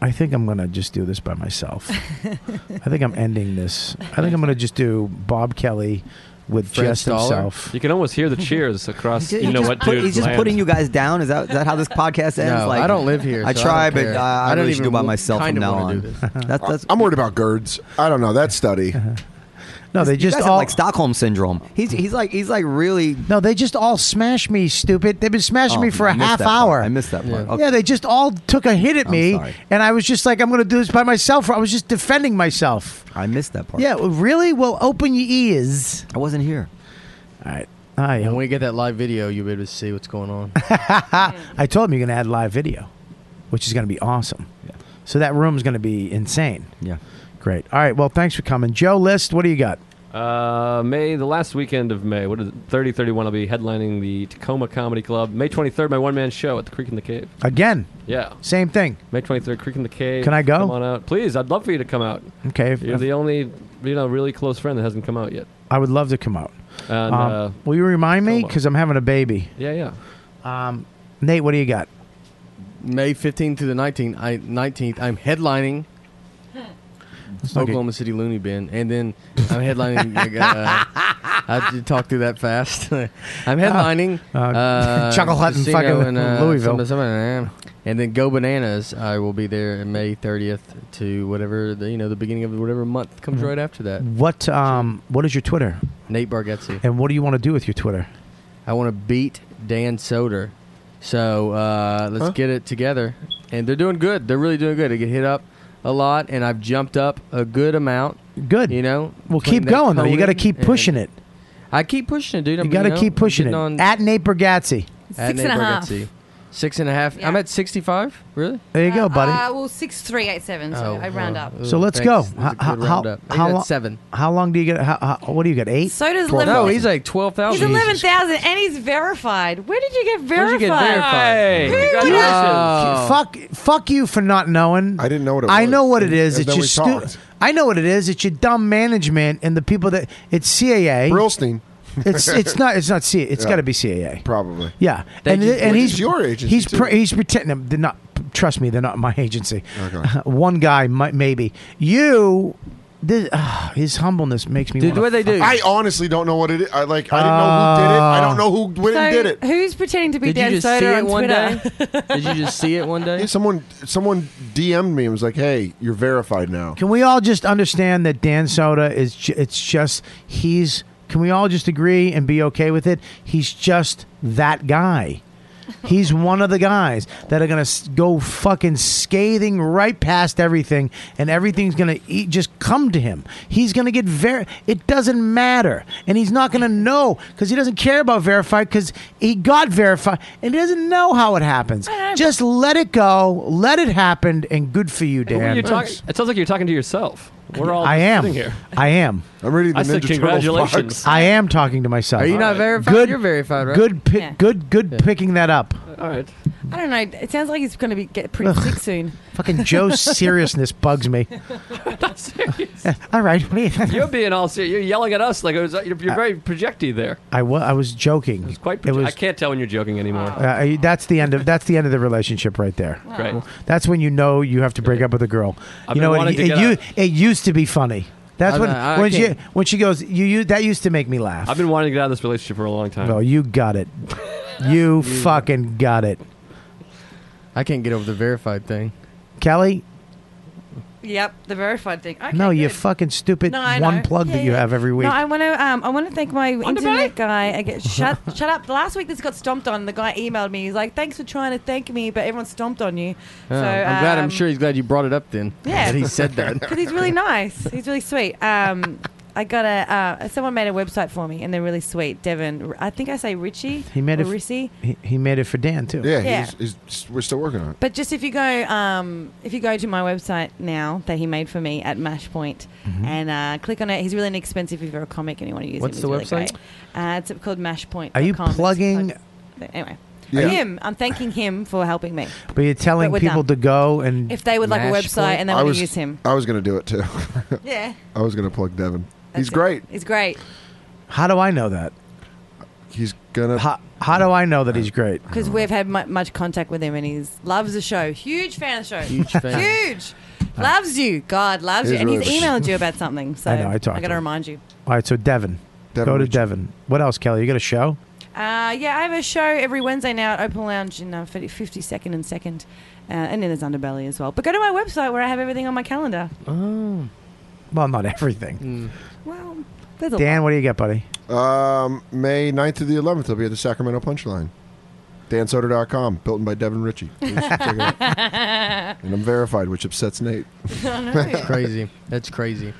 Speaker 3: I think I'm gonna just do this by myself. I think I'm ending this. I think I'm gonna just do Bob Kelly with
Speaker 10: Fred
Speaker 3: just
Speaker 10: Stoller?
Speaker 3: himself.
Speaker 10: You can almost hear the cheers across.
Speaker 16: He
Speaker 10: you know
Speaker 16: just
Speaker 10: what,
Speaker 16: put-
Speaker 10: dude?
Speaker 16: He's just putting you guys down. Is that is that how this podcast ends?
Speaker 12: No,
Speaker 16: like,
Speaker 12: I don't live here,
Speaker 16: I
Speaker 12: so I
Speaker 16: try,
Speaker 12: don't
Speaker 16: but
Speaker 12: care.
Speaker 16: I, I,
Speaker 12: I don't
Speaker 16: really
Speaker 12: even
Speaker 16: do by
Speaker 12: w-
Speaker 16: myself
Speaker 12: kinda
Speaker 16: from now
Speaker 12: wanna
Speaker 16: on.
Speaker 12: do this.
Speaker 16: That's that's.
Speaker 13: I'm worried about GERDs. I don't know that study.
Speaker 3: No, they
Speaker 16: you
Speaker 3: just
Speaker 16: guys have,
Speaker 3: all
Speaker 16: like Stockholm syndrome. He's he's like he's like really.
Speaker 3: No, they just all smashed me, stupid. They've been smashing
Speaker 16: Oh,
Speaker 3: me for
Speaker 16: I
Speaker 3: a
Speaker 16: missed
Speaker 3: half
Speaker 16: that part.
Speaker 3: hour.
Speaker 16: I missed that part. Okay.
Speaker 3: Yeah, they just all took a hit at
Speaker 16: I'm
Speaker 3: me,
Speaker 16: sorry.
Speaker 3: and I was just like, I'm going to do this by myself. I was just defending myself.
Speaker 16: I missed that part.
Speaker 3: Yeah, well, really? Well, open your ears.
Speaker 16: I wasn't here.
Speaker 3: All right. I,
Speaker 12: When we get that live video, you'll be able to see what's going on.
Speaker 3: I told him you're going to add live video, which is going to be awesome. So that room's going to be insane.
Speaker 16: Yeah.
Speaker 3: Great. All right. Well, thanks for coming. Joe List, what do you got?
Speaker 10: Uh, May, the last weekend of May, what is it, 30, 31, I'll be headlining the Tacoma Comedy Club. May 23rd, my one man show at the Creek in the Cave.
Speaker 3: Again.
Speaker 10: Yeah.
Speaker 3: Same thing.
Speaker 10: May 23rd, Creek in the Cave.
Speaker 3: Can I go?
Speaker 10: Come on out. Please, I'd love for you to come out.
Speaker 3: Okay. if-
Speaker 10: You're the only, you know, really close friend that hasn't come out yet.
Speaker 3: I would love to come out.
Speaker 10: And,
Speaker 3: Um,
Speaker 10: uh,
Speaker 3: will you remind me? Because I'm having a baby.
Speaker 10: Yeah, yeah.
Speaker 3: Um, Nate, what do you got?
Speaker 12: May 15th to the 19th, I, 19th I'm headlining
Speaker 3: like a-
Speaker 12: Oklahoma City Looney Bin, and then I'm headlining. like, uh, I did talk through that fast. I'm headlining
Speaker 3: Uh,
Speaker 12: uh,
Speaker 3: uh, Chuckle Hut and
Speaker 12: Casino
Speaker 3: fucking
Speaker 12: in, uh,
Speaker 3: Louisville.
Speaker 12: some- some- uh, and then Go Bananas. I will be there on May 30th to whatever the, you know the beginning of whatever month comes
Speaker 3: Mm-hmm.
Speaker 12: right after that.
Speaker 3: What um what is your Twitter?
Speaker 12: Nate Bargatze.
Speaker 3: And what do you want to do with your Twitter?
Speaker 12: I want to beat Dan Soder. So uh, let's get it together. And they're doing good. They're really doing good. I get hit up a lot, and I've jumped up a good amount.
Speaker 3: Good.
Speaker 12: You know.
Speaker 3: Well,
Speaker 12: between
Speaker 3: keep
Speaker 12: that
Speaker 3: going though. You got to
Speaker 12: Conan
Speaker 3: keep
Speaker 12: and-
Speaker 3: pushing it.
Speaker 12: I keep pushing it, dude. I'm,
Speaker 3: You got to
Speaker 12: know,
Speaker 3: keep pushing
Speaker 12: getting
Speaker 3: it.
Speaker 12: On
Speaker 3: At Nate Bergazzi.
Speaker 12: at
Speaker 15: Six and
Speaker 12: Nate
Speaker 15: a half.
Speaker 12: Bargatze. Six and a half. I'm at 65. Really?
Speaker 3: There you go, buddy.
Speaker 5: Ah,
Speaker 15: Uh, well, six three eight seven. So
Speaker 12: Oh,
Speaker 15: I round up.
Speaker 3: so let's
Speaker 12: thanks.
Speaker 3: go.
Speaker 12: That's a
Speaker 3: How,
Speaker 12: good
Speaker 3: how,
Speaker 12: roundup.
Speaker 3: how
Speaker 12: He's at
Speaker 3: long?
Speaker 12: seven.
Speaker 3: How long do you get? How, how, what do you get? Eight.
Speaker 15: So does
Speaker 3: Twelve
Speaker 15: Lemon-
Speaker 12: No,
Speaker 3: thousand.
Speaker 12: he's like 12,000.
Speaker 15: He's eleven thousand, and he's verified. Where did you get verified?
Speaker 12: Oh, Where'd you get verified?
Speaker 10: Hey,
Speaker 15: Who would-
Speaker 12: Congratulations.
Speaker 3: Fuck, fuck you for not knowing. I
Speaker 13: didn't know what it
Speaker 3: I
Speaker 13: was.
Speaker 3: know what it is.
Speaker 13: And
Speaker 3: It's
Speaker 13: then
Speaker 3: your
Speaker 13: we
Speaker 3: stu-
Speaker 13: talked.
Speaker 3: I know what it is. It's your dumb management and the people that it's CAA.
Speaker 13: Brillstein.
Speaker 3: It's it's not it's not C. It's
Speaker 13: Yeah.
Speaker 3: got to be CAA.
Speaker 13: Probably.
Speaker 3: Yeah,
Speaker 13: They
Speaker 3: and,
Speaker 13: just-
Speaker 3: and
Speaker 13: Which
Speaker 3: he's
Speaker 13: is your agency,
Speaker 3: He's
Speaker 13: too.
Speaker 3: pre- he's pretending. They're not. Trust me, they're not my agency.
Speaker 13: Okay.
Speaker 3: One guy, might, maybe you This, ah, his humbleness makes me.
Speaker 13: Dude,
Speaker 3: wanna
Speaker 13: what they do?
Speaker 3: fuck-
Speaker 13: I honestly don't know what it is. I like. I didn't know who did it. I don't know who went and
Speaker 5: So,
Speaker 13: did it.
Speaker 5: Who's pretending to be
Speaker 13: Did you
Speaker 5: Dan
Speaker 13: just
Speaker 5: Soder
Speaker 13: see it
Speaker 5: on
Speaker 13: one
Speaker 5: Twitter?
Speaker 13: Did you just see it one day? Yeah, someone someone DM'd me and was like, "Hey, you're verified now."
Speaker 3: Can we all just understand that Dan Soda is? Ju- it's just he's. Can we all just agree and be okay with it? He's just that guy. He's one of the guys that are gonna s- go fucking scathing right past everything, and everything's gonna eat, just come to him. He's gonna get ver. It doesn't matter, and he's not gonna know because he doesn't care about verified because he got verified and he doesn't know how it happens. Just let it go, let it happen, and good for you, Dan.
Speaker 10: But when you're talking, it sounds like you're talking to yourself. We're all
Speaker 3: I
Speaker 10: just
Speaker 3: am.
Speaker 10: sitting here.
Speaker 3: I am.
Speaker 13: I'm reading
Speaker 10: the I said Ninja Turtles congratulations. box.
Speaker 3: I am talking to myself.
Speaker 10: Are you not All right. verified?
Speaker 3: Good,
Speaker 10: You're verified, right?
Speaker 3: Good, pi-
Speaker 5: Yeah.
Speaker 3: good, good picking that up.
Speaker 10: All right.
Speaker 5: I don't know. It sounds like he's going to be get pretty
Speaker 3: Ugh.
Speaker 5: sick soon.
Speaker 3: Fucking Joe's seriousness bugs me. Yeah, all right, what do you-
Speaker 10: You're being all serious. You're yelling at us like it was, you're, you're very projecty there.
Speaker 3: I wa- I was joking. Uh, It was
Speaker 10: Quite. Proje- I can't tell when you're joking anymore.
Speaker 3: uh, that's the end of that's the end of the relationship right there.
Speaker 10: Right.
Speaker 3: That's when you know you have to break up with a girl.
Speaker 10: I've
Speaker 3: you
Speaker 10: been
Speaker 3: know, it,
Speaker 10: wanting to
Speaker 3: it,
Speaker 10: get
Speaker 3: u-
Speaker 10: a-
Speaker 3: it used to be funny. That's
Speaker 10: I
Speaker 3: when
Speaker 10: know, I
Speaker 3: when she
Speaker 10: can't-
Speaker 3: when she goes you, you that used to make me laugh.
Speaker 10: I've been wanting to get out of this relationship for a long time.
Speaker 3: No, you got it. You fucking got it.
Speaker 12: I can't get over the verified thing.
Speaker 3: Kelly,
Speaker 5: Yep, the verified thing. Okay,
Speaker 3: no, you
Speaker 5: good.
Speaker 3: fucking stupid
Speaker 5: No, I
Speaker 3: one
Speaker 5: know.
Speaker 3: plug
Speaker 5: Yeah,
Speaker 3: that you
Speaker 5: yeah.
Speaker 3: have every week.
Speaker 5: No, I want to. Um, I want to thank my
Speaker 20: Bay?
Speaker 5: internet guy. I get shut. shut up. Last week this got stomped on. The guy emailed me. He's like, "Thanks for trying to thank me, but everyone stomped on you."
Speaker 12: Oh,
Speaker 5: so
Speaker 12: I'm glad. I'm
Speaker 5: um,
Speaker 12: sure he's glad you brought it up then.
Speaker 5: Yeah.
Speaker 12: that he said that.
Speaker 5: Because he's really nice. He's really sweet. Um, I got a. Uh, someone made a website for me, and they're really sweet. Devin, I think I say Richie.
Speaker 3: he made
Speaker 5: or
Speaker 3: it. f-
Speaker 5: Rissy.
Speaker 3: He, he made it for Dan too.
Speaker 5: Yeah, Yeah. he's-
Speaker 13: we're still working on it.
Speaker 5: But just if you go, um, if you go to my website now that he made for me at Mashpoint, and uh, click on it, he's really inexpensive if you're a comic and you want to use
Speaker 3: Mm-hmm. What's
Speaker 5: him.
Speaker 3: the
Speaker 5: He's really
Speaker 3: website?
Speaker 5: great. Uh, it's called Mashpoint.
Speaker 3: Are you plugging-
Speaker 5: Anyway,
Speaker 3: Yeah.
Speaker 5: him. I'm thanking him for helping me.
Speaker 3: But you're telling
Speaker 5: But we're
Speaker 3: people
Speaker 5: done.
Speaker 3: to go and
Speaker 5: If they would like a website and they
Speaker 13: I
Speaker 5: want
Speaker 13: was-
Speaker 5: to use him,
Speaker 13: I was going to do it too.
Speaker 5: Yeah.
Speaker 13: I was going to plug Devin. he's
Speaker 5: That's it.
Speaker 13: great.
Speaker 5: He's great
Speaker 3: How do I know that?
Speaker 13: He's gonna.
Speaker 3: How, how do I know that he's great?
Speaker 5: because we've had mu- much contact with him, and he loves the show. Huge fan of the show.
Speaker 3: Huge fan.
Speaker 5: Huge. Loves you. God loves you,
Speaker 3: He's
Speaker 5: and he's
Speaker 3: really-
Speaker 5: emailed you about something. So
Speaker 3: I know, I talked
Speaker 5: got
Speaker 3: to
Speaker 5: to
Speaker 3: him.
Speaker 5: remind you.
Speaker 3: All right, so Devin, go to Devin. What else, Kelly? You got a show?
Speaker 5: Uh, yeah, I have a show every Wednesday now at Open Lounge in uh, 50, 52nd and 2nd. Uh, and then there's Underbelly as well. But go to my website where I have everything on my calendar.
Speaker 3: Oh, well, not
Speaker 12: Mm.
Speaker 3: everything.
Speaker 5: Well, there's a
Speaker 3: Dan,
Speaker 5: lot.
Speaker 3: what do you got, buddy?
Speaker 13: Um, May 9th to the 11th, I'll be at the Sacramento Punchline. DanSoder.com, built in by Devin Ritchie. Please check it out. And I'm verified, which upsets Nate.
Speaker 12: That's crazy. That's crazy.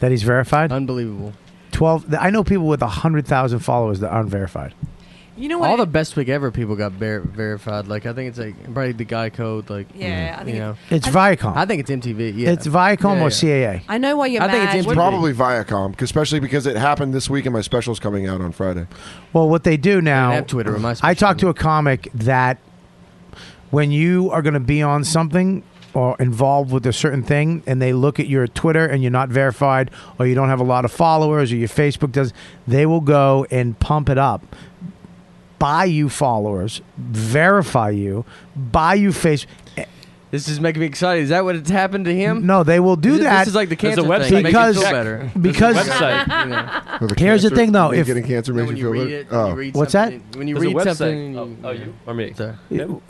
Speaker 3: That he's verified?
Speaker 12: Unbelievable.
Speaker 3: Twelve. I know people with hundred thousand followers that aren't verified.
Speaker 5: You know what?
Speaker 12: All the best week ever people got ver- verified. Like I think it's like probably the guy code. Like
Speaker 5: Yeah, I think
Speaker 12: you know.
Speaker 3: It's Viacom.
Speaker 12: I think it's MTV. Yeah,
Speaker 3: It's Viacom or CAA.
Speaker 5: I know why you're
Speaker 12: I
Speaker 5: mad.
Speaker 12: think it's
Speaker 5: What-
Speaker 13: Probably Viacom, especially because it happened this week and my special's coming out on Friday.
Speaker 3: Well, what they do now,
Speaker 13: have Twitter, am I
Speaker 3: I talked to a comic that when you are going to be on something or involved with a certain thing, and they look at your Twitter and you're not verified, or you don't have a lot of followers, or your Facebook does, they will go and pump it up, buy you followers, verify you, buy you Facebook.
Speaker 12: This is making me excited. Is that what it's happened to him?
Speaker 3: No, they will do
Speaker 12: This-
Speaker 3: that.
Speaker 12: This is like the
Speaker 3: There's
Speaker 12: cancer
Speaker 3: a website.
Speaker 12: thing. Make you
Speaker 3: Because-
Speaker 12: feel better.
Speaker 3: because-
Speaker 12: There's a website, you know.
Speaker 3: Here's the thing, though,
Speaker 13: Nate
Speaker 3: if-
Speaker 13: getting cancer makes
Speaker 12: When
Speaker 13: you
Speaker 12: you
Speaker 13: feel
Speaker 12: read
Speaker 13: better? Oh.
Speaker 12: it, when you read
Speaker 3: Oh. What's
Speaker 12: something-
Speaker 3: that?
Speaker 12: When you
Speaker 10: There's a
Speaker 12: read
Speaker 10: website.
Speaker 12: something,
Speaker 10: Oh, oh, you or me?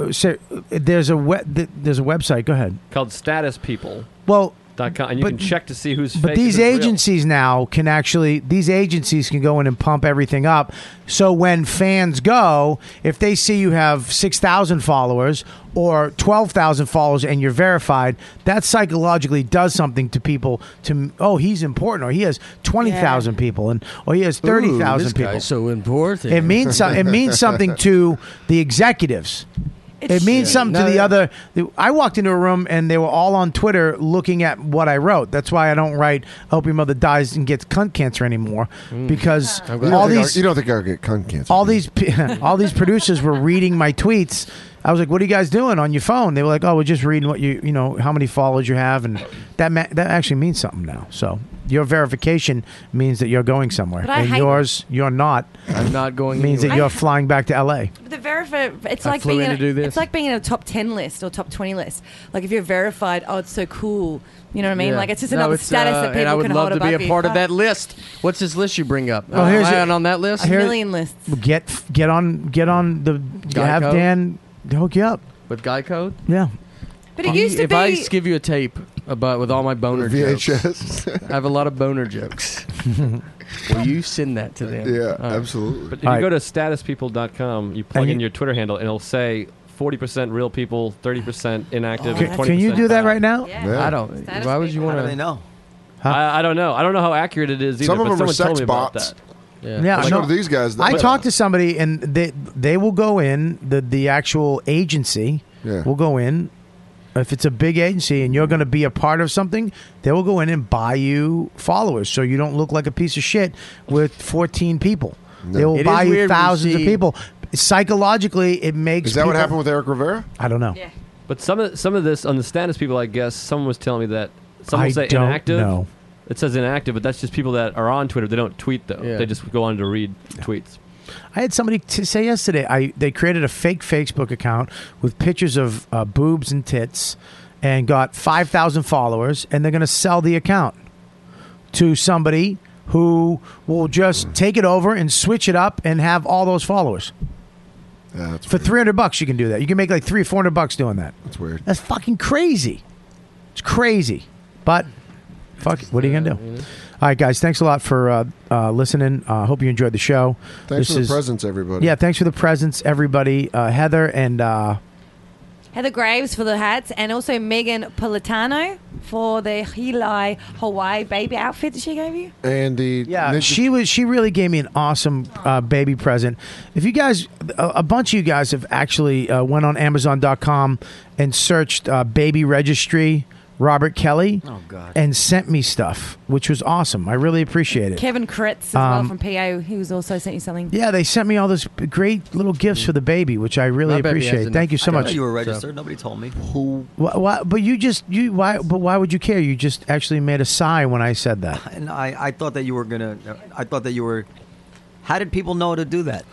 Speaker 3: Uh, So uh, there's a we- th- there's a website. Go ahead.
Speaker 10: Called statuspeople.com,
Speaker 3: Well,
Speaker 10: and you
Speaker 3: but-
Speaker 10: can check to see who's. fake
Speaker 3: But
Speaker 10: and
Speaker 3: these
Speaker 10: who's real.
Speaker 3: agencies now can actually these agencies can go in and pump everything up. So when fans go, if they see you have six thousand followers or twelve thousand followers and you're verified, that psychologically does something to people. To oh, he's important, or he has twenty thousand people, and or he has thirty
Speaker 12: Ooh, this
Speaker 3: thousand people.
Speaker 12: guy's so important.
Speaker 3: It means some, it means something to the executives. it means
Speaker 12: Yeah.
Speaker 3: something
Speaker 12: No,
Speaker 3: to the
Speaker 12: yeah.
Speaker 3: other. I walked into a room and they were all on Twitter looking at what I wrote. That's why I don't write "I "Hope your mother dies and gets cunt cancer" anymore because
Speaker 13: You don't,
Speaker 3: all
Speaker 13: think I'll-
Speaker 3: these
Speaker 13: Mm. you don't think I'll get cunt cancer?
Speaker 3: all these pe- all these producers were reading my tweets. I was like, "What are you guys doing on your phone?" They were like, "Oh, we're just reading what you you know how many followers you have," and that ma- that actually means something now. So your verification means that you're going somewhere,
Speaker 5: But I
Speaker 3: and
Speaker 5: hate-
Speaker 3: yours you're not.
Speaker 12: I'm not going
Speaker 3: means that
Speaker 5: anywhere.
Speaker 3: you're flying back to L.A.
Speaker 5: But the verified. It's
Speaker 12: I
Speaker 5: like
Speaker 12: flew
Speaker 5: being
Speaker 12: in
Speaker 5: a-
Speaker 12: to do this.
Speaker 5: It's like being in a top ten list or top twenty list. Like if you're verified, oh, it's so cool. You know what I mean?
Speaker 12: Yeah.
Speaker 5: Like it's just
Speaker 12: No,
Speaker 5: another
Speaker 12: it's,
Speaker 5: status
Speaker 12: uh,
Speaker 5: that people
Speaker 12: and I would
Speaker 5: can
Speaker 12: love
Speaker 5: hold
Speaker 12: to be
Speaker 5: above
Speaker 12: a
Speaker 5: you.
Speaker 12: part of
Speaker 5: But
Speaker 12: that list. What's this list you bring up?
Speaker 3: Oh,
Speaker 12: Uh,
Speaker 3: here's
Speaker 12: am I
Speaker 3: it.
Speaker 12: on- on that list?
Speaker 3: Here-
Speaker 5: lists.
Speaker 3: Get get on get on the have
Speaker 12: Geico?
Speaker 3: Dan hook you up.
Speaker 12: With Geico?
Speaker 3: Yeah.
Speaker 5: But it used to
Speaker 12: if I
Speaker 5: be-
Speaker 12: s- give you a tape about with all my boner jokes, I have a lot of boner jokes. Will you send that to them? Uh,
Speaker 13: Yeah,
Speaker 12: All right.
Speaker 13: absolutely.
Speaker 10: But if you go to statuspeople.com, you plug in your Twitter handle, and it'll say 40% real people, 30% inactive.
Speaker 3: Can,
Speaker 10: 20
Speaker 3: can you do that right now?
Speaker 12: I don't. Why would you want to?
Speaker 10: know? I, I don't know. I don't know how accurate it is either.
Speaker 13: Some of
Speaker 10: but
Speaker 13: them are
Speaker 10: someone told
Speaker 13: sex
Speaker 10: me about
Speaker 13: bots.
Speaker 10: that.
Speaker 12: Yeah,
Speaker 13: Let's
Speaker 3: no.
Speaker 13: go to these guys.
Speaker 3: I
Speaker 13: But-
Speaker 3: talked to somebody, and they they will go in the the actual agency
Speaker 13: Yeah.
Speaker 3: will go in. If it's a big agency and you're going to be a part of something, they will go in and buy you followers, so you don't look like a piece of shit with 14 people. They will
Speaker 13: It is
Speaker 3: buy you
Speaker 13: weird when you
Speaker 3: thousands of
Speaker 13: see-
Speaker 3: people. Psychologically, it makes.
Speaker 13: Is that what
Speaker 3: people-
Speaker 13: happened with Eric Rivera?
Speaker 3: I don't know.
Speaker 10: But some of some of this on the status people, I guess someone was telling me that some will
Speaker 3: I
Speaker 10: say
Speaker 3: don't
Speaker 10: inactive.
Speaker 3: know.
Speaker 10: It says inactive, but that's just people that are on Twitter. They don't tweet though.
Speaker 3: Yeah.
Speaker 10: They just go on to read tweets.
Speaker 3: I had somebody t- say yesterday. I they created a fake Facebook account with pictures of uh, boobs and tits, and got five thousand followers, and they're going to sell the account to somebody who will just take it over and switch it up and have all those followers. For three hundred bucks, you can do that. You can make like three or four hundred bucks doing that. That's
Speaker 13: weird.
Speaker 3: That's fucking crazy. It's crazy, but fuck. it. What are you gonna do? All right, guys. Thanks a lot for uh, uh, listening. I uh, hope you enjoyed the show.
Speaker 13: Thanks
Speaker 3: This
Speaker 13: for the
Speaker 3: is-
Speaker 13: presents, everybody.
Speaker 3: yeah, thanks for the presents, everybody. Uh, Heather and uh,
Speaker 5: Heather Graves for the hats, and also Megan Politano for the Heli Hawaii baby outfit that she gave you.
Speaker 13: And the
Speaker 3: yeah, she was she really gave me an awesome uh, baby present. If you guys, a, a bunch of you guys have actually uh, went on Amazon.com and searched uh, baby registry Robert Kelly,
Speaker 5: Oh, God.
Speaker 3: and sent me stuff, which was awesome. I really appreciate it.
Speaker 5: Kevin Kritz as well
Speaker 3: Um,
Speaker 5: from PA, who's also sent you something.
Speaker 3: yeah, they sent me all those great little gifts for the baby, which I really
Speaker 16: My baby has
Speaker 3: appreciate.
Speaker 16: enough-
Speaker 3: Thank you so
Speaker 16: I didn't
Speaker 3: much.
Speaker 16: know you were registered. Nobody told me.
Speaker 13: Who?
Speaker 3: Why, why, but you just you why? But why would you care? You just actually made a sigh when I said that.
Speaker 16: And I, I thought that you were gonna. I thought that you were. How did people know to do that?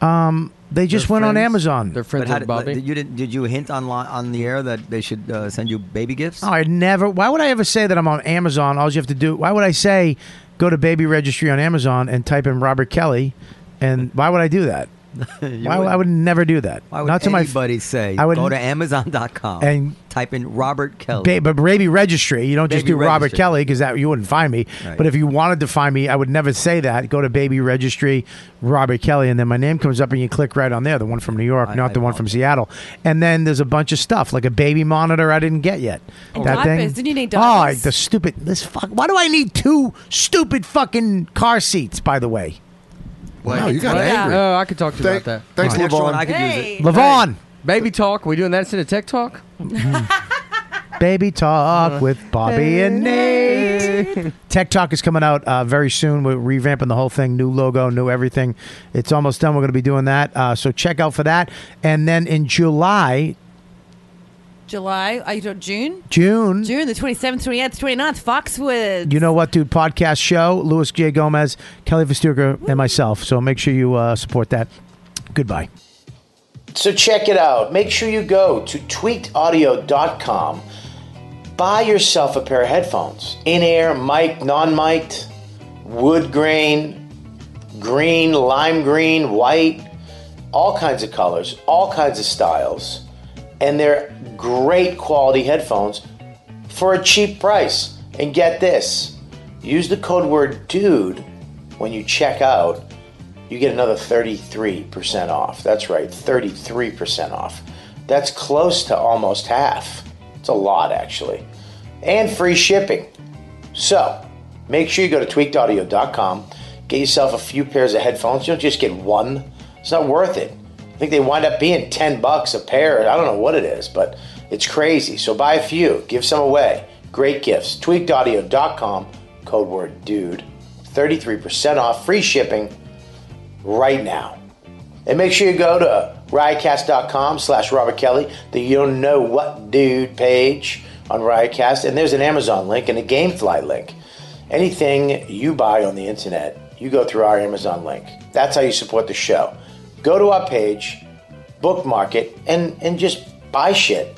Speaker 3: Um, they just went on Amazon.
Speaker 16: But how did, Did you did, did you hint on li- on the air that they should uh, send you baby gifts?
Speaker 3: Oh, I never. Why would I ever say that I'm on Amazon? All you have to do. Why would I say go to baby registry on Amazon and type in Robert Kelly? And why would I do that?
Speaker 16: You
Speaker 3: why,
Speaker 16: wouldn't.
Speaker 3: I would never do that.
Speaker 16: Why would
Speaker 3: Not to my f-
Speaker 16: anybody say?
Speaker 3: I would
Speaker 16: go to Amazon.com
Speaker 3: and-
Speaker 16: type in Robert Kelly.
Speaker 3: Ba- but baby registry. You don't just
Speaker 16: Baby
Speaker 3: do Robert
Speaker 16: registry.
Speaker 3: Kelly because that you wouldn't find me.
Speaker 16: Right.
Speaker 3: But if you wanted to find me, I would never say that. Go to baby registry, Robert Kelly, and then my name comes up, and you click right on there. The one from New York, not the one from Seattle. And then there's a bunch of stuff like a baby monitor I didn't get yet.
Speaker 5: And
Speaker 3: that
Speaker 5: diapers.
Speaker 3: thing.
Speaker 5: Didn't you need
Speaker 3: Oh,
Speaker 5: diapers?
Speaker 3: I- the stupid. This fuck. Why do I need two stupid fucking car seats? By the way.
Speaker 13: Wow, you got angry.
Speaker 12: Oh, I could talk to you
Speaker 13: Thank-
Speaker 12: about that.
Speaker 13: thanks, An extra Levon. one, I
Speaker 12: could
Speaker 13: use it.
Speaker 3: Levon.
Speaker 12: baby talk. We doing that instead of tech talk?
Speaker 3: Baby Talk with Bobby and Nate. Tech Talk is coming out uh, very soon. We're revamping the whole thing, new logo, new everything. It's almost done. We're going to be doing that. Uh, so check out for that. And then in July,
Speaker 5: July, are you doing June?
Speaker 3: June,
Speaker 5: June the 27th, 28th, 29th, Foxwood.
Speaker 3: you know what, dude? Podcast show, Louis J. Gomez, Kelly Vestuca, and myself. So make sure you uh, support that. Goodbye. So check it out. Make sure you go to tweakedaudio.com. Buy yourself a pair of headphones. In-air, mic, non-mic'd, wood grain, green, lime green, white, all kinds of colors, all kinds of styles. And they're great quality headphones for a cheap price. And get this. Use the code word dude when you check out you get another 33% off. That's right, 33% off. That's close to almost half. It's a lot, actually. And free shipping. So, make sure you go to tweakedaudio.com, get yourself a few pairs of headphones. You don't just get one, it's not worth it. I think they wind up being 10 bucks a pair. I don't know what it is, but it's crazy. So, buy a few, give some away. Great gifts. Tweakedaudio.com, code word dude. 33% off, free shipping right now. And make sure you go to riotcast.com slash Robert Kelly, the You Don't Know What Dude page on Riotcast. And there's an Amazon link and a Gamefly link. Anything you buy on the internet, you go through our Amazon link. That's how you support the show. Go to our page,
Speaker 2: bookmark it, and and just buy shit.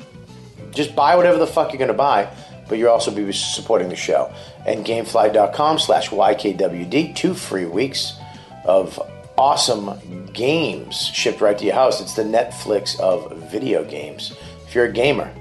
Speaker 2: Just buy whatever the fuck you're gonna buy, but you'll also be supporting the show. And Gamefly.com slash YKWD, two free weeks of awesome games shipped right to your house. It's the Netflix of video games. If you're a gamer,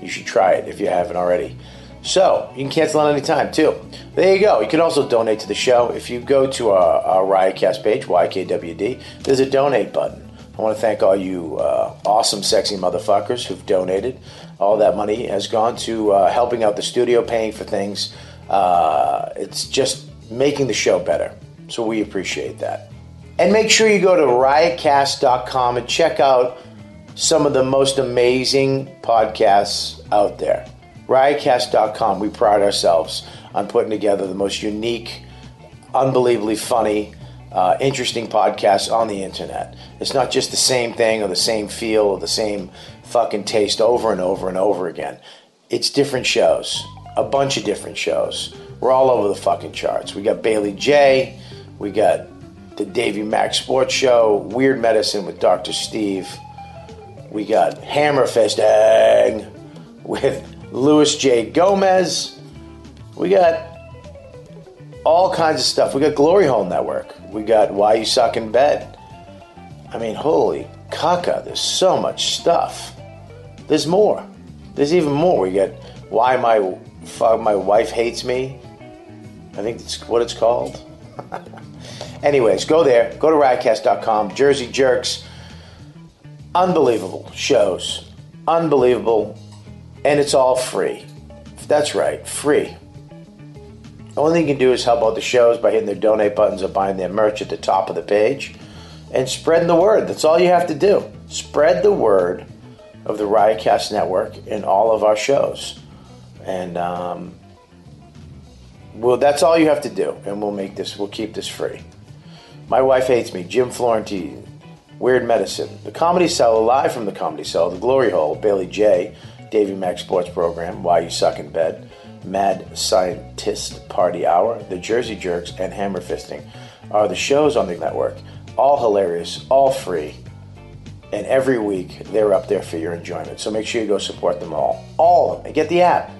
Speaker 2: you should try it if you haven't already. So you can cancel at any time too. There you go. You can also donate to the show if you go to our, our Riotcast page, YKWd. There's a donate button. I want to thank all you uh, awesome, sexy motherfuckers who've donated. All that money has gone to uh, helping out the studio, paying for things. Uh, it's just making the show better. So we appreciate that. And make sure you go to riotcast.com and check out some of the most amazing podcasts out there. Riotcast.com, we pride ourselves on putting together the most unique, unbelievably funny, uh, interesting podcasts on the internet. It's not just the same thing or the same feel or the same fucking taste over and over and over again. It's different shows, a bunch of different shows. We're all over the fucking charts. We got Bailey J, we got the Davy Mac Sports Show, Weird Medicine with Dr. Steve, we got Hammerfisting with Louis J. Gomez. We got all kinds of stuff. We got Glory Hole Network. We got Why You Suck in Bed. I mean, holy caca, there's so much stuff. There's more. There's even more. We got Why My Fuck My Wife Hates Me. I think that's what it's called. Anyways, go there. Go to riotcast.com. Jersey Jerks. Unbelievable shows. Unbelievable and it's all free. That's right, free. The only thing you can do is help out the shows by hitting their donate buttons or buying their merch at the top of the page and spreading the word. That's all you have to do. Spread the word of the Riotcast Network in all of our shows. And, um, well, that's all you have to do, and we'll make this, we'll keep this free. My wife hates me, Jim Florentine, Weird Medicine, The Comedy Cell, Live from the Comedy Cell, The Glory Hole, Bailey J., Davy Mac Sports Program, Why You Suck in Bed, Mad Scientist Party Hour, The Jersey Jerks, and Hammer Fisting are the shows on the network. All hilarious, all free, and every week they're up there for your enjoyment. So make sure you go support them all. All of them. And get the app.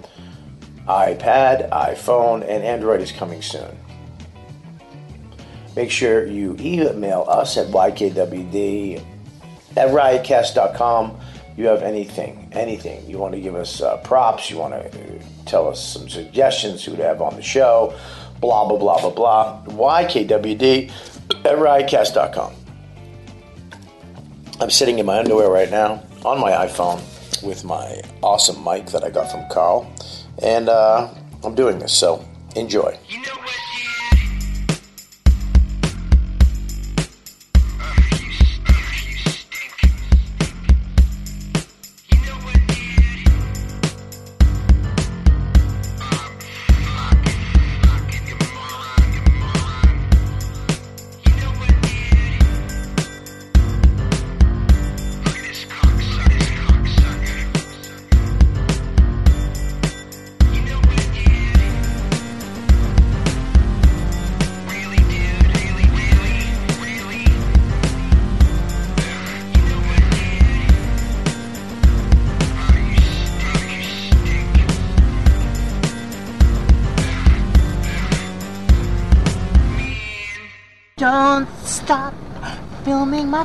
Speaker 2: iPad, iPhone, and Android is coming soon. Make sure you email us at ykwd at riotcast.com you have anything, anything. You want to give us uh, props, you want to tell us some suggestions, who to have on the show, blah, blah, blah, blah, blah. YKWD at riotcast.com. I'm sitting in my underwear right now on my iPhone with my awesome mic that I got from Carl, and uh, I'm doing this, so enjoy.
Speaker 21: Don't stop filming my